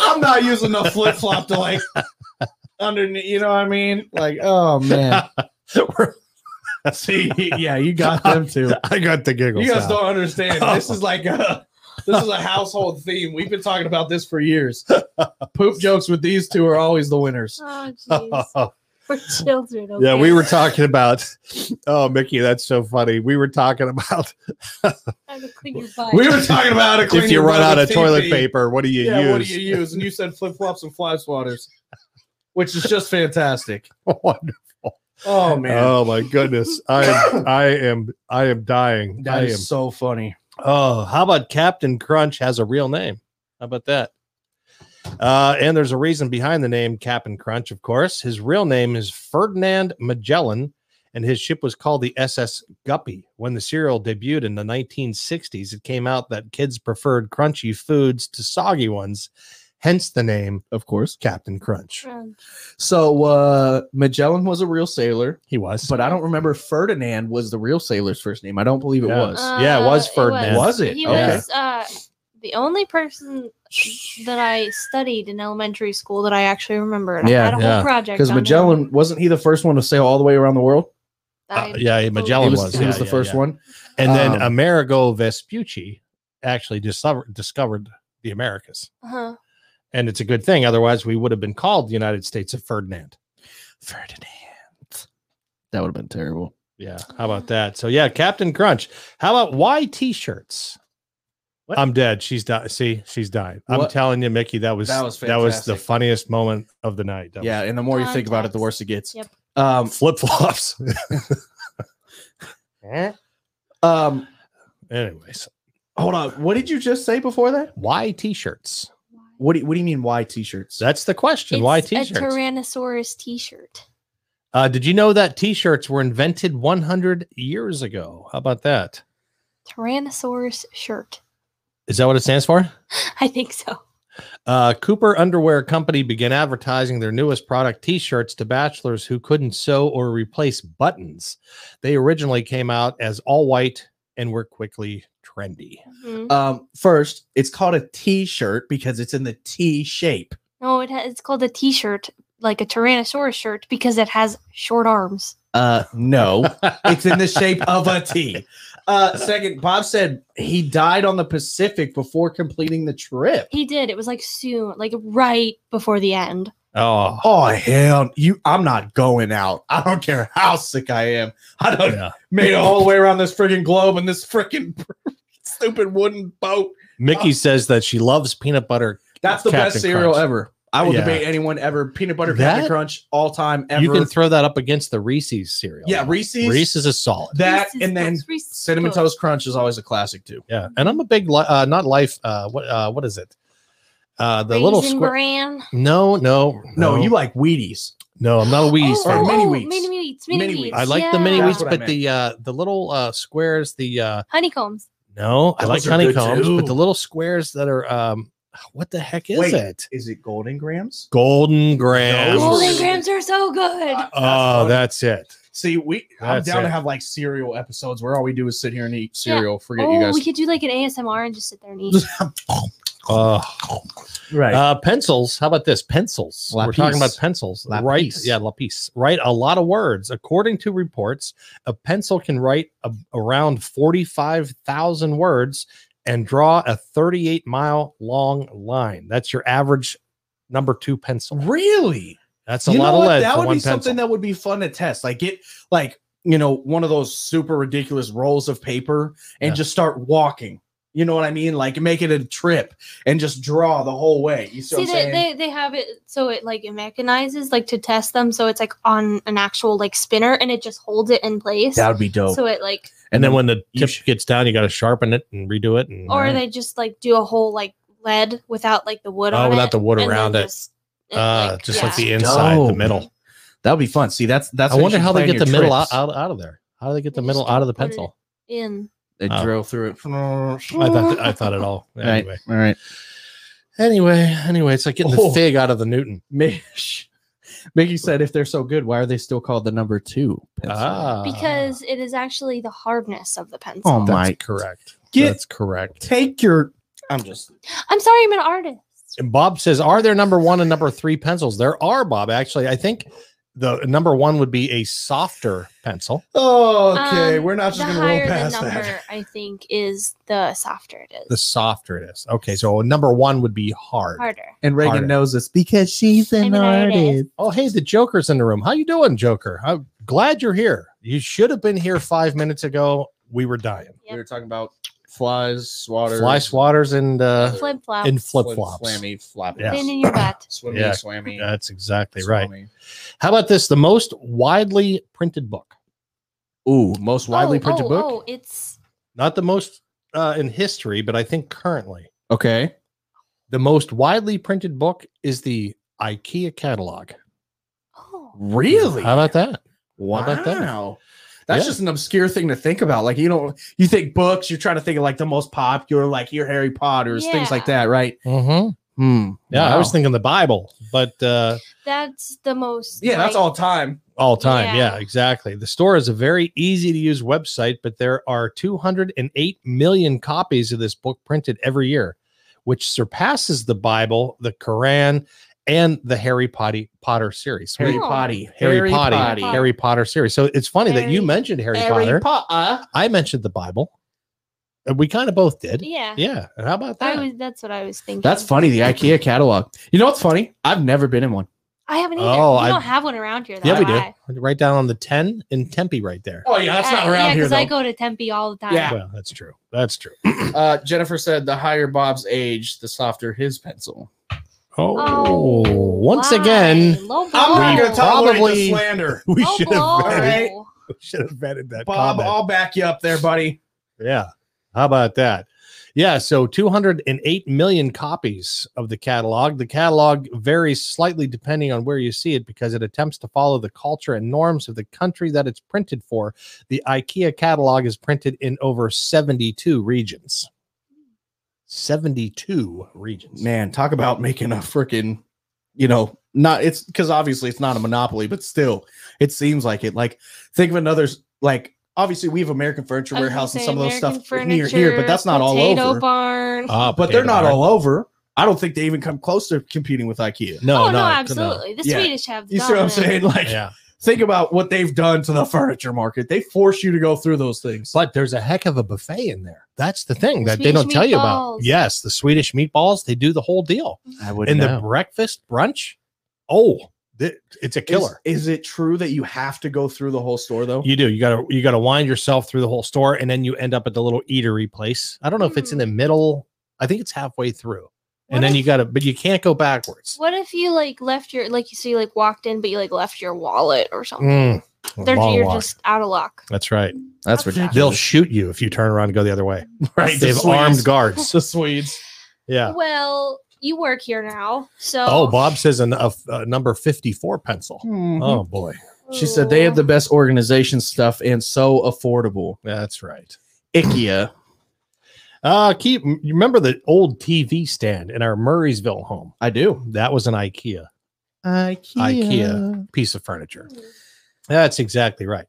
[SPEAKER 5] I'm not using the flip flop to like underneath. You know what I mean? Like, oh man.
[SPEAKER 2] We're-
[SPEAKER 5] See, yeah, you got them too.
[SPEAKER 2] I got the giggles.
[SPEAKER 5] You guys
[SPEAKER 2] now.
[SPEAKER 5] don't understand. This is like a this is a household theme. We've been talking about this for years. Poop jokes with these two are always the winners.
[SPEAKER 4] Oh jeez, we're children.
[SPEAKER 2] yeah,
[SPEAKER 4] okay?
[SPEAKER 2] we were talking about. Oh, Mickey, that's so funny. We were talking about
[SPEAKER 4] I had to clean your butt.
[SPEAKER 5] We were talking about it.
[SPEAKER 2] if you run out of toilet paper, what do you
[SPEAKER 5] yeah,
[SPEAKER 2] use?
[SPEAKER 5] what do you use? And you said flip flops and fly swatters, which is just fantastic.
[SPEAKER 2] Wonderful.
[SPEAKER 5] Oh man,
[SPEAKER 2] Oh my goodness, I am, I am, I am dying.
[SPEAKER 5] that
[SPEAKER 2] I
[SPEAKER 5] is
[SPEAKER 2] am.
[SPEAKER 5] so funny.
[SPEAKER 2] Oh, how about Captain Crunch has a real name? How about that? Uh, and there's a reason behind the name Captain Crunch, of course. His real name is Ferdinand Magellan, and his ship was called the SS Guppy. When the cereal debuted in the 1960s, it came out that kids preferred crunchy foods to soggy ones, hence the name
[SPEAKER 3] of course.
[SPEAKER 2] Captain Crunch.
[SPEAKER 4] Um,
[SPEAKER 5] So uh, Magellan was a real sailor,
[SPEAKER 2] He was.
[SPEAKER 5] but I don't remember if Ferdinand was the real sailor's first name. I don't believe it
[SPEAKER 2] Yeah.
[SPEAKER 4] Oh,
[SPEAKER 5] was.
[SPEAKER 2] Yeah, it was Ferdinand.
[SPEAKER 3] Was it?
[SPEAKER 4] He
[SPEAKER 5] Okay.
[SPEAKER 4] was uh, the only person that I studied in elementary school that I actually remember. And
[SPEAKER 5] Yeah,
[SPEAKER 4] I had a
[SPEAKER 2] yeah.
[SPEAKER 4] whole project
[SPEAKER 5] Because
[SPEAKER 4] on him.
[SPEAKER 5] Magellan wasn't he the first one to sail all the way around the world?
[SPEAKER 4] I-
[SPEAKER 2] Uh, yeah,
[SPEAKER 5] He
[SPEAKER 2] Magellan
[SPEAKER 5] was,
[SPEAKER 2] was.
[SPEAKER 5] he
[SPEAKER 2] yeah,
[SPEAKER 5] was the
[SPEAKER 2] yeah,
[SPEAKER 5] first
[SPEAKER 2] yeah.
[SPEAKER 5] one.
[SPEAKER 2] And then
[SPEAKER 5] Um,
[SPEAKER 2] Amerigo Vespucci actually discover, discovered the Americas.
[SPEAKER 4] uh-huh.
[SPEAKER 2] And it's a good thing. Otherwise, we would have been called the United States of Ferdinand.
[SPEAKER 5] Ferdinand. That would have been terrible.
[SPEAKER 2] Yeah. How about that? So, yeah, Captain Crunch. How about why t shirts?
[SPEAKER 3] What?
[SPEAKER 2] I'm dead. She's dying. See, she's dying. I'm
[SPEAKER 5] What?
[SPEAKER 2] telling you, Mickey, that was
[SPEAKER 5] That was
[SPEAKER 2] the
[SPEAKER 5] fantastic.
[SPEAKER 2] funniest moment of the night. That
[SPEAKER 5] Yeah, and the more you think about it, the
[SPEAKER 4] Context.
[SPEAKER 5] worse it gets.
[SPEAKER 4] Yep.
[SPEAKER 5] Um,
[SPEAKER 2] was flip flops.
[SPEAKER 5] Eh? um,
[SPEAKER 2] Anyways,
[SPEAKER 3] Hold on. What did you just say before that?
[SPEAKER 2] why t shirts?
[SPEAKER 3] What do you, what do you mean? Why t-shirts?
[SPEAKER 2] That's the question. why
[SPEAKER 4] It's
[SPEAKER 2] t
[SPEAKER 4] a
[SPEAKER 2] shirts?
[SPEAKER 4] Tyrannosaurus T-shirt.
[SPEAKER 2] Uh, did you know that t shirts were invented 100 years ago? How about that?
[SPEAKER 4] Tyrannosaurus shirt.
[SPEAKER 2] Is that what it stands for?
[SPEAKER 4] I think so.
[SPEAKER 2] Uh, Cooper Underwear Company began advertising their newest product, t shirts, to bachelors who couldn't sew or replace buttons. They originally came out as all white and were quickly trendy.
[SPEAKER 4] Mhm.
[SPEAKER 3] Um, first, it's called a t-shirt because it's in the T shape.
[SPEAKER 4] No, it ha- it's called a T-shirt, like a Tyrannosaurus shirt, because it has short arms.
[SPEAKER 3] Uh, no, it's in the shape of a T. Uh, second, Bob said he died on the Pacific before completing the trip.
[SPEAKER 4] He did. It was like soon, like right before the end.
[SPEAKER 2] Oh,
[SPEAKER 3] Oh hell, you! I'm not going out. I don't care how sick I am. I don't
[SPEAKER 2] yeah.
[SPEAKER 3] made it all the way around this freaking globe in this freaking stupid wooden boat. Oh.
[SPEAKER 2] Mickey says that she loves peanut butter.
[SPEAKER 3] That's the
[SPEAKER 2] Captain
[SPEAKER 3] best cereal
[SPEAKER 2] Crunch.
[SPEAKER 3] ever. I will
[SPEAKER 2] Yeah.
[SPEAKER 3] debate anyone ever. Peanut butter Captain
[SPEAKER 2] That-
[SPEAKER 3] Crunch all time ever.
[SPEAKER 2] You can throw that up against the Reese's cereal.
[SPEAKER 3] yeah, Reese's.
[SPEAKER 2] Reese's is solid.
[SPEAKER 3] That
[SPEAKER 4] Reese's
[SPEAKER 3] and then
[SPEAKER 4] Puffs, Reese's
[SPEAKER 3] cinnamon
[SPEAKER 4] Puffs.
[SPEAKER 3] toast crunch is always a classic too.
[SPEAKER 2] Yeah, and I'm a big li- uh, not life. Uh, what uh, what is it? Uh, the little
[SPEAKER 4] Raisin
[SPEAKER 2] square.
[SPEAKER 4] Bran.
[SPEAKER 2] No, no,
[SPEAKER 3] No, you like Wheaties.
[SPEAKER 2] no. I'm not a Wheaties
[SPEAKER 4] Oh,
[SPEAKER 2] fan.
[SPEAKER 4] oh,
[SPEAKER 3] Mini
[SPEAKER 4] oh,
[SPEAKER 3] wheats.
[SPEAKER 4] Mini wheats. Mini,
[SPEAKER 3] Mini
[SPEAKER 4] wheats.
[SPEAKER 3] wheats.
[SPEAKER 2] I like the
[SPEAKER 4] yeah.
[SPEAKER 2] mini
[SPEAKER 3] That's
[SPEAKER 2] wheats,
[SPEAKER 3] what I
[SPEAKER 2] but
[SPEAKER 3] meant.
[SPEAKER 2] the uh, the little uh, squares. The uh,
[SPEAKER 4] honeycombs.
[SPEAKER 2] no, I
[SPEAKER 3] Those
[SPEAKER 2] like
[SPEAKER 3] are good
[SPEAKER 2] honeycombs,
[SPEAKER 3] too.
[SPEAKER 2] but the little squares that are um, what the heck is
[SPEAKER 3] Wait.
[SPEAKER 2] it?
[SPEAKER 3] Is it Golden Grams?
[SPEAKER 2] Golden grams.
[SPEAKER 3] Those-
[SPEAKER 4] Golden grams are so good.
[SPEAKER 2] Oh, that's it.
[SPEAKER 3] See, we
[SPEAKER 2] That's
[SPEAKER 3] I'm down
[SPEAKER 2] it.
[SPEAKER 3] to have like cereal episodes where all we do is sit here and eat
[SPEAKER 4] Yeah.
[SPEAKER 3] cereal. Forget
[SPEAKER 4] oh,
[SPEAKER 3] you guys.
[SPEAKER 4] we could do like an ASMR and just sit there and eat.
[SPEAKER 2] Oh.
[SPEAKER 3] right.
[SPEAKER 2] Uh, pencils. How about this? Pencils. We're
[SPEAKER 3] Lapis.
[SPEAKER 2] talking about pencils.
[SPEAKER 3] Lapis.
[SPEAKER 2] Right? Yeah, lapis. Write a lot of words. According to reports, a pencil can write a, around forty-five thousand words and draw a thirty-eight mile long line. That's your average number two pencil.
[SPEAKER 3] really?
[SPEAKER 2] That's a lot of lead
[SPEAKER 3] That
[SPEAKER 2] for
[SPEAKER 3] would
[SPEAKER 2] one
[SPEAKER 3] be
[SPEAKER 2] pencil.
[SPEAKER 3] something that would be fun to test. Like get like you know one of those super ridiculous rolls of paper and
[SPEAKER 2] Yeah.
[SPEAKER 3] just start walking. You know what I mean? Like make it a trip and just draw the whole way. You see,
[SPEAKER 4] See,
[SPEAKER 3] what I'm
[SPEAKER 4] they,
[SPEAKER 3] saying?
[SPEAKER 4] they, they have it so it like it mechanizes like to test them so it's like on an actual like spinner and it just holds it in place.
[SPEAKER 3] would be dope.
[SPEAKER 4] So it like,
[SPEAKER 2] and then when the
[SPEAKER 3] you
[SPEAKER 2] tip
[SPEAKER 3] sh-
[SPEAKER 2] gets down, you got to sharpen it and redo it. And
[SPEAKER 4] or they just like do a whole like lead without like the wood
[SPEAKER 2] Oh,
[SPEAKER 4] on
[SPEAKER 2] without
[SPEAKER 4] it
[SPEAKER 2] the wood
[SPEAKER 4] and then
[SPEAKER 2] around it.
[SPEAKER 4] Just, and,
[SPEAKER 2] uh, just like
[SPEAKER 4] yeah.
[SPEAKER 2] the inside, the
[SPEAKER 3] Dope.
[SPEAKER 2] middle.
[SPEAKER 3] that would be fun. See, that's that's.
[SPEAKER 2] I
[SPEAKER 3] what you
[SPEAKER 2] wonder
[SPEAKER 3] should
[SPEAKER 2] how they
[SPEAKER 3] plan
[SPEAKER 2] get the
[SPEAKER 3] your
[SPEAKER 2] middle out,
[SPEAKER 3] trips.
[SPEAKER 2] out, out of there. How do they get the
[SPEAKER 4] They
[SPEAKER 2] middle
[SPEAKER 4] just
[SPEAKER 2] out of the
[SPEAKER 4] put it-
[SPEAKER 2] pencil?
[SPEAKER 4] in.
[SPEAKER 3] They
[SPEAKER 2] Oh.
[SPEAKER 3] drill through it. All
[SPEAKER 2] I thought I thought it all.
[SPEAKER 3] right.
[SPEAKER 2] Anyway.
[SPEAKER 3] All right.
[SPEAKER 2] Anyway, anyway, it's like getting
[SPEAKER 3] Oh.
[SPEAKER 2] the fig out of the Newton.
[SPEAKER 3] Mish. Mickey said, if they're so good, why are they still called the number two? pencil?"
[SPEAKER 2] Ah,
[SPEAKER 4] because it is actually the hardness of the pencil.
[SPEAKER 3] Oh
[SPEAKER 2] that's
[SPEAKER 3] my.
[SPEAKER 2] correct.
[SPEAKER 3] Get-
[SPEAKER 2] that's correct.
[SPEAKER 3] Take your. I'm just.
[SPEAKER 4] I'm sorry, I'm an artist.
[SPEAKER 2] And Bob says, "Are there number one and number three pencils?" There are, Bob. Actually, I think the number one would be a softer pencil.
[SPEAKER 3] Oh,
[SPEAKER 4] Um, the higher the number, I think, is the softer it is.
[SPEAKER 2] The softer it is. Okay, so number one would be hard.
[SPEAKER 4] harder.
[SPEAKER 3] And
[SPEAKER 2] Reagan
[SPEAKER 3] Reagan
[SPEAKER 2] Harder.
[SPEAKER 3] knows this because she's
[SPEAKER 4] an
[SPEAKER 3] an
[SPEAKER 4] Even though it is.
[SPEAKER 3] artist.
[SPEAKER 4] artist.
[SPEAKER 2] Oh, hey, the Joker's in the room. How you doing, Joker? I'm glad you're here. You should have been here five minutes ago. We were dying.
[SPEAKER 4] Yep.
[SPEAKER 3] talking about flies, swatters,
[SPEAKER 2] Fly swatters and uh,
[SPEAKER 4] Flip flop.
[SPEAKER 2] and flip flops.
[SPEAKER 3] flammy, flappy,
[SPEAKER 2] Yeah.
[SPEAKER 4] Thin in your butt.
[SPEAKER 3] swimmy,
[SPEAKER 2] Yeah.
[SPEAKER 3] swammy.
[SPEAKER 2] That's exactly right.
[SPEAKER 3] swammy.
[SPEAKER 2] How about this? The most widely printed book,
[SPEAKER 3] Ooh, most widely
[SPEAKER 4] Oh,
[SPEAKER 3] printed
[SPEAKER 4] oh,
[SPEAKER 3] book.
[SPEAKER 4] Oh, it's
[SPEAKER 2] not the most uh, in history, but I think currently
[SPEAKER 3] Okay.
[SPEAKER 2] the most widely printed book is the IKEA catalog.
[SPEAKER 4] oh,
[SPEAKER 3] Really?
[SPEAKER 2] How about that?
[SPEAKER 3] Wow.
[SPEAKER 2] about that?
[SPEAKER 3] That's
[SPEAKER 2] Yeah.
[SPEAKER 3] just an obscure thing to think about. Like you don't you think books, you're trying to think of like the most popular, like your Harry Potters, things like
[SPEAKER 4] Yeah.
[SPEAKER 3] that, right?
[SPEAKER 2] Mm-hmm.
[SPEAKER 3] Hmm.
[SPEAKER 2] Yeah, I
[SPEAKER 3] Wow.
[SPEAKER 2] was thinking the Bible, but uh,
[SPEAKER 4] That's the most.
[SPEAKER 5] Yeah, that's
[SPEAKER 4] like-
[SPEAKER 5] all time.
[SPEAKER 2] all time. Yeah.
[SPEAKER 4] Yeah.
[SPEAKER 2] exactly. The store is a very easy to use website, but there are 208 million copies of this book printed every year, which surpasses the Bible, the Quran, and the Harry Potter Potter series.
[SPEAKER 3] Harry
[SPEAKER 4] Oh.
[SPEAKER 3] Potty.
[SPEAKER 2] Harry, Potter,
[SPEAKER 4] Potty.
[SPEAKER 2] Harry Potter series. So it's funny that you
[SPEAKER 4] Harry-
[SPEAKER 2] mentioned Harry, Potter.
[SPEAKER 3] Harry Potter.
[SPEAKER 2] I mentioned the Bible. And we kind of both did.
[SPEAKER 4] Yeah.
[SPEAKER 2] Yeah. And how about
[SPEAKER 4] I
[SPEAKER 2] that?
[SPEAKER 4] was, that's what I was thinking.
[SPEAKER 3] That's funny. The IKEA catalog. You know what's funny? I've never been in one.
[SPEAKER 4] I haven't either.
[SPEAKER 2] Oh,
[SPEAKER 4] we
[SPEAKER 2] I-
[SPEAKER 4] don't have one around here.
[SPEAKER 2] yeah, we do.
[SPEAKER 4] that's why.
[SPEAKER 2] Right down on the 10 in Tempe right there.
[SPEAKER 5] Oh yeah, that's not
[SPEAKER 4] Uh,
[SPEAKER 5] around
[SPEAKER 4] yeah,
[SPEAKER 5] here
[SPEAKER 4] because
[SPEAKER 5] though.
[SPEAKER 4] I go to Tempe all the time.
[SPEAKER 3] Yeah.
[SPEAKER 2] Well, that's true. That's true.
[SPEAKER 3] Uh, Jennifer said, "The higher Bob's age, the softer his pencil."
[SPEAKER 2] Oh, once again,
[SPEAKER 5] I'm not
[SPEAKER 2] We
[SPEAKER 5] going to tell Lori
[SPEAKER 2] probably-
[SPEAKER 5] to slander.
[SPEAKER 2] we
[SPEAKER 4] Oh,
[SPEAKER 2] should
[SPEAKER 4] blow.
[SPEAKER 2] have vetted,
[SPEAKER 5] Alright.
[SPEAKER 2] we should have vetted that
[SPEAKER 5] Bob,
[SPEAKER 2] comment.
[SPEAKER 5] I'll back you up there, buddy.
[SPEAKER 2] yeah, how about that? Yeah, so 208 million copies of the catalog. The catalog varies slightly depending on where you see it because it attempts to follow the culture and norms of the country that it's printed for. The IKEA catalog is printed in over 72 regions. 72 regions.
[SPEAKER 3] Man, talk about making a freaking, you know, not it's because obviously it's not a monopoly, but still, it seems like it. Like, think of another s- like. Obviously, we have American Furniture
[SPEAKER 4] I was gonna
[SPEAKER 3] Warehouse and
[SPEAKER 4] say
[SPEAKER 3] some of those
[SPEAKER 4] American
[SPEAKER 3] stuff near here, but that's not all
[SPEAKER 4] Potato
[SPEAKER 3] over.
[SPEAKER 4] Barn.
[SPEAKER 2] Ah,
[SPEAKER 3] but they're
[SPEAKER 2] potato
[SPEAKER 3] not
[SPEAKER 2] bar.
[SPEAKER 3] all over. I don't think they even come close to competing with IKEA.
[SPEAKER 2] No,
[SPEAKER 4] oh
[SPEAKER 2] no,
[SPEAKER 4] no,
[SPEAKER 2] no.
[SPEAKER 4] absolutely. The
[SPEAKER 3] Yeah.
[SPEAKER 4] Swedish have.
[SPEAKER 3] You see what I'm
[SPEAKER 4] dominant-
[SPEAKER 3] saying? Like,
[SPEAKER 2] Yeah.
[SPEAKER 3] think about what they've done to the furniture market. They force you to go through those things.
[SPEAKER 2] But there's a heck of a buffet in there. That's the thing
[SPEAKER 4] The
[SPEAKER 2] that they don't
[SPEAKER 4] Swedish
[SPEAKER 2] tell you
[SPEAKER 4] meatballs.
[SPEAKER 2] about. Yes, the Swedish meatballs, they do the whole deal.
[SPEAKER 3] I would
[SPEAKER 2] And the breakfast brunch, oh, th- it's a killer.
[SPEAKER 3] Is, is it true that you have to go through the whole store though?
[SPEAKER 2] You do. You gotta you gotta wind yourself through the whole store and then you end up at the little eatery place. I don't know if it's in
[SPEAKER 3] Hmm.
[SPEAKER 2] the middle. I think it's halfway through.
[SPEAKER 4] What
[SPEAKER 2] And then
[SPEAKER 4] if-
[SPEAKER 2] you gotta but you can't go backwards.
[SPEAKER 4] What if you like left your like you see like walked in, but you like left your wallet or something?
[SPEAKER 2] Mm,
[SPEAKER 4] They're,
[SPEAKER 2] long
[SPEAKER 4] you're
[SPEAKER 2] walk.
[SPEAKER 4] just out of luck.
[SPEAKER 2] That's right.
[SPEAKER 3] That's
[SPEAKER 2] They'll shoot you if you turn around and go the other way.
[SPEAKER 3] Right,
[SPEAKER 2] They
[SPEAKER 3] the
[SPEAKER 2] have
[SPEAKER 3] Swedes.
[SPEAKER 2] armed guards.
[SPEAKER 3] the Swedes.
[SPEAKER 2] Yeah.
[SPEAKER 4] Well, you work here now, so
[SPEAKER 2] Oh, Bob says an- a, f- a number 54 pencil.
[SPEAKER 3] Mm-hmm.
[SPEAKER 4] Hmm.
[SPEAKER 2] Oh boy.
[SPEAKER 3] She said they have the best organization stuff and so affordable.
[SPEAKER 2] That's right.
[SPEAKER 3] IKEA.
[SPEAKER 2] Uh keep you remember the old TV stand in our Murraysville home?
[SPEAKER 3] I do.
[SPEAKER 2] That was an IKEA
[SPEAKER 3] IKEA.
[SPEAKER 2] IKEA. piece of furniture. That's exactly right.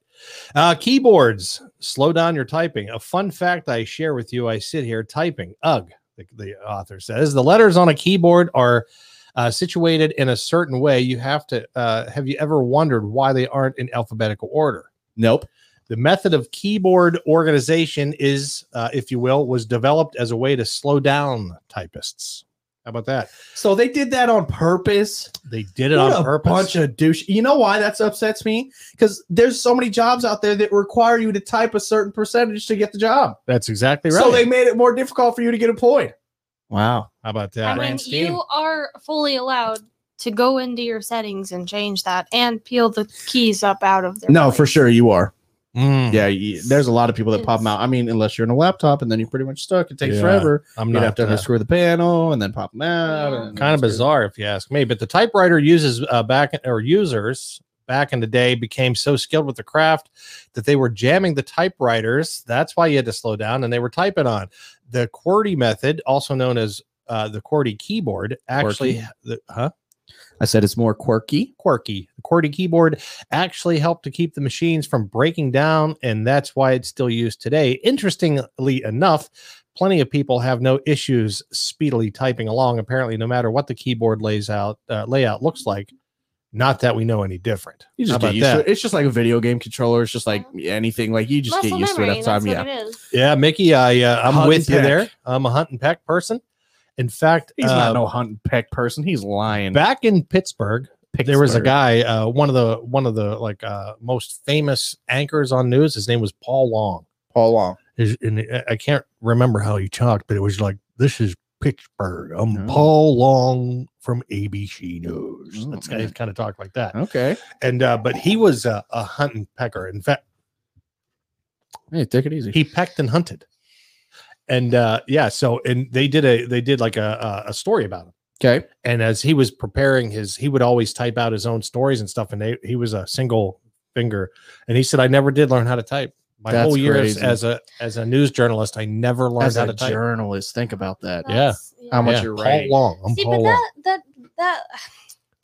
[SPEAKER 2] Uh keyboards, slow down your typing. A fun fact I share with you, I sit here typing. Ugh, the, the author says the letters on a keyboard are uh, situated in a certain way. You have to uh, have you ever wondered why they aren't in alphabetical order?
[SPEAKER 3] Nope.
[SPEAKER 2] The method of keyboard organization is, uh, if you will, was developed as a way to slow down typists. How about that?
[SPEAKER 3] So they did that on purpose.
[SPEAKER 2] They did it
[SPEAKER 3] What
[SPEAKER 2] on
[SPEAKER 3] a
[SPEAKER 2] purpose.
[SPEAKER 3] bunch of douche. You know why that upsets me? Because there's so many jobs out there that require you to type a certain percentage to get the job.
[SPEAKER 2] That's exactly right.
[SPEAKER 3] So they made it more difficult for you to get employed. Wow.
[SPEAKER 2] How about
[SPEAKER 4] I
[SPEAKER 2] that?
[SPEAKER 4] mean,
[SPEAKER 3] Grand scheme.
[SPEAKER 4] you are fully allowed to go into your settings and change that, and peel the keys up out of their.
[SPEAKER 3] No,
[SPEAKER 4] place.
[SPEAKER 3] for sure you are.
[SPEAKER 2] Mm,
[SPEAKER 3] Yeah, you, there's a lot of people that pop them out. I mean, unless you're in a laptop and then you're pretty much stuck. It takes
[SPEAKER 2] Yeah.
[SPEAKER 3] forever.
[SPEAKER 2] I'm
[SPEAKER 3] You'd
[SPEAKER 2] not
[SPEAKER 3] have to
[SPEAKER 2] uh,
[SPEAKER 3] unscrew the panel and then pop them out.
[SPEAKER 4] Yeah.
[SPEAKER 3] and-
[SPEAKER 2] kind of bizarre if you ask me. But the typewriter uses uh, back or users back in the day became so skilled with the craft that they were jamming the typewriters. That's why you had to slow down, and they were typing on the QWERTY method, also known as uh, the QWERTY keyboard. Actually,
[SPEAKER 3] Quirky.
[SPEAKER 2] the, huh?
[SPEAKER 3] I said it's more quirky.
[SPEAKER 2] quirky. The QWERTY keyboard actually helped to keep the machines from breaking down, and that's why it's still used today. Interestingly enough, plenty of people have no issues speedily typing along. Apparently, no matter what the keyboard lays out uh, layout looks like, not that we know any different.
[SPEAKER 3] You
[SPEAKER 2] How
[SPEAKER 3] just get
[SPEAKER 2] about
[SPEAKER 3] used
[SPEAKER 2] that?
[SPEAKER 3] to it. It's just like a video game controller. It's just like anything. Like you just
[SPEAKER 4] Muscle
[SPEAKER 3] get used
[SPEAKER 4] memory,
[SPEAKER 3] to it at the time.
[SPEAKER 4] that's
[SPEAKER 3] Yeah.
[SPEAKER 4] what it is.
[SPEAKER 2] Yeah, Mickey, I uh, I'm
[SPEAKER 3] Hunt
[SPEAKER 2] with
[SPEAKER 3] and
[SPEAKER 2] you
[SPEAKER 3] peck.
[SPEAKER 2] there. I'm a hunt and peck person. In fact,
[SPEAKER 3] He's
[SPEAKER 2] uh,
[SPEAKER 3] not no hunt and peck person. He's lying.
[SPEAKER 2] back in Pittsburgh, there was a
[SPEAKER 3] Pittsburgh.
[SPEAKER 2] guy, uh, one of the one of the like uh, most famous anchors on news. His name was Paul Long.
[SPEAKER 3] Paul Long.
[SPEAKER 2] is- and I- I can't remember how he talked, but it was like, "This is Pittsburgh. I'm
[SPEAKER 3] Oh.
[SPEAKER 2] Paul Long from ABC News."
[SPEAKER 3] Oh,
[SPEAKER 2] That's
[SPEAKER 3] man.
[SPEAKER 2] kind of, kind of talk like that.
[SPEAKER 3] Okay.
[SPEAKER 2] And uh, but he was a, a hunt and pecker. In fact,
[SPEAKER 3] Hey, take it easy.
[SPEAKER 2] he pecked and hunted. And uh, yeah, so and they did a they did like a a- a story about him.
[SPEAKER 3] Okay.
[SPEAKER 2] And as he was preparing his, he would always type out his own stories and stuff. And they, he was a single finger, and he said, "I never did learn how to type." my
[SPEAKER 7] That's
[SPEAKER 2] whole years
[SPEAKER 7] crazy.
[SPEAKER 2] as a as a news journalist, I never learned
[SPEAKER 7] As
[SPEAKER 2] how
[SPEAKER 7] a
[SPEAKER 2] to type.
[SPEAKER 7] journalist, think about that.
[SPEAKER 2] Yeah.
[SPEAKER 4] That's-
[SPEAKER 7] How much
[SPEAKER 2] Yeah.
[SPEAKER 7] you're
[SPEAKER 2] Paul
[SPEAKER 7] writing.
[SPEAKER 2] Long. I'm
[SPEAKER 4] See,
[SPEAKER 2] Paul
[SPEAKER 4] but
[SPEAKER 2] Long.
[SPEAKER 4] that that that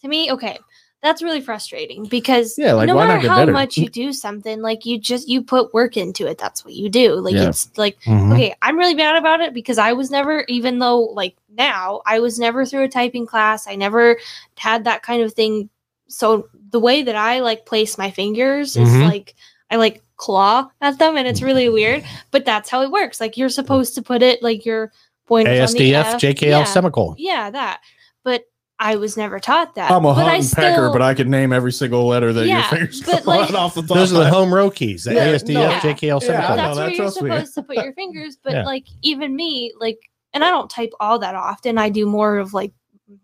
[SPEAKER 4] to me, okay, that's really frustrating because
[SPEAKER 7] Yeah, like,
[SPEAKER 4] no
[SPEAKER 7] why not
[SPEAKER 4] matter
[SPEAKER 7] get
[SPEAKER 4] how
[SPEAKER 7] better?
[SPEAKER 4] much you do something, like you just you put work into it. That's what you do. Like
[SPEAKER 7] Yeah. Mm-hmm.
[SPEAKER 4] it's like okay, I'm really bad about it because I was never, even though like now I was never through a typing class. I never had that kind of thing. So the way that I like place my fingers
[SPEAKER 7] Mm-hmm.
[SPEAKER 4] is
[SPEAKER 2] Mhm.
[SPEAKER 4] like I like claw at them, and it's really weird. But that's how it works. Like you're supposed to put it like your pointer.
[SPEAKER 2] ASDF, JKL,
[SPEAKER 4] uh, yeah.
[SPEAKER 2] semicolon.
[SPEAKER 4] Yeah, that. But I was never taught that.
[SPEAKER 5] I'm a
[SPEAKER 4] but
[SPEAKER 5] hunt
[SPEAKER 4] I
[SPEAKER 5] and pecker, but I can name every single letter that
[SPEAKER 4] Yeah,
[SPEAKER 5] your fingers
[SPEAKER 4] but,
[SPEAKER 5] come out
[SPEAKER 4] like-
[SPEAKER 5] off the top.
[SPEAKER 2] Those are the
[SPEAKER 5] of my-
[SPEAKER 2] home row keys. The
[SPEAKER 5] Yeah,
[SPEAKER 2] ASDF,
[SPEAKER 4] no.
[SPEAKER 2] JKL,
[SPEAKER 5] Yeah, I
[SPEAKER 2] semicolon.
[SPEAKER 5] know
[SPEAKER 4] that's
[SPEAKER 5] that,
[SPEAKER 4] where you're
[SPEAKER 5] trust me.
[SPEAKER 4] supposed to put your fingers. But
[SPEAKER 2] Yeah.
[SPEAKER 4] like even me, like, and I don't type all that often. I do more of like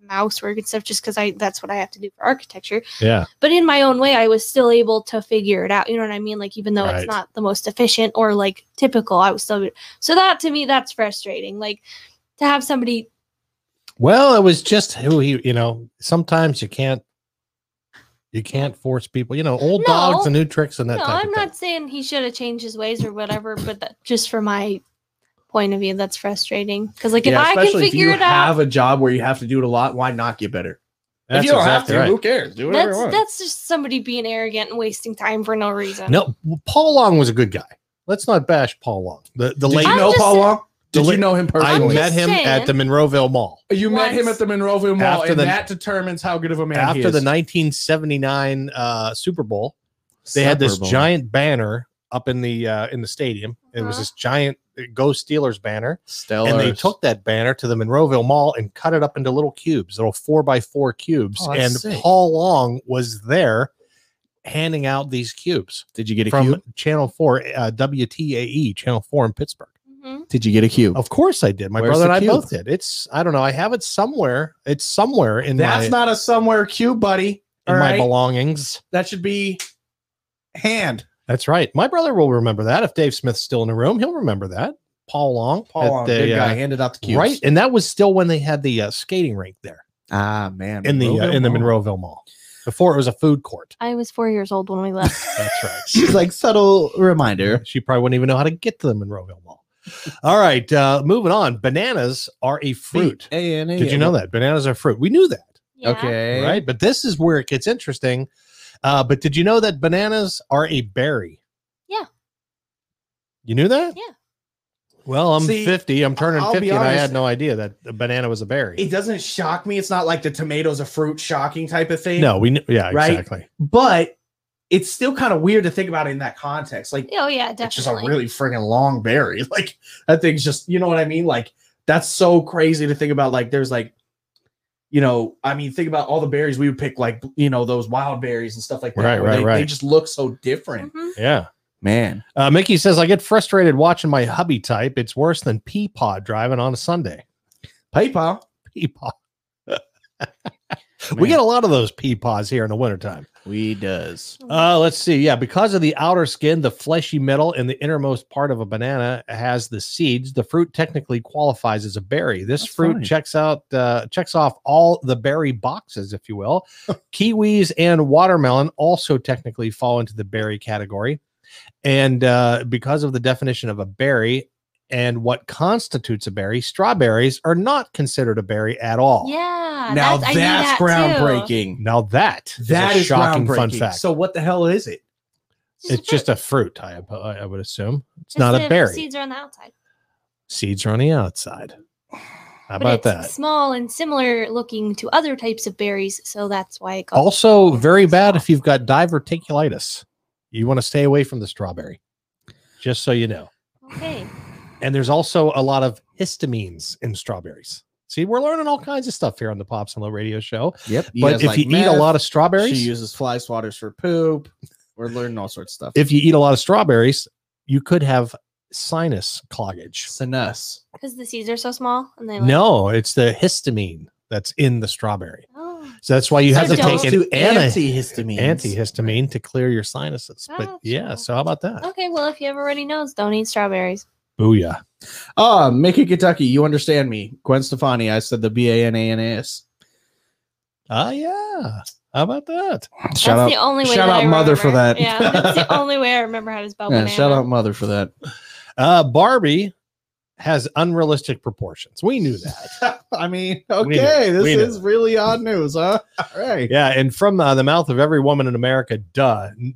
[SPEAKER 4] mouse work and stuff just because I that's what I have to do for architecture.
[SPEAKER 2] Yeah.
[SPEAKER 4] But in my own way, I was still able to figure it out. You know what I mean? Like even though
[SPEAKER 2] Right.
[SPEAKER 4] it's not the most efficient or like typical, I was still so that to me that's frustrating. Like to have somebody
[SPEAKER 2] Well, it was just who he, you know, sometimes you can't you can't force people, you know, old
[SPEAKER 4] No.
[SPEAKER 2] dogs and new tricks and that
[SPEAKER 4] no,
[SPEAKER 2] type
[SPEAKER 4] I'm
[SPEAKER 2] of
[SPEAKER 4] not saying he should have changed his ways or whatever, but that, just from my point of view, that's frustrating. Because like if I can figure
[SPEAKER 5] if
[SPEAKER 4] it
[SPEAKER 5] you
[SPEAKER 4] out,
[SPEAKER 5] have a job where you have to do it a lot, why not get better?
[SPEAKER 2] thing. That's
[SPEAKER 5] if you don't
[SPEAKER 2] exactly
[SPEAKER 5] have to,
[SPEAKER 2] right.
[SPEAKER 5] who cares? Do whatever
[SPEAKER 4] that's
[SPEAKER 5] you want.
[SPEAKER 4] that's just somebody being arrogant and wasting time for no reason.
[SPEAKER 2] No, well, Paul Long was a good guy. Let's not bash Paul Long. The the
[SPEAKER 5] Did
[SPEAKER 2] late
[SPEAKER 5] you
[SPEAKER 4] I'm
[SPEAKER 5] know
[SPEAKER 4] just
[SPEAKER 5] Paul
[SPEAKER 4] saying-
[SPEAKER 5] Long? Did you know him
[SPEAKER 2] I
[SPEAKER 5] personally?
[SPEAKER 4] I'm
[SPEAKER 2] met
[SPEAKER 4] just
[SPEAKER 2] him at
[SPEAKER 4] saying.
[SPEAKER 2] the Monroeville Mall
[SPEAKER 5] you met him
[SPEAKER 4] Once.
[SPEAKER 5] at the Monroeville Mall,
[SPEAKER 2] After
[SPEAKER 5] and
[SPEAKER 2] the-
[SPEAKER 5] that determines how good of a man he
[SPEAKER 2] after
[SPEAKER 5] is.
[SPEAKER 2] the 1979 uh, Super Bowl. They had this
[SPEAKER 7] Separable.
[SPEAKER 2] giant banner up in the uh, in the stadium. It was
[SPEAKER 4] Uh-huh.
[SPEAKER 2] this giant uh, Go Steelers banner.
[SPEAKER 5] Oh,
[SPEAKER 7] Stellar.
[SPEAKER 2] and they took that banner to the Monroeville Mall and cut it up into little cubes, little four by four cubes.
[SPEAKER 7] Oh, that's
[SPEAKER 2] and
[SPEAKER 7] sick.
[SPEAKER 2] Paul Long was there handing out these cubes
[SPEAKER 7] Did you get a
[SPEAKER 2] from
[SPEAKER 7] cube?
[SPEAKER 2] Channel 4, uh, WTAE, E, Channel 4 in Pittsburgh.
[SPEAKER 4] Mhm.
[SPEAKER 7] Did you get a cube?
[SPEAKER 2] Of course I did. My
[SPEAKER 7] Where's
[SPEAKER 2] brother and
[SPEAKER 7] the
[SPEAKER 2] I
[SPEAKER 7] cube?
[SPEAKER 2] both did. It's, I don't know, I have it somewhere. It's somewhere in,
[SPEAKER 5] That's
[SPEAKER 2] my,
[SPEAKER 5] not a somewhere cue, buddy.
[SPEAKER 2] in
[SPEAKER 5] All
[SPEAKER 2] my
[SPEAKER 5] right?
[SPEAKER 2] belongings.
[SPEAKER 5] that should be hand.
[SPEAKER 2] That's right. My brother will remember that. If Dave Smith's still in the room, he'll remember that. Paul Long.
[SPEAKER 5] Paul
[SPEAKER 2] at
[SPEAKER 5] Long,
[SPEAKER 2] the,
[SPEAKER 5] good
[SPEAKER 2] uh,
[SPEAKER 5] guy, handed out the cubes.
[SPEAKER 2] Right. And that was still when they had the uh, skating rink there.
[SPEAKER 7] Ah, man.
[SPEAKER 2] in the uh,
[SPEAKER 7] Monroeville
[SPEAKER 2] in the
[SPEAKER 7] Mall.
[SPEAKER 2] Monroeville Mall. Before it was a food court.
[SPEAKER 4] I was four years old when we left.
[SPEAKER 2] That's right.
[SPEAKER 7] She's like subtle reminder.
[SPEAKER 2] she probably wouldn't even know how to get to the Monroeville Mall. All right, uh, moving on. Bananas are a fruit. Did you know that bananas are fruit? We knew that,
[SPEAKER 4] Yeah.
[SPEAKER 7] Okay.
[SPEAKER 2] right? But this is where it gets interesting. Uh, but did you know that bananas are a berry?
[SPEAKER 4] Yeah.
[SPEAKER 2] You knew that?
[SPEAKER 4] Yeah.
[SPEAKER 2] Well, I'm
[SPEAKER 5] See,
[SPEAKER 2] 50. I'm turning
[SPEAKER 5] I'll be
[SPEAKER 2] 50, and I
[SPEAKER 5] honest.
[SPEAKER 2] had no idea that a banana was a berry.
[SPEAKER 5] It doesn't shock me. It's not like the tomatoes a fruit shocking type of thing.
[SPEAKER 2] No, we knew. Yeah,
[SPEAKER 5] Right?
[SPEAKER 2] exactly.
[SPEAKER 5] but it's still kind of weird to think about it in that context. Like
[SPEAKER 4] Oh yeah, definitely.
[SPEAKER 5] it's just a really friggin' long berry. Like that thing's just, you know what I mean? Like that's so crazy to think about. Like there's like, you know, I mean, think about all the berries we would pick, like you know those wild berries and stuff like that.
[SPEAKER 2] Right,
[SPEAKER 5] where
[SPEAKER 2] right,
[SPEAKER 5] they, They
[SPEAKER 2] right.
[SPEAKER 5] just look so different.
[SPEAKER 4] Mhm.
[SPEAKER 2] Yeah.
[SPEAKER 7] Man.
[SPEAKER 2] Uh, Mickey says, I get frustrated watching my hubby type. It's worse than pea pod driving on a Sunday.
[SPEAKER 5] PayPal.
[SPEAKER 2] Pea pod. We get a lot of those pea pods here in the wintertime.
[SPEAKER 7] We does.
[SPEAKER 4] Mm-hmm.
[SPEAKER 2] Uh, let's see. Yeah, because of the outer skin, the fleshy metal, and the innermost part of a banana has the seeds, the fruit technically qualifies as a berry. This
[SPEAKER 7] That's
[SPEAKER 2] fruit
[SPEAKER 7] funny.
[SPEAKER 2] checks out, uh, checks off all the berry boxes, if you will. Kiwis and watermelon also technically fall into the berry category. And uh, because of the definition of a berry and what constitutes a berry, strawberries are not considered a berry at all.
[SPEAKER 4] Yeah.
[SPEAKER 5] now
[SPEAKER 4] I
[SPEAKER 5] that's,
[SPEAKER 4] knew that too.
[SPEAKER 5] groundbreaking.
[SPEAKER 2] Now that is
[SPEAKER 5] That
[SPEAKER 2] a
[SPEAKER 5] is
[SPEAKER 2] shocking
[SPEAKER 5] groundbreaking.
[SPEAKER 2] fun fact.
[SPEAKER 5] So what the hell is it?
[SPEAKER 4] a
[SPEAKER 2] It's just
[SPEAKER 4] fruit.
[SPEAKER 2] a fruit, I, I I would assume. It's not a
[SPEAKER 4] the
[SPEAKER 2] berry. Seeds.
[SPEAKER 4] Seeds are on the outside.
[SPEAKER 2] are on the outside. How
[SPEAKER 4] but
[SPEAKER 2] about
[SPEAKER 4] it's
[SPEAKER 2] that?
[SPEAKER 4] small and similar looking to other types of berries, so that's why it got
[SPEAKER 2] Also, very bad if you've got diverticulitis. You want to stay away from the strawberry, just so you know.
[SPEAKER 4] Okay.
[SPEAKER 2] And there's also a lot of histamines in strawberries. See, we're learning all kinds of stuff here on the Pops and Low Radio Show.
[SPEAKER 7] Yep.
[SPEAKER 2] but if you eat a lot of
[SPEAKER 7] she
[SPEAKER 2] strawberries,
[SPEAKER 7] uses fly swatters for poop. We're learning all sorts of stuff.
[SPEAKER 2] if you eat a lot of strawberries, you could have sinus cloggage.
[SPEAKER 7] Sinus.
[SPEAKER 4] Because the seeds are so small and they like
[SPEAKER 2] No, it's the histamine that's in the strawberry.
[SPEAKER 4] Oh,
[SPEAKER 2] So that's why you have
[SPEAKER 4] So
[SPEAKER 2] to take an anti-
[SPEAKER 7] antihistamine.
[SPEAKER 2] antihistamine to clear your sinuses. But
[SPEAKER 4] Gotcha.
[SPEAKER 2] yeah, so how about that?
[SPEAKER 4] okay, well if you have already knows, don't eat strawberries.
[SPEAKER 2] Booyah.
[SPEAKER 7] Oh, Mickey Kentucky, you understand me. Gwen Stefani, I said the B A N A N A S.
[SPEAKER 2] Ah, yeah. How about that?
[SPEAKER 7] Shout
[SPEAKER 4] that's
[SPEAKER 7] out.
[SPEAKER 4] the only way
[SPEAKER 7] shout
[SPEAKER 4] that I
[SPEAKER 7] out mother for
[SPEAKER 4] remember.
[SPEAKER 7] that.
[SPEAKER 4] Yeah, that's the only way I remember how to spell
[SPEAKER 7] Yeah,
[SPEAKER 4] banana.
[SPEAKER 7] shout out mother for that.
[SPEAKER 2] Uh, Barbie has unrealistic proportions. We knew that.
[SPEAKER 7] I mean,
[SPEAKER 5] Oh,
[SPEAKER 2] We knew-
[SPEAKER 7] okay, this
[SPEAKER 2] we knew.
[SPEAKER 7] is really odd news, huh? All right.
[SPEAKER 2] Yeah, and from uh, the mouth of every woman in America, duh. N-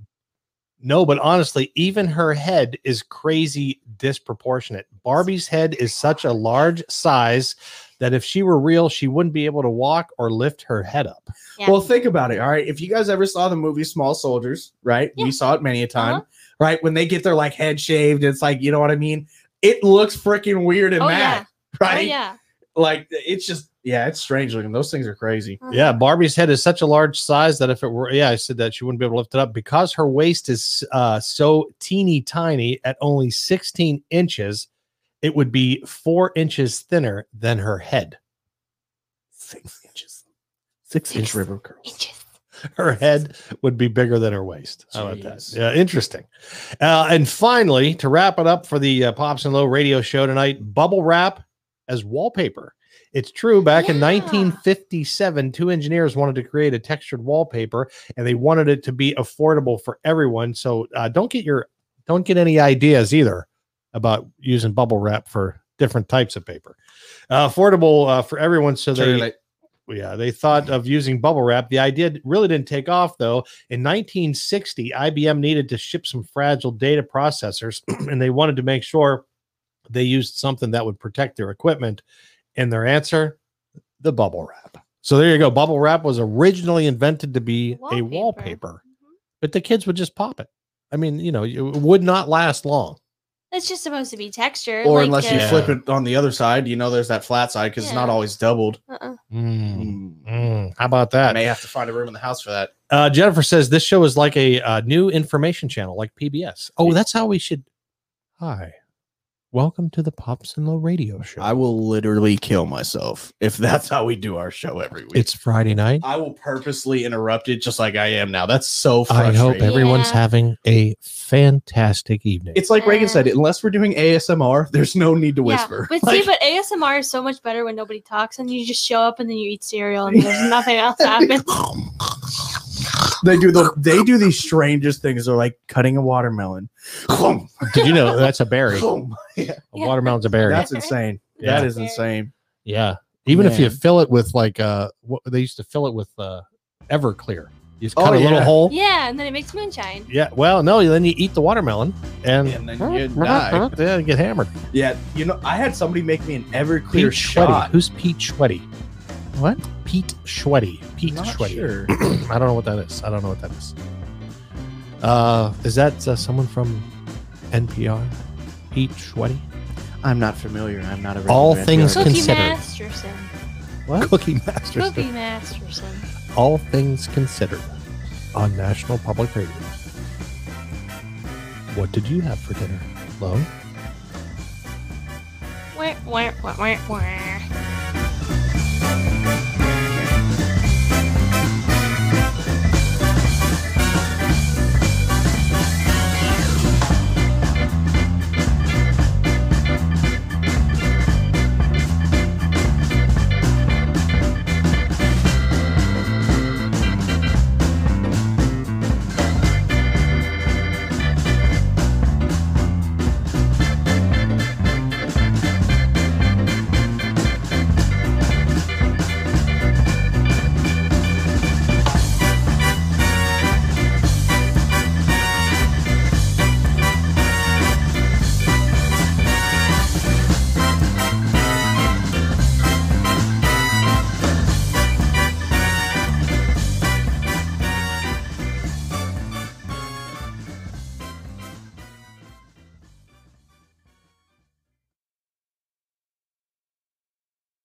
[SPEAKER 2] No, but honestly, even her head is crazy disproportionate. Barbie's head is such a large size that if she were real, she wouldn't be able to walk or lift her head up.
[SPEAKER 4] Yeah.
[SPEAKER 5] Well, think about it. All right. If you guys ever saw the movie Small Soldiers, right?
[SPEAKER 4] Yeah.
[SPEAKER 5] We saw it many a time,
[SPEAKER 4] Uh-huh.
[SPEAKER 5] right? When they get their like head shaved, it's like, you know what I mean? It looks freaking weird and
[SPEAKER 4] Oh yeah.
[SPEAKER 5] mad,
[SPEAKER 4] Oh
[SPEAKER 5] right?
[SPEAKER 4] yeah.
[SPEAKER 5] Like it's just yeah, it's strange looking. Those things are crazy.
[SPEAKER 4] Uh-huh.
[SPEAKER 2] Yeah, Barbie's head is such a large size that if it were, yeah, I said that she wouldn't be able to lift it up because her waist is uh, so teeny tiny at only 16 inches, it would be four inches thinner than her head.
[SPEAKER 5] Six inches. Six inch river curls.
[SPEAKER 4] Inches.
[SPEAKER 2] her head would be bigger than her waist. How about that?
[SPEAKER 5] Jeez.
[SPEAKER 2] Yeah, interesting. Uh, and finally, to wrap it up for the uh, Pops and Low radio show tonight, bubble wrap as wallpaper. It's true. Back in
[SPEAKER 4] Yeah.
[SPEAKER 2] 1957, two engineers wanted to create a textured wallpaper, and they wanted it to be affordable for everyone. So uh, don't get your don't get any ideas either about using bubble wrap for different types of paper. Uh, affordable uh, for everyone, so they yeah, they thought of using bubble wrap. The idea really didn't take off though. In 1960, IBM needed to ship some fragile data processors, and they wanted to make sure they used something that would protect their equipment. And their answer, the bubble wrap. So there you go. Bubble wrap was originally invented to be a
[SPEAKER 4] Wallpaper.
[SPEAKER 2] wallpaper,
[SPEAKER 4] Mhm.
[SPEAKER 2] but the kids would just pop it. I mean, you know, it would not last long.
[SPEAKER 4] That's just supposed to be texture. like
[SPEAKER 5] Or unless
[SPEAKER 4] a-
[SPEAKER 5] you
[SPEAKER 2] uh,
[SPEAKER 5] flip it on the other side, you know there's that flat side because it's not
[SPEAKER 4] Yeah.
[SPEAKER 5] always doubled.
[SPEAKER 4] Uh-uh.
[SPEAKER 2] Mm, how about that?
[SPEAKER 5] I may have to find a room in the house for that.
[SPEAKER 2] Uh, Jennifer says this show is like a uh, new information channel, like PBS. Oh, that's how we should. Hi, welcome to the Pops and Low Radio Show.
[SPEAKER 5] I will literally kill myself if that's how we do our show every week.
[SPEAKER 2] it's Friday night.
[SPEAKER 5] I will purposely interrupt it just like I am now. That's so
[SPEAKER 2] I
[SPEAKER 5] frustrating.
[SPEAKER 2] hope everyone's
[SPEAKER 4] Yeah.
[SPEAKER 2] having a fantastic evening.
[SPEAKER 5] It's like Reagan said, unless we're doing ASMR, there's no need to
[SPEAKER 4] Yeah,
[SPEAKER 5] whisper.
[SPEAKER 4] but
[SPEAKER 5] Like,
[SPEAKER 4] see, but ASMR is so much better when nobody talks and you just show up and then you eat cereal and there's nothing else happens.
[SPEAKER 5] they do the they do these strangest things. They're like cutting a watermelon. Hum,
[SPEAKER 2] Did you know that's a berry? A
[SPEAKER 5] hum.
[SPEAKER 4] Yeah.
[SPEAKER 2] watermelon's a berry.
[SPEAKER 5] That's insane.
[SPEAKER 2] Yeah.
[SPEAKER 5] That is insane.
[SPEAKER 2] yeah. Even if you
[SPEAKER 5] Man.
[SPEAKER 2] fill it with like uh, what they used to fill it with uh, Everclear. You just
[SPEAKER 5] Oh,
[SPEAKER 2] cut a little
[SPEAKER 5] yeah.
[SPEAKER 2] hole. Yeah.
[SPEAKER 4] yeah, and then it makes moonshine.
[SPEAKER 2] Well, no. Then you eat the watermelon and,
[SPEAKER 5] And then you die.
[SPEAKER 2] Yeah, you get hammered.
[SPEAKER 5] Yeah, you know, I had somebody make me an
[SPEAKER 2] Pete
[SPEAKER 5] Everclear
[SPEAKER 2] Schwetty.
[SPEAKER 5] shot.
[SPEAKER 2] Who's Pete Schwetty? What? Pete Schwetty. Pete
[SPEAKER 5] Not
[SPEAKER 2] Schwetty.
[SPEAKER 5] sure.
[SPEAKER 2] I don't know what that is. I don't know what that is. Uh, is that uh, someone from NPR? Pete Schwetty?
[SPEAKER 7] I'm not familiar. I'm not a
[SPEAKER 2] All
[SPEAKER 7] regular
[SPEAKER 2] things
[SPEAKER 7] NPR.
[SPEAKER 4] Cookie
[SPEAKER 2] considered.
[SPEAKER 4] Masterson.
[SPEAKER 2] What? Cookie Master.
[SPEAKER 4] Cookie Masterson.
[SPEAKER 2] All things considered on National Public Radio. What did you have for dinner, Lo?
[SPEAKER 4] Wah, wah, wah, wah, wah.